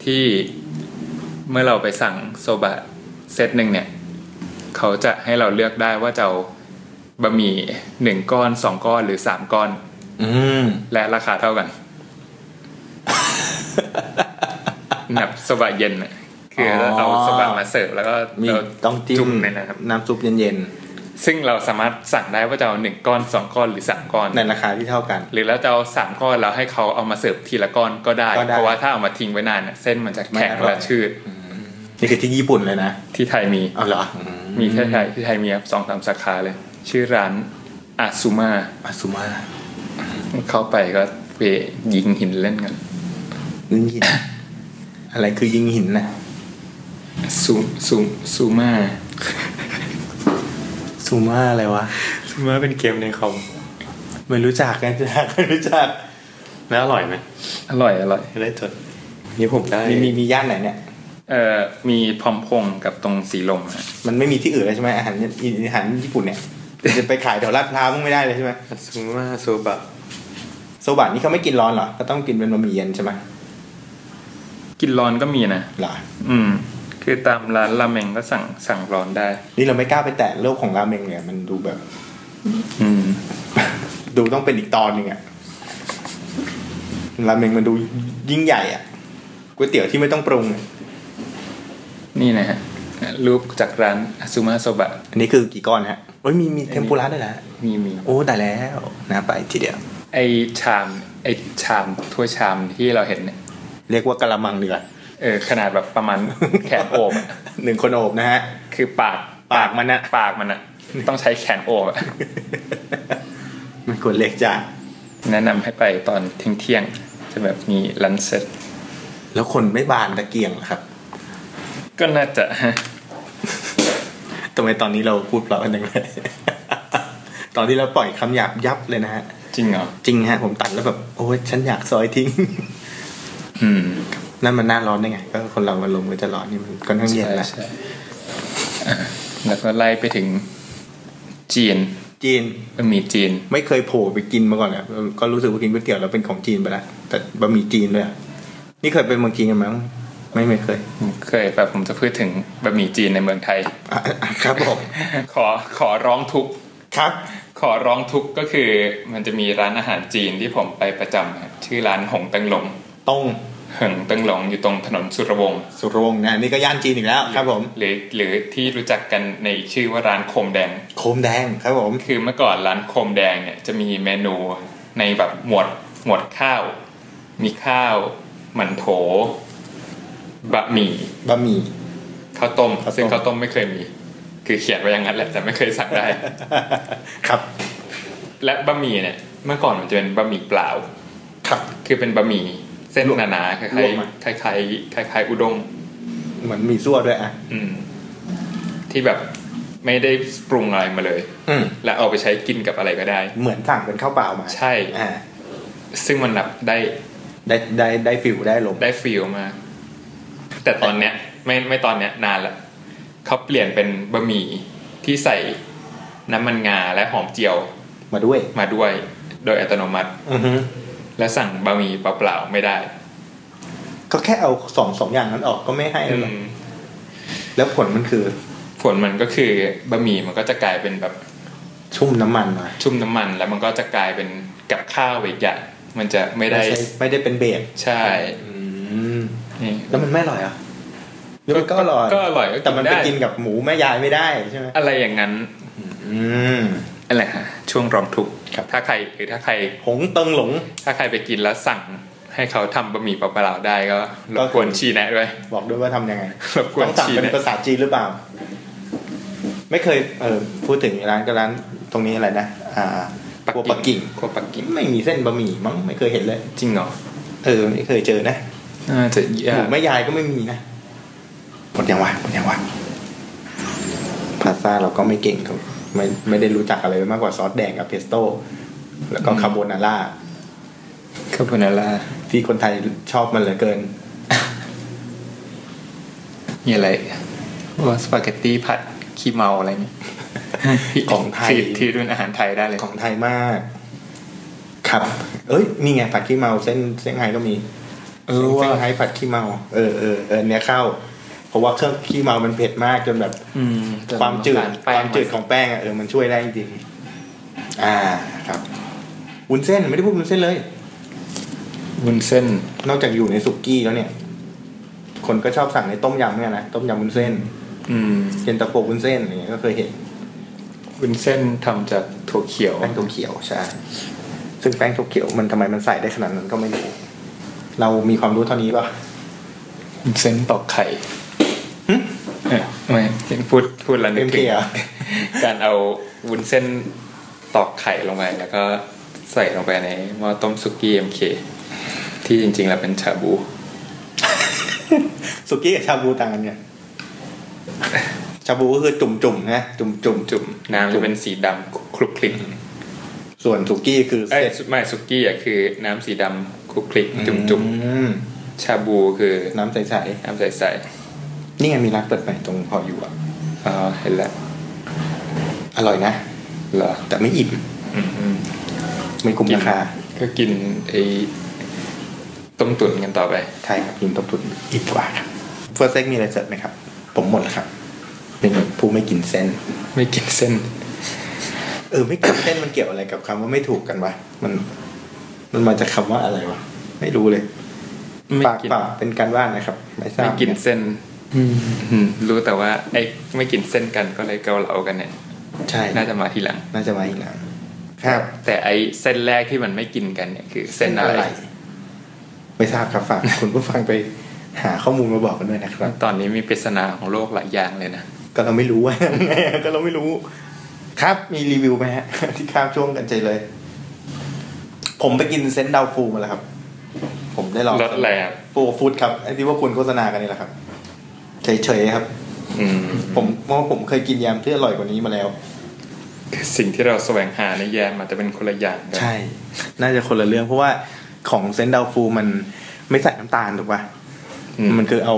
ที่เมื่อเราไปสั่งโซบะเซตหนึ่งเนี่ย เขาจะให้เราเลือกได้ว่าจะเอาบะหมี่หนึ่งก้อนสองก้อนหรือสามก้อน อืม และราคาเท่ากัน [LAUGHS] นับสบะเย็นน่ะคืออ อ เราเอาสบะมาเสิร์ฟแล้วก็ มี เรา ต้องจิ้ จุ่ ม มในนะครับ น้ำซุปเย็น ซึ่งเราสามารถสั่งได้ว่าจะเอาหนึ่งก้อนสองก้อนหรือสามก้อน ๆในราคาที่เท่ากัน หรือแล้วจะเอาสามก้อนแล้วให้เขาเอามาเสิร์ฟทีละก้อนก็ได้ ก็ได้ เพราะว่าถ้าเอามาทิ้งไว้นานน่ะเส้นมันจะแข็ง ไม่อร่อย และชืด นี่คือที่ญี่ปุ่นเลยนะ ที่ไทยมี เอาเหรอ มีแค่ไทยที่ไทยมีครับสองสามสาขาเลย ชื่อร้านอาซูมา อาซูมา เข้าไปก็ไปยิงหินเล่นกัน ยิงหิน อะไรคือยิงหินนะ ซูซูซูมา ซูมาอะไรวะ ซูมาเป็นเกมในคอม ไม่รู้จักนะจ๊ะไม่รู้จัก แล้วอร่อยไหม อร่อยอร่อย ได้จดนี่ผมได้ มีมีมีย่านไหนเนี่ย เอ่อมีพร้อมพงษ์กับตรงสีลมฮะ มันไม่มีที่อื่นเลยใช่ไหมอาหารอาหารญี่ปุ่นเนี่ย จะไปขายแถวลาดพร้าวมึงไม่ได้เลยใช่ไหม ซูมาโซบะ โซบะนี่เขาไม่กินร้อนเหรอก็ต้องกินเป็นบะหมี่เย็นใช่ไหม กินร้อนก็มีนะ เหรอ อืม คือตามร้านราเมงก็สั่งสั่งร้อนได้ นี่เราไม่กล้าไปแตะโลกของราเมงเนี่ยมันดูแบบ อืม ดูต้องเป็นอีกตอนหนึ่งอะราเมงมันดูยิ่งใหญ่อะก๋วยเตี๋ยวที่ไม่ต้องปรุงอะ นี่นะฮะรูปจากร้านอาซูมาโซบะ อันนี้คือกี่ก้อนฮะเอ้ยมีมีเทมปุระด้วยนะ มีมี โอ้แต่แล้วนะไปทีเดียว ไอชามไอชามถ้วยชามที่เราเห็นเนี่ย เรียกว่ากะละมังดีกว่า เออขนาดแบบประมาณ [LAUGHS] แขนโอบอะ หนึ่งคนโอบนะฮะ คือปาก ปากมันอะ ปากมันอะต้องใช้แขนโอบอะ มันควรเล็กจ้ะ แนะนำให้ไปตอนเที่ยงเที่ยงๆจะแบบมีลันเซ็ต แล้วคนไม่บานตะเกียงเหรอครับ ก็น่าจะฮะ ทำไมตอนนี้เราพูดเพราะกันจังเลย [LAUGHS] ตอนที่เราปล่อยคำหยาบยับเลยนะฮะ จริงเหรอ จริงฮะ ผมตัดแล้วแบบ โอ้ยฉันอยากซอยทิ้ง อืม นั่นมันหน้าร้อนได้ไง ก็คนเรามันลมก็จะร้อนนี่มันค่อนข้างเย็นละ ใช่ใช่อ่ะแล้วก็ไล่ไปถึงจีน จีน บะหมี่จีน ไม่เคยโผล่ไปกินมาก่อนเลยก็รู้สึกว่ากินก๋วยเตี๋ยวแล้วเป็นของจีนไปละแต่บะหมี่จีนด้วยอะนี่เคยไปเมืองจีนกันไหมไม่ไม่เคย เคยแบบผมจะพูดถึงบะหมี่จีนในเมืองไทย [LAUGHS] อ่ะอ่ะครับผม ขอขอร้องทุกข์ ครับ ขอร้องทุกข์ก็คือ มันจะมีร้านอาหารจีนที่ผมไปประจำครับชื่อร้านหงเตังหลง ตรง หงเตังหลงอยู่ตรงถนนสุรวงศ์ สุรวงศ์นะนี่ก็ย่านจีนอีกแล้วครับผม หรือหรือที่รู้จักกันในอีกชื่อว่าร้านโคมแดง โคมแดงครับผม คือเมื่อก่อนร้านโคมแดงเนี่ยจะมีเมนูในแบบหมวดหมวดข้าว มีข้าวหมันโถ บะหมี่ บะหมี่ ข้าวต้ม ข้าวต้ม ซึ่งข้าวต้มไม่เคยมี คือเขียนไว้อย่างนั้นแหละแต่ไม่เคยสั่งได้ [LAUGHS] ครับ และบะหมี่เนี่ยเมื่อก่อนมันจะเป็นบะหมี่เปล่า ครับ คือเป็นบะหมี่เส้นหนาๆค ลวกมา ล้ายๆคล้ายๆคล้ายๆอุด้ง เหมือนหมีซั่วด้วยอ่ะ อืม ที่แบบไม่ได้ปรุงอะไรมาเลย อืม และเอาไปใช้กินกับอะไรก็ได้ เหมือนสั่งเป็นข้าวเปล่ามา ใช่ อ่า ซึ่งมันนับได้ ได้ได้ได้ฟิลได้ลม ได้ฟิลมาก แต่ตอนเนี้ยไม่ไม่ตอนเนี้ยนานละเขาเปลี่ยนเป็นบะหมี่ที่ใส่น้ำมันงาและหอมเจียว มาด้วย มาด้วย โดยอัตโนมัติ อือฮึ และสั่งบะหมี่เปล่าๆไม่ได้ ก็แค่เอาสองสองอย่างนั้นออกก็ไม่ให้แล้วเหรอ อืม แล้วผลมันคือ ผลมันก็คือบะหมี่มันก็จะกลายเป็นแบบ ชุ่มน้ำมันมา ชุ่มน้ำมัน แล้วมันก็จะกลายเป็นกับข้าวอีกอย่างมันจะไม่ได้ ใช่ไม่ได้เป็นเบรก ใช่ อืม นี่ แล้วมันไม่อร่อยเหรอ่ะแล้วมันก็อร่อย ก็อร่อย แต่มันไป ด้ กินกับหมูแม่ยายไม่ได้ใช่ไหม อะไรอย่างนั้น อืม อะไรฮะช่วงรองทุกข์ ครับ ถ้าใครหรือถ้าใคร หงเติงหลง ถ้าใครไปกินแล้วสั่งให้เขาทำบะหมี่เปล่าๆได้ก็ร ก็ บ คื ก อ วนชี้แนะด้วย [LAUGHS] บอกด้วยว่าทำยังไง รบกวน ต้องสั่ง ชี้ เป็น แนะ ภาษาจีนหรือเปล่า ไม่เคยเออพูดถึงร้านก็ร้านตรงนี้อะไรนะอ่าครัวปักกิ่ง ครัวปักกิ่ง ไม่มีเส้นบะหมี่มั้งไม่เคยเห็นเลย จริงเหรอ เออไม่เคยเจอนะ น่าจะ ห ยา มู ก แม่ยายก็ไม่มีนะหมดยังวะหมดยังวะพาสต้าเราก็ไม่เก่งครับไม่ไม่ได้รู้จักอะไรมากกว่าซอสแดงกับเพสโต้แล้วก็คาโบนาร่า คาโบนาร่า ที่คนไทยชอบมันเหลือเกิน มีอะไรว่าสปาเกตตี้ผัดขี้เมาอะไรเงี้ย [LAUGHS] ของไทย ที่ที่รุ่นอาหารไทยได้เลย ของไทยมาก ครับ เอ้ยนี่ไงผักขี้เมาเส้นเส้นไฮก็มี เออ เซี่ยง ว่ะ ไฮ้ผัดขี้เมาเออเออเออเนี้ยเข้า เพราะว่าเครื่องขี้เมามันเผ็ดมากจนแบบ อืม ความจืด แป้ ค ง วามจืดของแป้งอ่ะเออมันช่วยได้จริงๆอ่าครับวุ้นเส้นไม่ได้พูดวุ้นเส้นเลย วุ้นเส้น นอกจากอยู่ในสุกี้แล้วเนี่ย คนก็ชอบสั่งในต้มยำเนี่ยนะต้มยำวุ้นเส้น อืม เย็นตาโฟวุ้นเส้นอะไรเงี้ยก็เคยเห็น วุ้นเส้นทำจากถั่วเขียว แป้งถั่วเขียวใช่ซึ่งแป้งถั่วเขียวมันทำไมมันใส่ได้ขนาดนั้นก็ไม่รู้ เรามีความรู้เท่านี้ป่ะ วุ้นเส้นตอกไข่ หึ เอ้ยไม่เห็นพูดพูดแล้วนึ เอ็ ก ม ถึง เพีย การเอาวุ้นเส้นตอกไข่ลงไปแล้วก็ใส่ลงไปในหม้อต้มสุกี้เอ็มเคที่จริงๆ แล้วเป็นชาบู สุกี้กับชาบูต่างกันเนี่ยชาบูก็คือจุ่มๆนะจุ่มๆจุ่ม น้ำจะเป็นสีดำคลุกคลิก ส่วนสุกี้คือ เอ้ย เส้น ไม่สุกี้อ่ะคือน้ำสีดำคลุกคลิกจุ่ม อืม ๆ ชาบูคือ น้ำใส น้ำใส ๆ นี่ไงมีร้านเปิดใหม่ตรงพออยู่อ่ะ ๆอ๋อเห็นแล้ว อร่อยนะ เหรอ แต่ไม่อิ่ม อืม ไม่คุ้มราคา ๆก็กินไอ้ต้มตุ๋นกันต่อไป ใช่ครับกินต้มตุ๋นอิ่มกว่าครับเฟิร์สเซ็กมีอะไรเสริร์ฟไหมครับ ผมหมดแล้วครับ เป็นผู้ไม่กินเส้น ไม่กินเส้น เออ ไม่กินเส้นมันเกี่ยวอะไรกับคำว่าไม่ถูกกันวะ มัน มันมาจากคำว่าอะไรวะ ไม่รู้เลย ไม่ ปาก กิน เปล่าเป็นการบ้านนะครับ ไม่ทราบ ไม่กินเส้นอืมรู้แต่ว่าไอ้ไม่กินเส้นกันก็เลยเกาเหลากันเนี่ย ใช่ น่าจะมาทีหลัง น่าจะมาอีกหลังครับ แต่ไอ้เส้นแรกที่มันไม่กินกันเนี่ยคือเส้นอะไร ไม่ทราบครับฝาก [LAUGHS] คุณผู้ฟังไปหาข้อมูลมาบอกกันด้วยนะครับ ตอนนี้มีปริศนาของโลกหลายอย่างเลยนะ ก็เราไม่รู้ว่า [LAUGHS] ก็เราไม่รู้ ครับมีรีวิวไหมฮะ [LAUGHS] ที่ข้ามช่วงกันใจเลย ผมไปกินเซนต์ดาวฟูมาแล้วครับ ผมได้ลอง รสแรง ฟูฟูดครับไอ้ที่ว่าคุณโฆษณากันนี่แหละครับ เฉยๆครับ อืม ผมเพราะว่าผมเคยกินยำที่อร่อยกว่านี้มาแล้ว คือสิ่งที่เราแสวงหาในแยมอาจจะเป็นคนละอย่างกัน ใช่ น่าจะคนละเรื่อง เพราะว่าของเซนต์ดาวฟูมันไม่ใส่น้ำตาลถูกปะ อืม มันคือเอา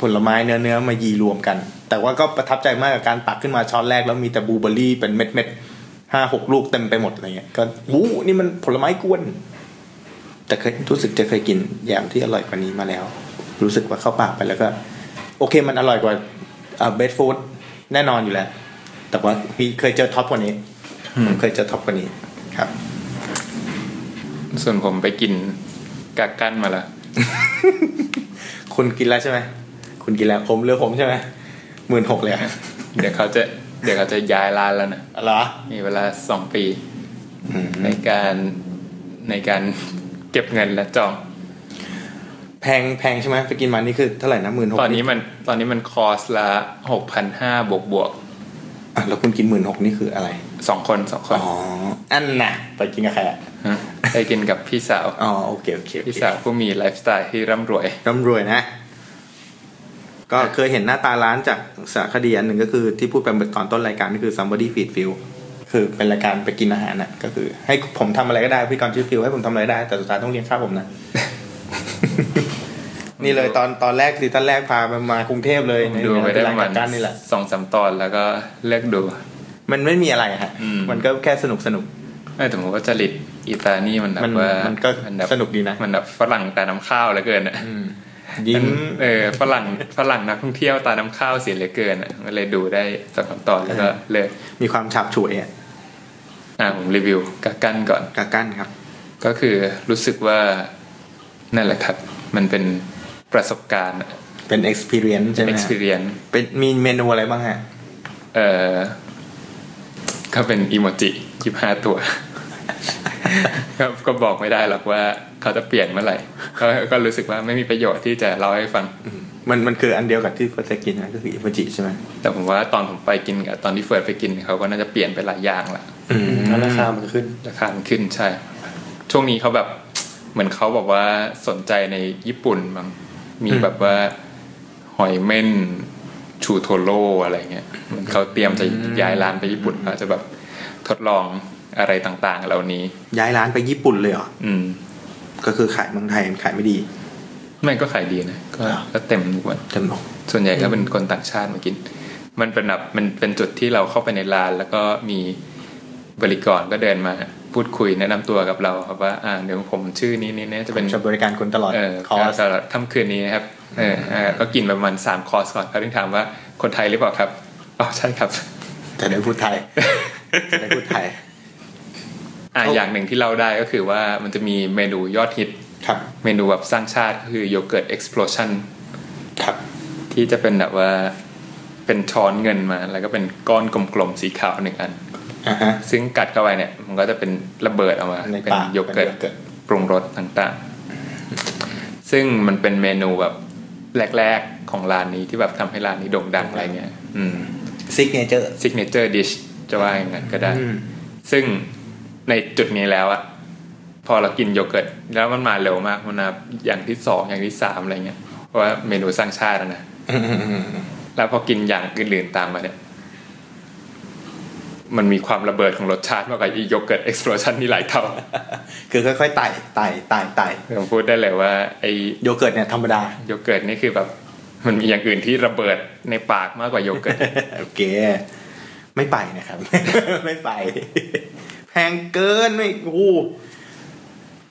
ผลไม้เนื้อเนื้อมายีรวมกัน แต่ว่าก็ประทับใจมากกับการตักขึ้นมาช้อนแรกแล้วมีแต่บลูเบอร์รี่เป็นเม็ดเม็ดๆห้าหกลูกเต็มไปหมดอะไรเงี้ยก็วู้นี่มันผลไม้กวน แต่เคยรู้สึกจะเคยกินแยมที่อร่อยกว่านี้มาแล้ว รู้สึกว่าเข้าปากไปแล้วก็ โอเคมันอร่อยกว่าเบสฟูดแน่นอนอยู่แล้ว แต่ว่ามีเคยเจอท็อปกว่านี้ผมเคยเจอท็อปกว่านี้ครับ ส่วนผมไปกินกากกั้นมาละ คุณกินแล้วใช่ไหมคุณกินแล้วผมเรือผมใช่ไหมหมื่นหกเลยอะ เดี๋ยวเขาจะเดี๋ยวเขาจะย้ายร้านแล้วนะ อะไรวะ มีเวลาสองปี อืม ในการในการเก็บเงินและจอง แพงแพงใช่ไหมไปกินมานี่คือเท่าไหร่นะหมื่นหก ตอนนี้มันตอนนี้มันคอร์สละหกพันห้าบวกบวก อ่ะแล้วคุณกินหมื่นหกนี่คืออะไร สองคนสองคน อ๋อ อันน่ะ ไปกินกับใครอ่ะ ฮะไปกินกับพี่สาว อ๋อ โอเค โอเคโอ พี่ เค สาวผู้มีไลฟ์สไตล์ที่ร่ำรวย ร่ำรวยนะ ก็เคยเห็นหน้าตาร้านจากสารคดีอันหนึ่งก็คือที่พูดไปตอนต้นรายการก็คือ somebody feed f i e l คือเป็นรายการไปกินอาหารน่ะ ก็คือ ให้ผมทำอะไรก็ได้พี่กรณ์ชื่อฟิวให้ผมทำอะไรได้ แต่สุดท้ายต้องเลี้ยงข้าวผมนะ [LAUGHS] นี่เลยตอนตอนแรกซีซั่นแรกพามามากรุงเทพเลยใน ดูไปได้ประมาณ ยการนี่แหละ สองสามตอนแล้วก็เลิกดู มันไม่มีอะไรฮะ อืม มันก็แค่สนุกสนุก ไม่แต่ผมว่าจริตอิตานี่มันแบ มั บ น ว่า มันก็ มัแบบ สนุกดีนะ มันแบบฝรั่งตาน้ำข้าวเหลือเกินอ่ะ ยิ้ม เออฝรั่งฝรั่งนักท่องเที่ยวตาน้ำข้าวเสียเหลือเกินอ่ะก็เลยดูได้สองสามตอนแล้วก็ เออ เลิก มีความฉาบฉวยอ่ะ อ่ะผมรีวิวกักกันก่อน กากั้นครับ ก็คือรู้สึกว่านั่นแหละครับ มันเป็นประสบการณ์อะ เป็น experience ใช่ไหมฮะ experience เป็นมีเมนูอะไรบ้างฮะ เอ่อก็เป็นอีโมจิยี่ห้าตัว [LAUGHS] ก็ก็บอกไม่ได้หรอกว่าเขาจะเปลี่ยนเมื่อไหร่ก็ก็รู้สึกว่าไม่มีประโยชน์ที่จะเล่าให้ฟัง มันมันคืออันเดียวกับที่เฟิร์สกินนะก็คืออิมจิใช่ไหม แต่ผมว่าตอนผมไปกินกับตอนที่เฟิร์สไปกินเขาก็น่าจะเปลี่ยนไปหลายอย่างละ อืม แล้วราคามันขึ้น ราคามันขึ้นใช่ ช่วงนี้เขาแบบเหมือนเขาบอกว่าสนใจในญี่ปุ่นมั้งมีแบบว่าหอยเม่นชูโทโร่อะไรเงี้ยเหมันเขาเตรียมจะย้ายร้านไปญี่ปุ่นเขาจะแบบทดลองอะไรต่างๆ เหล่านี้ ย้ายร้านไปญี่ปุ่นเลยเหรอ อืม ก็คือขายเมืองไทยมันขายไม่ดี ไม่ก็ขายดีนะก็ อ่า ก็เต็มทุกวัน เต็มหรอก ส่วนใหญ่ก็เป็นคนต่างชาติมากิน มันเป็นแบบมันเป็นจุดที่เราเข้าไปในร้าน แล้วก็มีบริกรก็เดินมา พูดคุยแนะนำตัวกับเราครับว่าอ่าเดี๋ยวผมชื่อนี้นี่เนี่ยจะเป็น จะบริการคุณตลอด เออ คอร์ส สำหรับค่ำคืนนี้นะครับเออเออก็กินประมาณสามคอร์สก่อนเขาถึงถามว่าคนไทยหรือเปล่าครับอ๋อใช่ครับ จะได้พูดไทย จะได้พูดไทย อ่า ครับ อย่างหนึ่งที่เล่าได้ก็คือว่ามันจะมีเมนูยอดฮิต ครับ เมนูแบบสร้างชาติก็คือโยเกิร์ต explosion ครับ ที่จะเป็นแบบว่าเป็นช้อนเงินมา แล้วก็เป็นก้อนกลมๆสีขาวหนึ่งอัน อ่าฮะ ซึ่งกัดเข้าไปเนี่ย มันก็จะเป็นระเบิดออกมา ใน เป็น ปาก โยเกิร์ต เป็นโยเกิร์ต ปรุงรสต่างๆ ซึ่งมันเป็นเมนูแบบแรกๆของร้านนี้ที่แบบทำให้ร้านนี้โด่งดังอะไรเงี้ย อืม ซิกเนเจอร์ ซิกเนเจอร์ดิชจะว่าอย่างนั้นก็ได้ อืม ซึ่งในจุดนี้แล้วอะพอเรากินโยเกิร์ตแล้วมันมาเร็วมาก มันมาอย่างที่สองอย่างที่สามอะไรเงี้ย เพราะว่าเมนูสร้างชาติอะ [LAUGHS] นะ แล้วพอกินอย่างอื่นๆตามมาเนี่ย มันมีความระเบิดของรสชาติมากกว่าอีโยเกิร์ตเอ็กซ์ o พ i ชันนี่หลายเท่า คือค่อยๆไต่ไต่ไต่ไต่ ผมพูดได้เลยว่าไอ โยเกิร์ตเนี่ยธรรมดา โยเกิร์ตนี่คือแบบ มันมีอย่างอื่นที่ระเบิดในปากมากกว่าโย [LAUGHS] เกิร์ต โอเค ไม่ไปนะครับ [LAUGHS] ไม่ไป แพงเกินไม่กู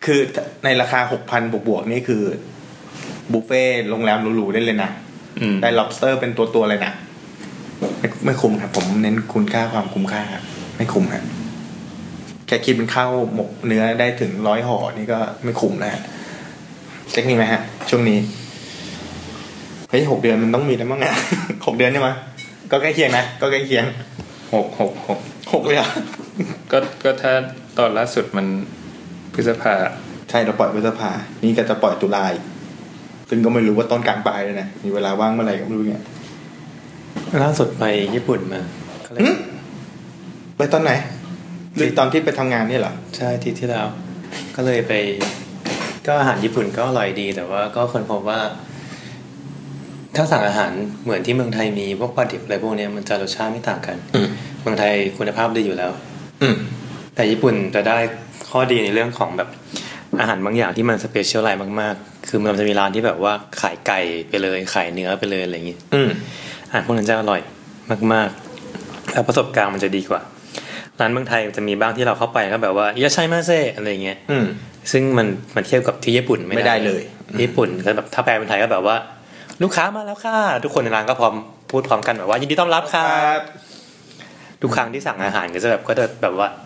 คือในราคาหกพันบวกๆนี่คือ บุฟเฟ่ต์โรงแรมหรูๆได้เลยนะ อืม ได้ lobster เป็นตัว ๆ เลยนะไม่ไม่คุ้มครับ ผมเน้นคุณค่าความคุ้มค่าครับ ไม่คุ้มครับแค่คิดเป็นข้าวหมกเนื้อได้ถึงร้อยห่อนี่ก็ไม่คุ้มนะฮะเช็คมีไหมฮะ ช่วงนี้เฮ้ยหกเดือนมันต้องมีแล้วมั้งอ่ะ [LAUGHS] หกเดือนใช่ไหมยก็ใกล้เคียงนะก็ใกล้เคียง [LAUGHS] หกหกหก หกเลยเหรอ่ะ ก็ก็ถ้าตอนล่าสุดมันพฤษภา ใช่เราปล่อยพฤษภา นี่ก็จะปล่อยตุลาอีกซึ่งก็ไม่รู้ว่าต้นกลางปลายเลยนะมีเวลาว่างเมื่อไหร่ก็ไม่รู้เนี่ย ล่าสุดไปญี่ปุ่นมาก็เลย หึไปตอนไหนหรือตอนที่ไปทำงานนี่เหรอ ใช่อาที่ที่แล้วก็เลยไป ก็อาหารญี่ปุ่นก็อร่อยดีแต่ว่าก็คนพบว่า ถ้าสั่งอาหารเหมือนที่เมืองไทยมีพวกปลาดิบอะไรพวกเนี้ยมันจะรสชาติไม่ต่างกัน อืม เมืองไทยคุณภาพดีอยู่แล้ว อืม แต่ญี่ปุ่นจะได้ข้อดีในเรื่องของแบบอาหารบางอย่างที่มันสเปเชียลไลน์มากๆ คือมันจะมีร้านที่แบบว่าขายไก่ไปเลยขายเนื้อไปเลยอะไรอย่างนี้ อืม อาหารพวกนั้นจะอร่อยมากๆ แล้วประสบการณ์มันจะดีกว่า ร้านเมืองไทยมันจะมีบ้างที่เราเข้าไปก็แบบว่าอิยาชัยมาเซอะไรอย่างเงี้ย อืม ซึ่งมันมันเทียบกับที่ญี่ปุ่นไม่ ไม่ได้เลย ญี่ปุ่นก็แบบถ้าแปลเป็นไทยก็แบบว่า ลูกค้ามาแล้วค่ะทุกคนในร้านก็พร้อมพูดพร้อมกันแบบว่ายินดีต้อนรับค่ะ ครับ ทุกครั้งที่สั่งอาหารก็จะแบบก็จะแบบว่า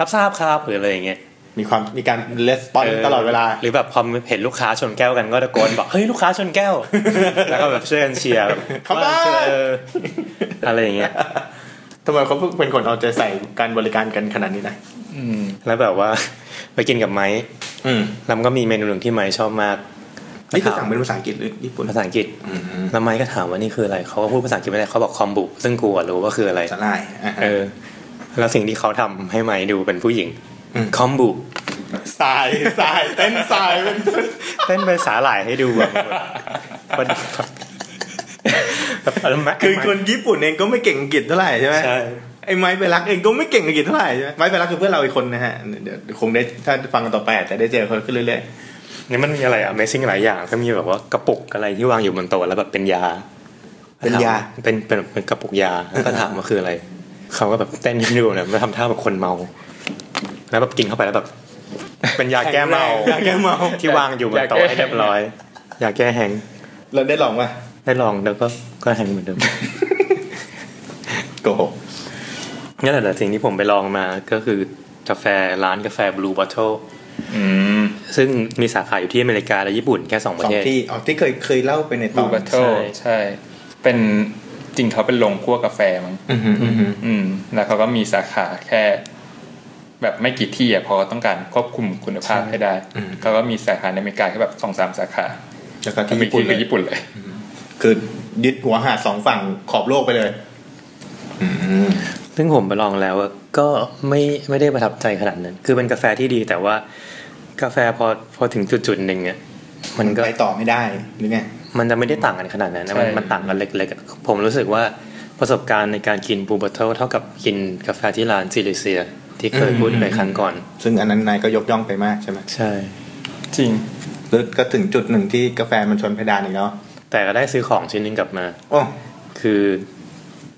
รับทราบครับหรืออะไรอย่างเงี้ย มีความมีการレスปอนตลอดเวลา หรือแบบพอเห็นลูกค้าชนแก้วกันก็ตะโกนบอก เฮ้ยลูกค้าชนแก้ว [LAUGHS] แล้วก็แบบช่วยกันเชียร์แบบ Come on ว่เธออะไรอย่างเงี้ย ทำไมเขาเป็นคนเอาใจใส่การบริการกันขนาดนี้นะ อืม แล้วแบบว่า [LAUGHS] ไปกินกับไม้ อืม แล้วมันก็มีเมนูหนึ่งที่ไม้ชอบมาก นี่คือสั่งเป็นภาษาอังกฤษหรือญี่ปุ่น ภาษาอังกฤษแล้วไม้ก็ถามว่านี่คืออะไรเขาก็พูดภาษาอังกฤษไม่ได้เขาบอกคอมบุ ซึ่งกูอะรู้ว่าคืออะไร สาลายอ่าฮะ เออ แล้วสิ่งที่เขาทำให้ไม้ดูเป็นผู้หญิงคอมบุ สายสายเต้นสายเป็น เต้นเป็นสาหร่ายให้ดูแบบ [LAUGHS] มันแบบแบบ [LAUGHS] คือคนญี่ปุ่นเองก็ไม่เก่งอังกฤษเท่าไหร่ใช่ไหม ใช่ ไอ้ไม้ไปรักเองก็ไม่เก่งอังกฤษเท่าไหร่ใช่ไหมไม้ไปรักคือเพื่อนเราอีกคนนะฮะเดี๋ยวคงได้ถ้าฟังกันต่อไปอาจจะได้เจอเขาขึ้นเรื่อย นี่มันมีอะไรอะ Amazing หลายอย่างก็มีแบบว่ากระปุกอะไรที่วางอยู่บนโต๊ะแล้วแบบเป็นยา ๆ เป็นยา เป็นเป็นเป็นกระปุกยาแล้วก็ถามว่าคืออะไร เขาก็แบบเต้นให้ดูเนี่ยมาทำท่าแบบคนเมา แล้วแบบกินเข้าไปแล้วแบบ เป็นยาแก้เมา ยาแก้เมา ที่วางอยู่บนโต๊ะให้เรียบร้อยยาแก้แหง เราได้ลองป่ะ ได้ลองแล้วก็ก็แหงเหมือนเดิม โกหก งั้นแต่สิ่งที่ผมไปลองมาก็คือกาแฟร้านกาแฟ Blue Bottle อืม ซึ่งมีสาขาอยู่ที่อเมริกาและญี่ปุ่นแค่สองสปอ ระ ง เทศ ที่อ๋อที่เคยเคยเล่าไปในต บู อน บัตเทิลใช่ เป็นจริงเขาเป็นโรงคั่วกาแฟมั้ง อือหืออือหือ อืม แล้วเขาก็มีสาขาแค่ แบบไม่กี่ที่อะเพอต้องการควบคุมคุณภาพให้ได้เขาก็มีสาขาในอเมริกาแค่แบบสองสามสาขา แล้วก็ที่ ไม่ ญี่ปุ่ ที่ น ไป เลย ญี่ปุ่นเลย คือยึดหัวหาดสองฝั่งขอบโลกไปเลย ซึ่งผมไปลองแล้วอะก็ไม่ไม่ได้ประทับใจขนาดนั้น คือเป็นกาแฟที่ดีแต่ว่ากาแฟพอพอถึงจุดจุดๆหนึ่งอ่ะมั มัน น ก็ ไปต่อไม่ได้หรือไง มันจะไม่ได้ต่างกันขนาดนั้นนะมันมันต่างกันเล็กๆอะผมรู้สึกว่าประสบการณ์ในการกินบูบัตเทิลเท่ากับกินกาแฟที่ร้านซิลิเซีย ที่เคยพูดไปครั้งก่อน ซึ่งอันนั้นนายก็ยกย่องไปมากใช่ไหม ใช่ จริง แล้วก็ถึงจุดหนึ่งที่กาแฟมันชนเพดานอีกแล้ว แต่ก็ได้ซื้อของชิ้นหนึงกลับมา โอ้ คือ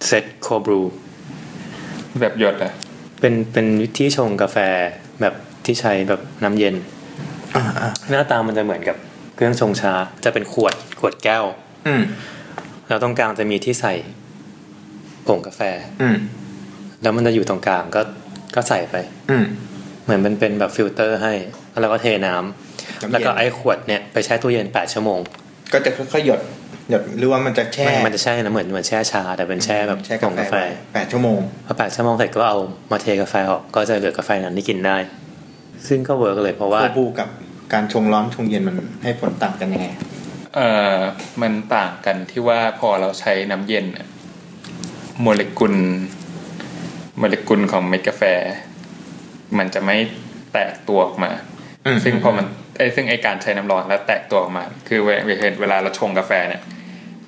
เซตโคบรู แบบหยดอะ เป็นเป็นวิธีชงกาแฟ แบบที่ใช้แบบน้ำเย็น อ่าอ่า หน้าตามันจะเหมือนกับเครื่องชงชา จะเป็นขวดขวดแก้ว อืม แล้วตรงกลางจะมีที่ใส่ผงกาแฟ อืม แล้วมันจะอยู่ตรงกลางก็ก็ใส่ไป อืม เหมือนมันเป็นแบบฟิลเตอร์ให้ แล้วก็เทน้ำ น้ำเย็น แล้วก็ไอ้ขวดเนี่ยไปแช่ตู้เย็น 8 ชั่วโมง ก็จะค่อยๆหยดหยดหรือว่ามันจะแช่ มันมันจะแช่นะเหมือนเหมือนแช่ชา แต่เป็นแช่แบบ แช่ ผ กาง แฟ กาแฟ แปดชั่วโมง พอ8ชั่วโมงเสร็จก็เอามาเทกาแฟออกก็จะเหลือกาแฟนั้นที่กินได้ ซึ่งก็เวิร์กเลยเพราะว่า ควบคู่กับการชงร้อนชงเย็นมันให้ผลต่างกันยังไง เอ่อมันต่างกันที่ว่าพอเราใช้น้ำเย็นน่ะโมเลกุล โมเลกุลของเม็ดกาแฟ มันจะไม่แตกตัวออกมา อืม ซึ่งพอมันไอ้ยซึ่งไอการใช้น้ำร้อนแล้วแตกตัวออกมา คือเวเวเวลาเราชงกาแฟเนี่ย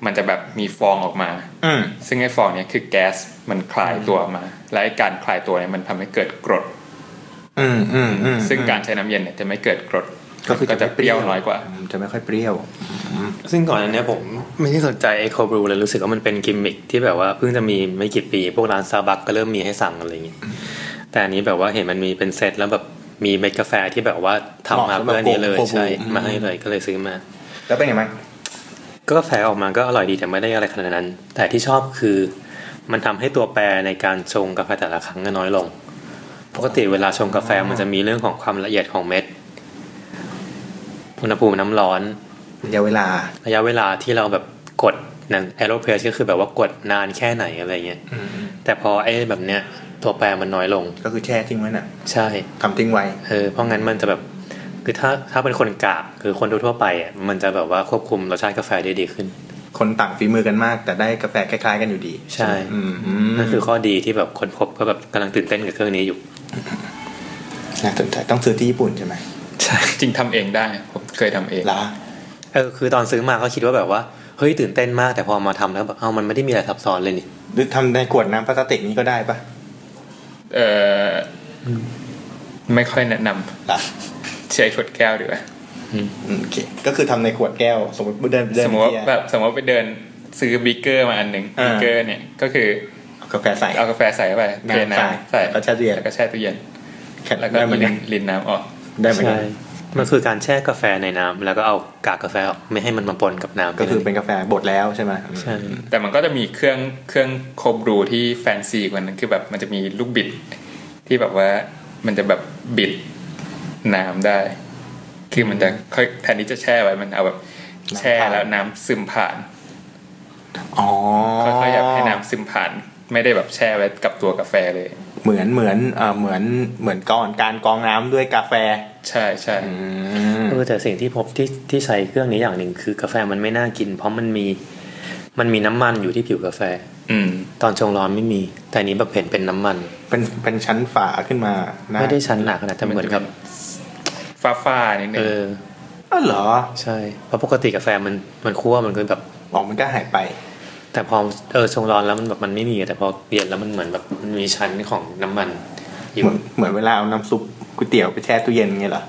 มันจะแบบมีฟองออกมา อืม ซึ่งไอ้ฟองเนี่ยคือแก๊สมันคลายตัวออกมา และไอ้การคลายตัวเนี่ยมันทำให้เกิดกรด อืมอืมอืม ซึ่งการใช้น้ำเย็นเนี่ยจะไม่เกิดกรดก็จะเปรี้ยวน้อยกว่า มจะไม่ค่อยเปรี้ยว ซึ่งก่อนอันเนี้ยผมไม่ได้สนใจไอโคบรูเลยรู้สึกว่ามันเป็นกิมมิคที่แบบว่าเพิ่งจะมีไม่กี่ปี พวกร้านซาบักก็เริ่มมีให้สั่งอะไรอย่างงี้แต่อันนี้แบบว่าเห็นมันมีเป็นเซตแล้วแบบมีเม็ดกาแฟที่แบบว่าทำมาเพื่อนี้เลย เหมาะสำหรับ ใช่ Cold Brew มาให้เลยก็เลยซื้อมา แล้วเป็นไงมั้าง ก็กาแฟออกมาก็อร่อยดีแต่ไม่ได้อะไรขนาดนั้น แต่ที่ชอบคือ มันทำให้ตัวแปรในการชงกาแฟแต่ละครั้งก็น้อยลง ปกติเวลาชงกาแฟมันจะมีเรื่องของความละเอียดของเม็ดอุณหภูมิน้ำร้อน ระยะเวลา ระยะเวลาที่เราแบบกดนั่นแอโรเพรสก็คือแบบว่ากดนานแค่ไหนอะไรเงี้ยแต่พอไอ้แบบเนี้ยตัวแปรมันน้อยลง ก็คือแช่ทิ้งไว้น่ะ ใช่ ทำทิ้งไว้ เออเพราะงั้นมันจะแบบคือถ้าถ้าเป็นคนกะคือคนทั่วๆไปอ่ะมันจะแบบว่าควบคุมรสชาติกาแฟได้ดีขึ้น คนต่างฝีมือกันมาก แต่ได้กาแฟคล้ายๆกันอยู่ดี ใช่ อืมอืม นั่นคือข้อดีที่แบบคนพบก็แบบกำลังตื่นเต้นกับเครื่องนี้อยู่ น่าสนใจต้องซื้อที่ญี่ปุ่นใช่ไหม ใช่ จริงทำเองได้ ผมเคยทำเอง เหรอ เออคือตอนซื้อมาก็คิดว่าแบบว่าเฮ้ยตื่นเต้นมากแต่พอมาทำแล้วแบบเอ้ามันไม่ได้มีอะไรซับซ้อนเลยนี่ หรือทำในขวดน้ำพลาสติกนี้ก็ได้ปะ เอ่ออไม่ค่อยแนะนำ เหรอ ใช้ขวดแก้วดีกว่า อืมโอเคก็คือทำในขวดแก้ว สมมติเดินเดิน สมมติว่า เที่ยว แบบสมมติว่าไปเดินซื้อบิ๊กเกอร์มาอันหนึ่ง อ่า บิ๊กเกอร์เนี่ยก็คือ เอากาแฟใส่ เอากาแฟใส่เข้าไป น้ำ เทน้ ใส่ ำใส่ แล้วก็แช่ตู้เย็น แล้วก็แช่ตู้เย็น แข็ง แล้วก็ ได้เหมือน ลิ กัน นลินน้ำออก ได้เหมือนกั ใช่ น มันคือการแช่กาแฟในน้ำแล้วก็เอากากกาแฟออกไม่ให้มันมาปนกับน้ำ ก็คือเป็นกาแฟบดแล้วใช่ไหม ใช่ แต่มันก็จะมีเครื่องเครื่องโคบรูที่แฟนซีกว่านั้นคือแบบมันจะมีลูกบิด ที่แบบว่ามันจะแบบบิดน้ำได้ คือมันจะค่อยแทนที่จะแช่ไว้มันเอาแบบแช่แล้วน้ำซึมผ่าน อ๋อ ค่อยๆแบบให้น้ำซึมผ่าน ไม่ได้แบบแช่ไว้กับตัวกาแฟเลย เหมือนเหมือนเอ่อเหมือนเหมือนก่อนการกรองน้ำด้วยกาแฟ ใช่ใช่ เออแต่สิ่งที่พบที่ที่ใช้เครื่องนี้อย่างหนึ่งคือกาแฟมันไม่น่ากิน เพราะมันมีมันมีน้ำมันอยู่ที่ผิวกาแฟ อืม ตอนชงร้อนไม่มี แต่อันนี้แบบเห็นเป็นน้ำมัน เป็นเป็นชั้นฝาขึ้นมานะ ไม่ได้ชั้นหนาขนาดแต่เหมือนกับ ฟ้าฟ้าๆนิดนึ เอง อ อ๋อเหรอ ใช่เพราะปกติกาแฟมันมันคั่วมันก็แบบ ออกมันก็หายไป แต่พอเออชงร้อนแล้วมันแบบมันไม่มีแต่พอเย็นแล้วมันเหมือนแบบมันมีชั้นของน้ำมันอยู่ เหมือนเหมือนเวลาเอาน้ำซุปก๋วยเตี๋ยวไปแช่ตู้เย็นไงเหรอ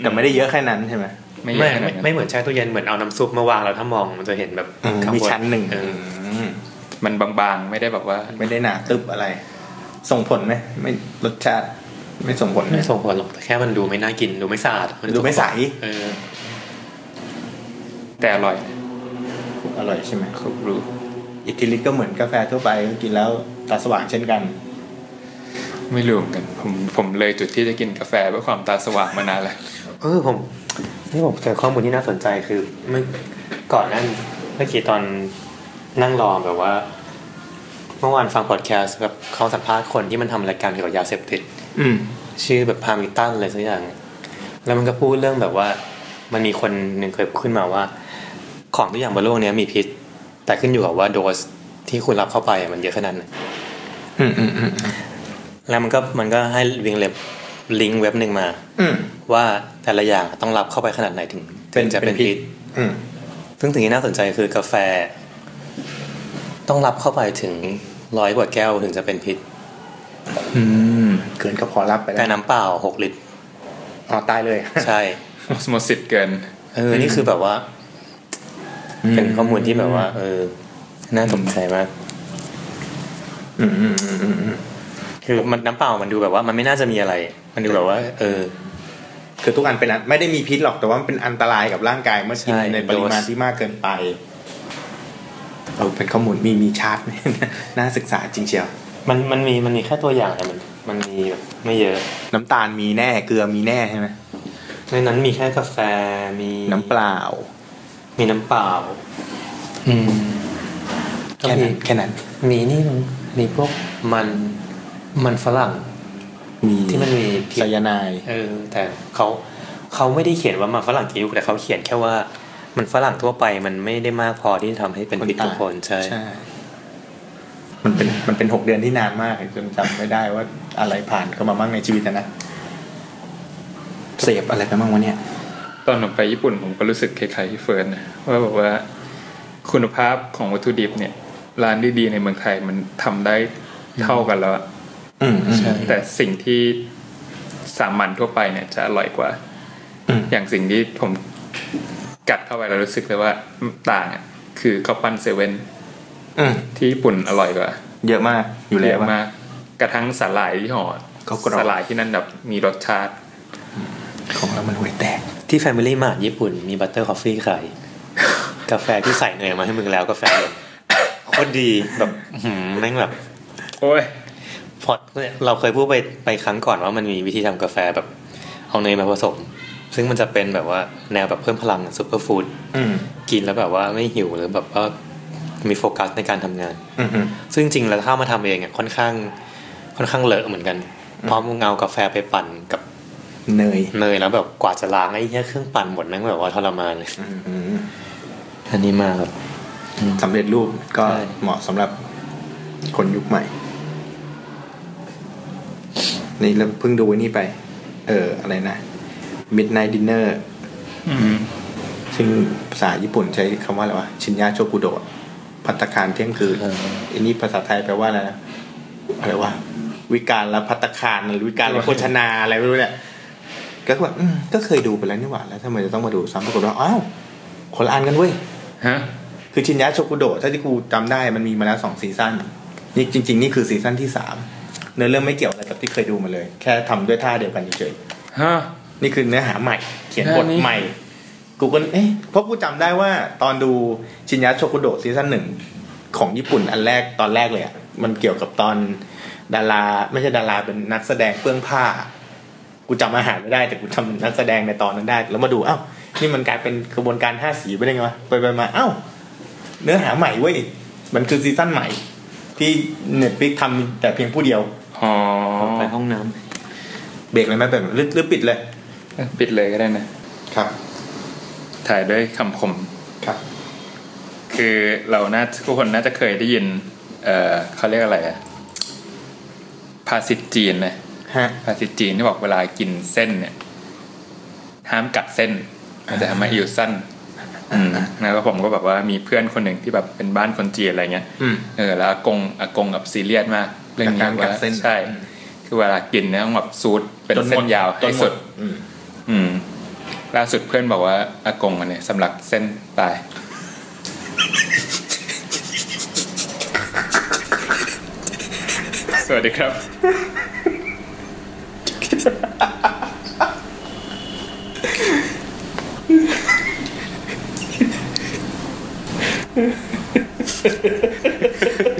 แต่ไม่ได้เยอะแค่นั้นใช่ไหม ไม่เย ไม่ อะขนา ไม่ ดนั้ ไม่ น เหมือนแช่ตู้เย็นเหมือนเอาน้ำซุปมาวางแล้วถ้ามองมันจะเห็นแบบ อืม ข้างบ มีชั้นหนึ่ง เออ ม มันบางๆ ไม่ได้แบบว่า ไม่ได้หนาตึบอะไร ส่งผลไหมไม่รสชาติไม่ส่งผล ไม่ นะ ส่งผลหรอกแต่แค่มันดูไม่น่ากินดูไม่สะอาดน ดูไม่ใส เออ แต่อร่อย อร่อยใช่ไหม ครบรู้ อิทธิฤทธิ์ก็เหมือนกาแฟทั่วไปก็กินแล้วตาสว่างเช่นกัน ไม่รู้เหมือนกัน ผมผมเลยจุดที่จะกินกาแฟเพื่อความตาสว่างมานานแล้ว เออผมนี่ผมเจอข้อมูลที่น่าสนใจคือเมื่อก่อนหนั้นเมื่อกี้ตอนนั่งรอแบบว่า เมื่อวานฟังพอดแคสต์แบบเขาสัมภาษณ์คนที่มันทำรายการเกี่ยวกับยาเสพติด อืม ชื่อแบบพามิลตันอะไรสักอย่าง แล้วมันก็พูดเรื่องแบบว่า มันมีคนหนึ่งเคยขึ้นมาว่า ของทุกอย่างบนโลกเนี้ยมีพิษ แต่ขึ้นอยู่กับว่าโดสที่คุณรับเข้าไปอะมันเยอะขนาดไหน อืมอืมอืม แล้วมันก็มันก็ให้วิงเล็บลิงก์เว็บหนึ่งมา อืม ว่าแต่ละอย่างต้องรับเข้าไปขนาดไหนถึงถึงจะเป็นพิษ อืม ซึ่งสิ่งที่น่าสนใจคือกาแฟ ต้องรับเข้าไปถึงร้อยกว่าแก้วถึงจะเป็นพิษ อืมเกินก็พอรับไปแล้ว แต่น้ำเปล่าหกลิต [LAUGHS] ร อ๋อตายเลย ใช่ ออสโมซิสเกิน เออ นี่คือแบบว่า เป็นข้อมูลที่แบบว่า เออ น่าสนใจมาก อืมอืมอืมอืม คือมันน้ำเปล่ามันดูแบบว่ามันไม่น่าจะมีอะไร มันดูแบบว่า เออ คือทุกอันเป็นอันไม่ได้มีพิษหรอกแต่ว่ามันเป็นอันตรายกับร่างกายเมื่อกิน ใช่ ในปริมาณ โดส ที่มากเกินไป เราเป็นข้อมูลมีมีชาร์ตไหม น่าศึกษาจริงเชียว มันมันมีมันมีแค่ตัวอย่างแต่มันมันมีแบบไม่เยอะ น้ำตาลมีแน่เกลือมีแน่ใช่ไหม ในนั้นมีแค่กาแฟมี น้ำเปล่า มีน้ำเปล่า อืมก็ แค่ มี นั้นแค่นั้น มีนี่มั้งมีพวกมันมันฝรั่ง มี ที่มันมีพิษ ไซยาไนด์ เออ แต่เขาเขาไม่ได้เขียนว่ามันฝรั่งกี่ลูกแต่เขาเขียนแค่ว่า มันฝรั่งทั่วไปมันไม่ได้มากพอที่จะทำให้เป็นพิษทุกคนใช่ ใช่ มันเป็นมันเป็นหกเดือนที่นานมากจนจำไม่ได้ว่าอะไรผ่านเข้ามาบ้างในชีวิตนะนะเสพอะไรไปบ้างวะเนี่ย ตอนผมไปญี่ปุ่นผมก็รู้สึกคล้ายๆที่เฟิร์นนะว่าแบบว่าคุณภาพของวัตถุดิบเนี่ยร้านดีๆในเมืองไทยมันทำได้เท่ากันแล้วอะ อืมอืม แต่สิ่งที่สามัญทั่วไปเนี่ยจะอร่อยกว่า อืม อย่างสิ่งที่ผมกัดเข้าไปแล้วรู้สึกเลยว่าต่างอะคือข้าวปั้นเซเว่น อืม ที่ญี่ปุ่นอร่อยกว่า เยอะมากอยู่แล้ว เยอะ อะ มากกระทั่งสาหร่ายที่ห่อ ก็กรอบ สาหร่ายที่นั่นแบบมีรสชาติ ของเรามันห่วยแตก ที่ Family Mart ญี่ปุ่นมีบัตเตอร์คอฟฟี่ขาย กาแฟที่ใส่เนยมาให้มึงแล้วกาแฟเย็น [LAUGHS] โคตรดีแบบอื้อหือแม่งแบบ โอ้ย พอดเราเคยพูดไปไปครั้งก่อนว่ามันมีวิธีทำกาแฟแบบ เอาเนยมาผสม ซึ่งมันจะเป็นแบบว่าแนวแบบเพิ่มพลังซูเปอร์ฟู้ด อืม กินแล้วแบบว่าไม่หิวหรือแบบว่ามีโฟกัสในการทำงาน อืมอืม ซึ่งจริงๆแล้วถ้ามาทำเองอ่ะค่อนข้าง ค่อนข้างเลอะเหมือนกันเพราะมึงเอากาแฟไปปั่นกับ เนย เนยแล้วแบบกว่าจะล้างไอ้เหี้ยเครื่องปั่นหมดนั่งแบบว่าทรมานเลยอันนี้มากครับ สำเร็จรูปก็ ใช่ เหมาะสำหรับคนยุคใหม่ นี่เราเพิ่งดูไอ้นี่ไป เออ อะไรนะ Midnight Dinner ซึ่งภาษาญี่ปุ่นใช้คำว่าอะไรวะ ชินยาโชกุโดะพัตตาคารเที่ยงคืน เออ อันนี้ภาษาไทยแปลว่าอะไรนะอะไรวะ วิการและพัตตาคารหรือวิการและโภชนาอะไรไม่รู้เนี่ย ก็แบบอืมก็เคยดูไปแล้วนี่หว่าแล้วทำไมจะต้องมาดูซ้ำปรากฏว่าอ้าวคนละอันกันเว้ย ฮะ คือชินยะโชกุโดะถ้าที่กูจำได้มันมีมาแล้วสองซีซั่นนี่จริง ๆ นี่คือซีซั่นที่สามเนื้อเรื่องไม่เกี่ยวอะไรกับที่เคยดูมาเลย แค่ทำด้วยท่าเดียวกันเฉย ฮะ ๆนี่คือเนื้อหาใหม่ เขียนบท แค่นี้ ใหม่ กูก็เอ๊ะเพราะกูจำได้ว่าตอนดูชินยะโชกุโดะซีซั่นหนึ่งของญี่ปุ่นอันแรกตอนแรกเลยอะมันเกี่ยวกับตอนดาราไม่ใช่ดาราเป็นนักแสดงเปลื้องผ้า กูจำอาหารไม่ได้แต่กูจำนักแสดงในตอนนั้นได้ แล้วมาดูเอ้านี่มันกลายเป็นกระบวนการห้าสีไปได้ไงวะไปไปมาเอ้า เนื้อหาใหม่เว้ย มันคือซีซั่นใหม่ ที่เน็ตฟิกทำแต่เพียงผู้เดียว อ๋อ ไปห้องน้ำ เบรกเลยไหมเบรกหรือหรือปิดเลย ปิดเลยก็ได้นะ ครับ ถ่ายด้วยคำคม ครับ คือเราน่าทุกคนน่าจะเคยได้ยิน เอ่อเขาเรียกอะไรอะภาษิตจีนนะ ฮะ ภาษิตจีนที่บอกเวลากินเส้นเนี่ย ห้ามกัดเส้น มันจะทำให้อิวสั้น อืมแล้วก็ผมก็แบบว่ามีเพื่อนคนหนึ่งที่แบบเป็นบ้านคนจีนอะไรเงี้ย อืม เออแล้วอากงอากงกับซีเรียสมากเรื่องนี้ กับการกัด ว่า เส้น ใช่ คือเวลากินเนี่ยต้องแบบซูดเป็นเส้นยาวให้สุด อืม อืมล่าสุดเพื่อนบอกว่าอากงอันเนี่ยสำหรับเส้น [LAUGHS] ตาย สวัสดีครับ เ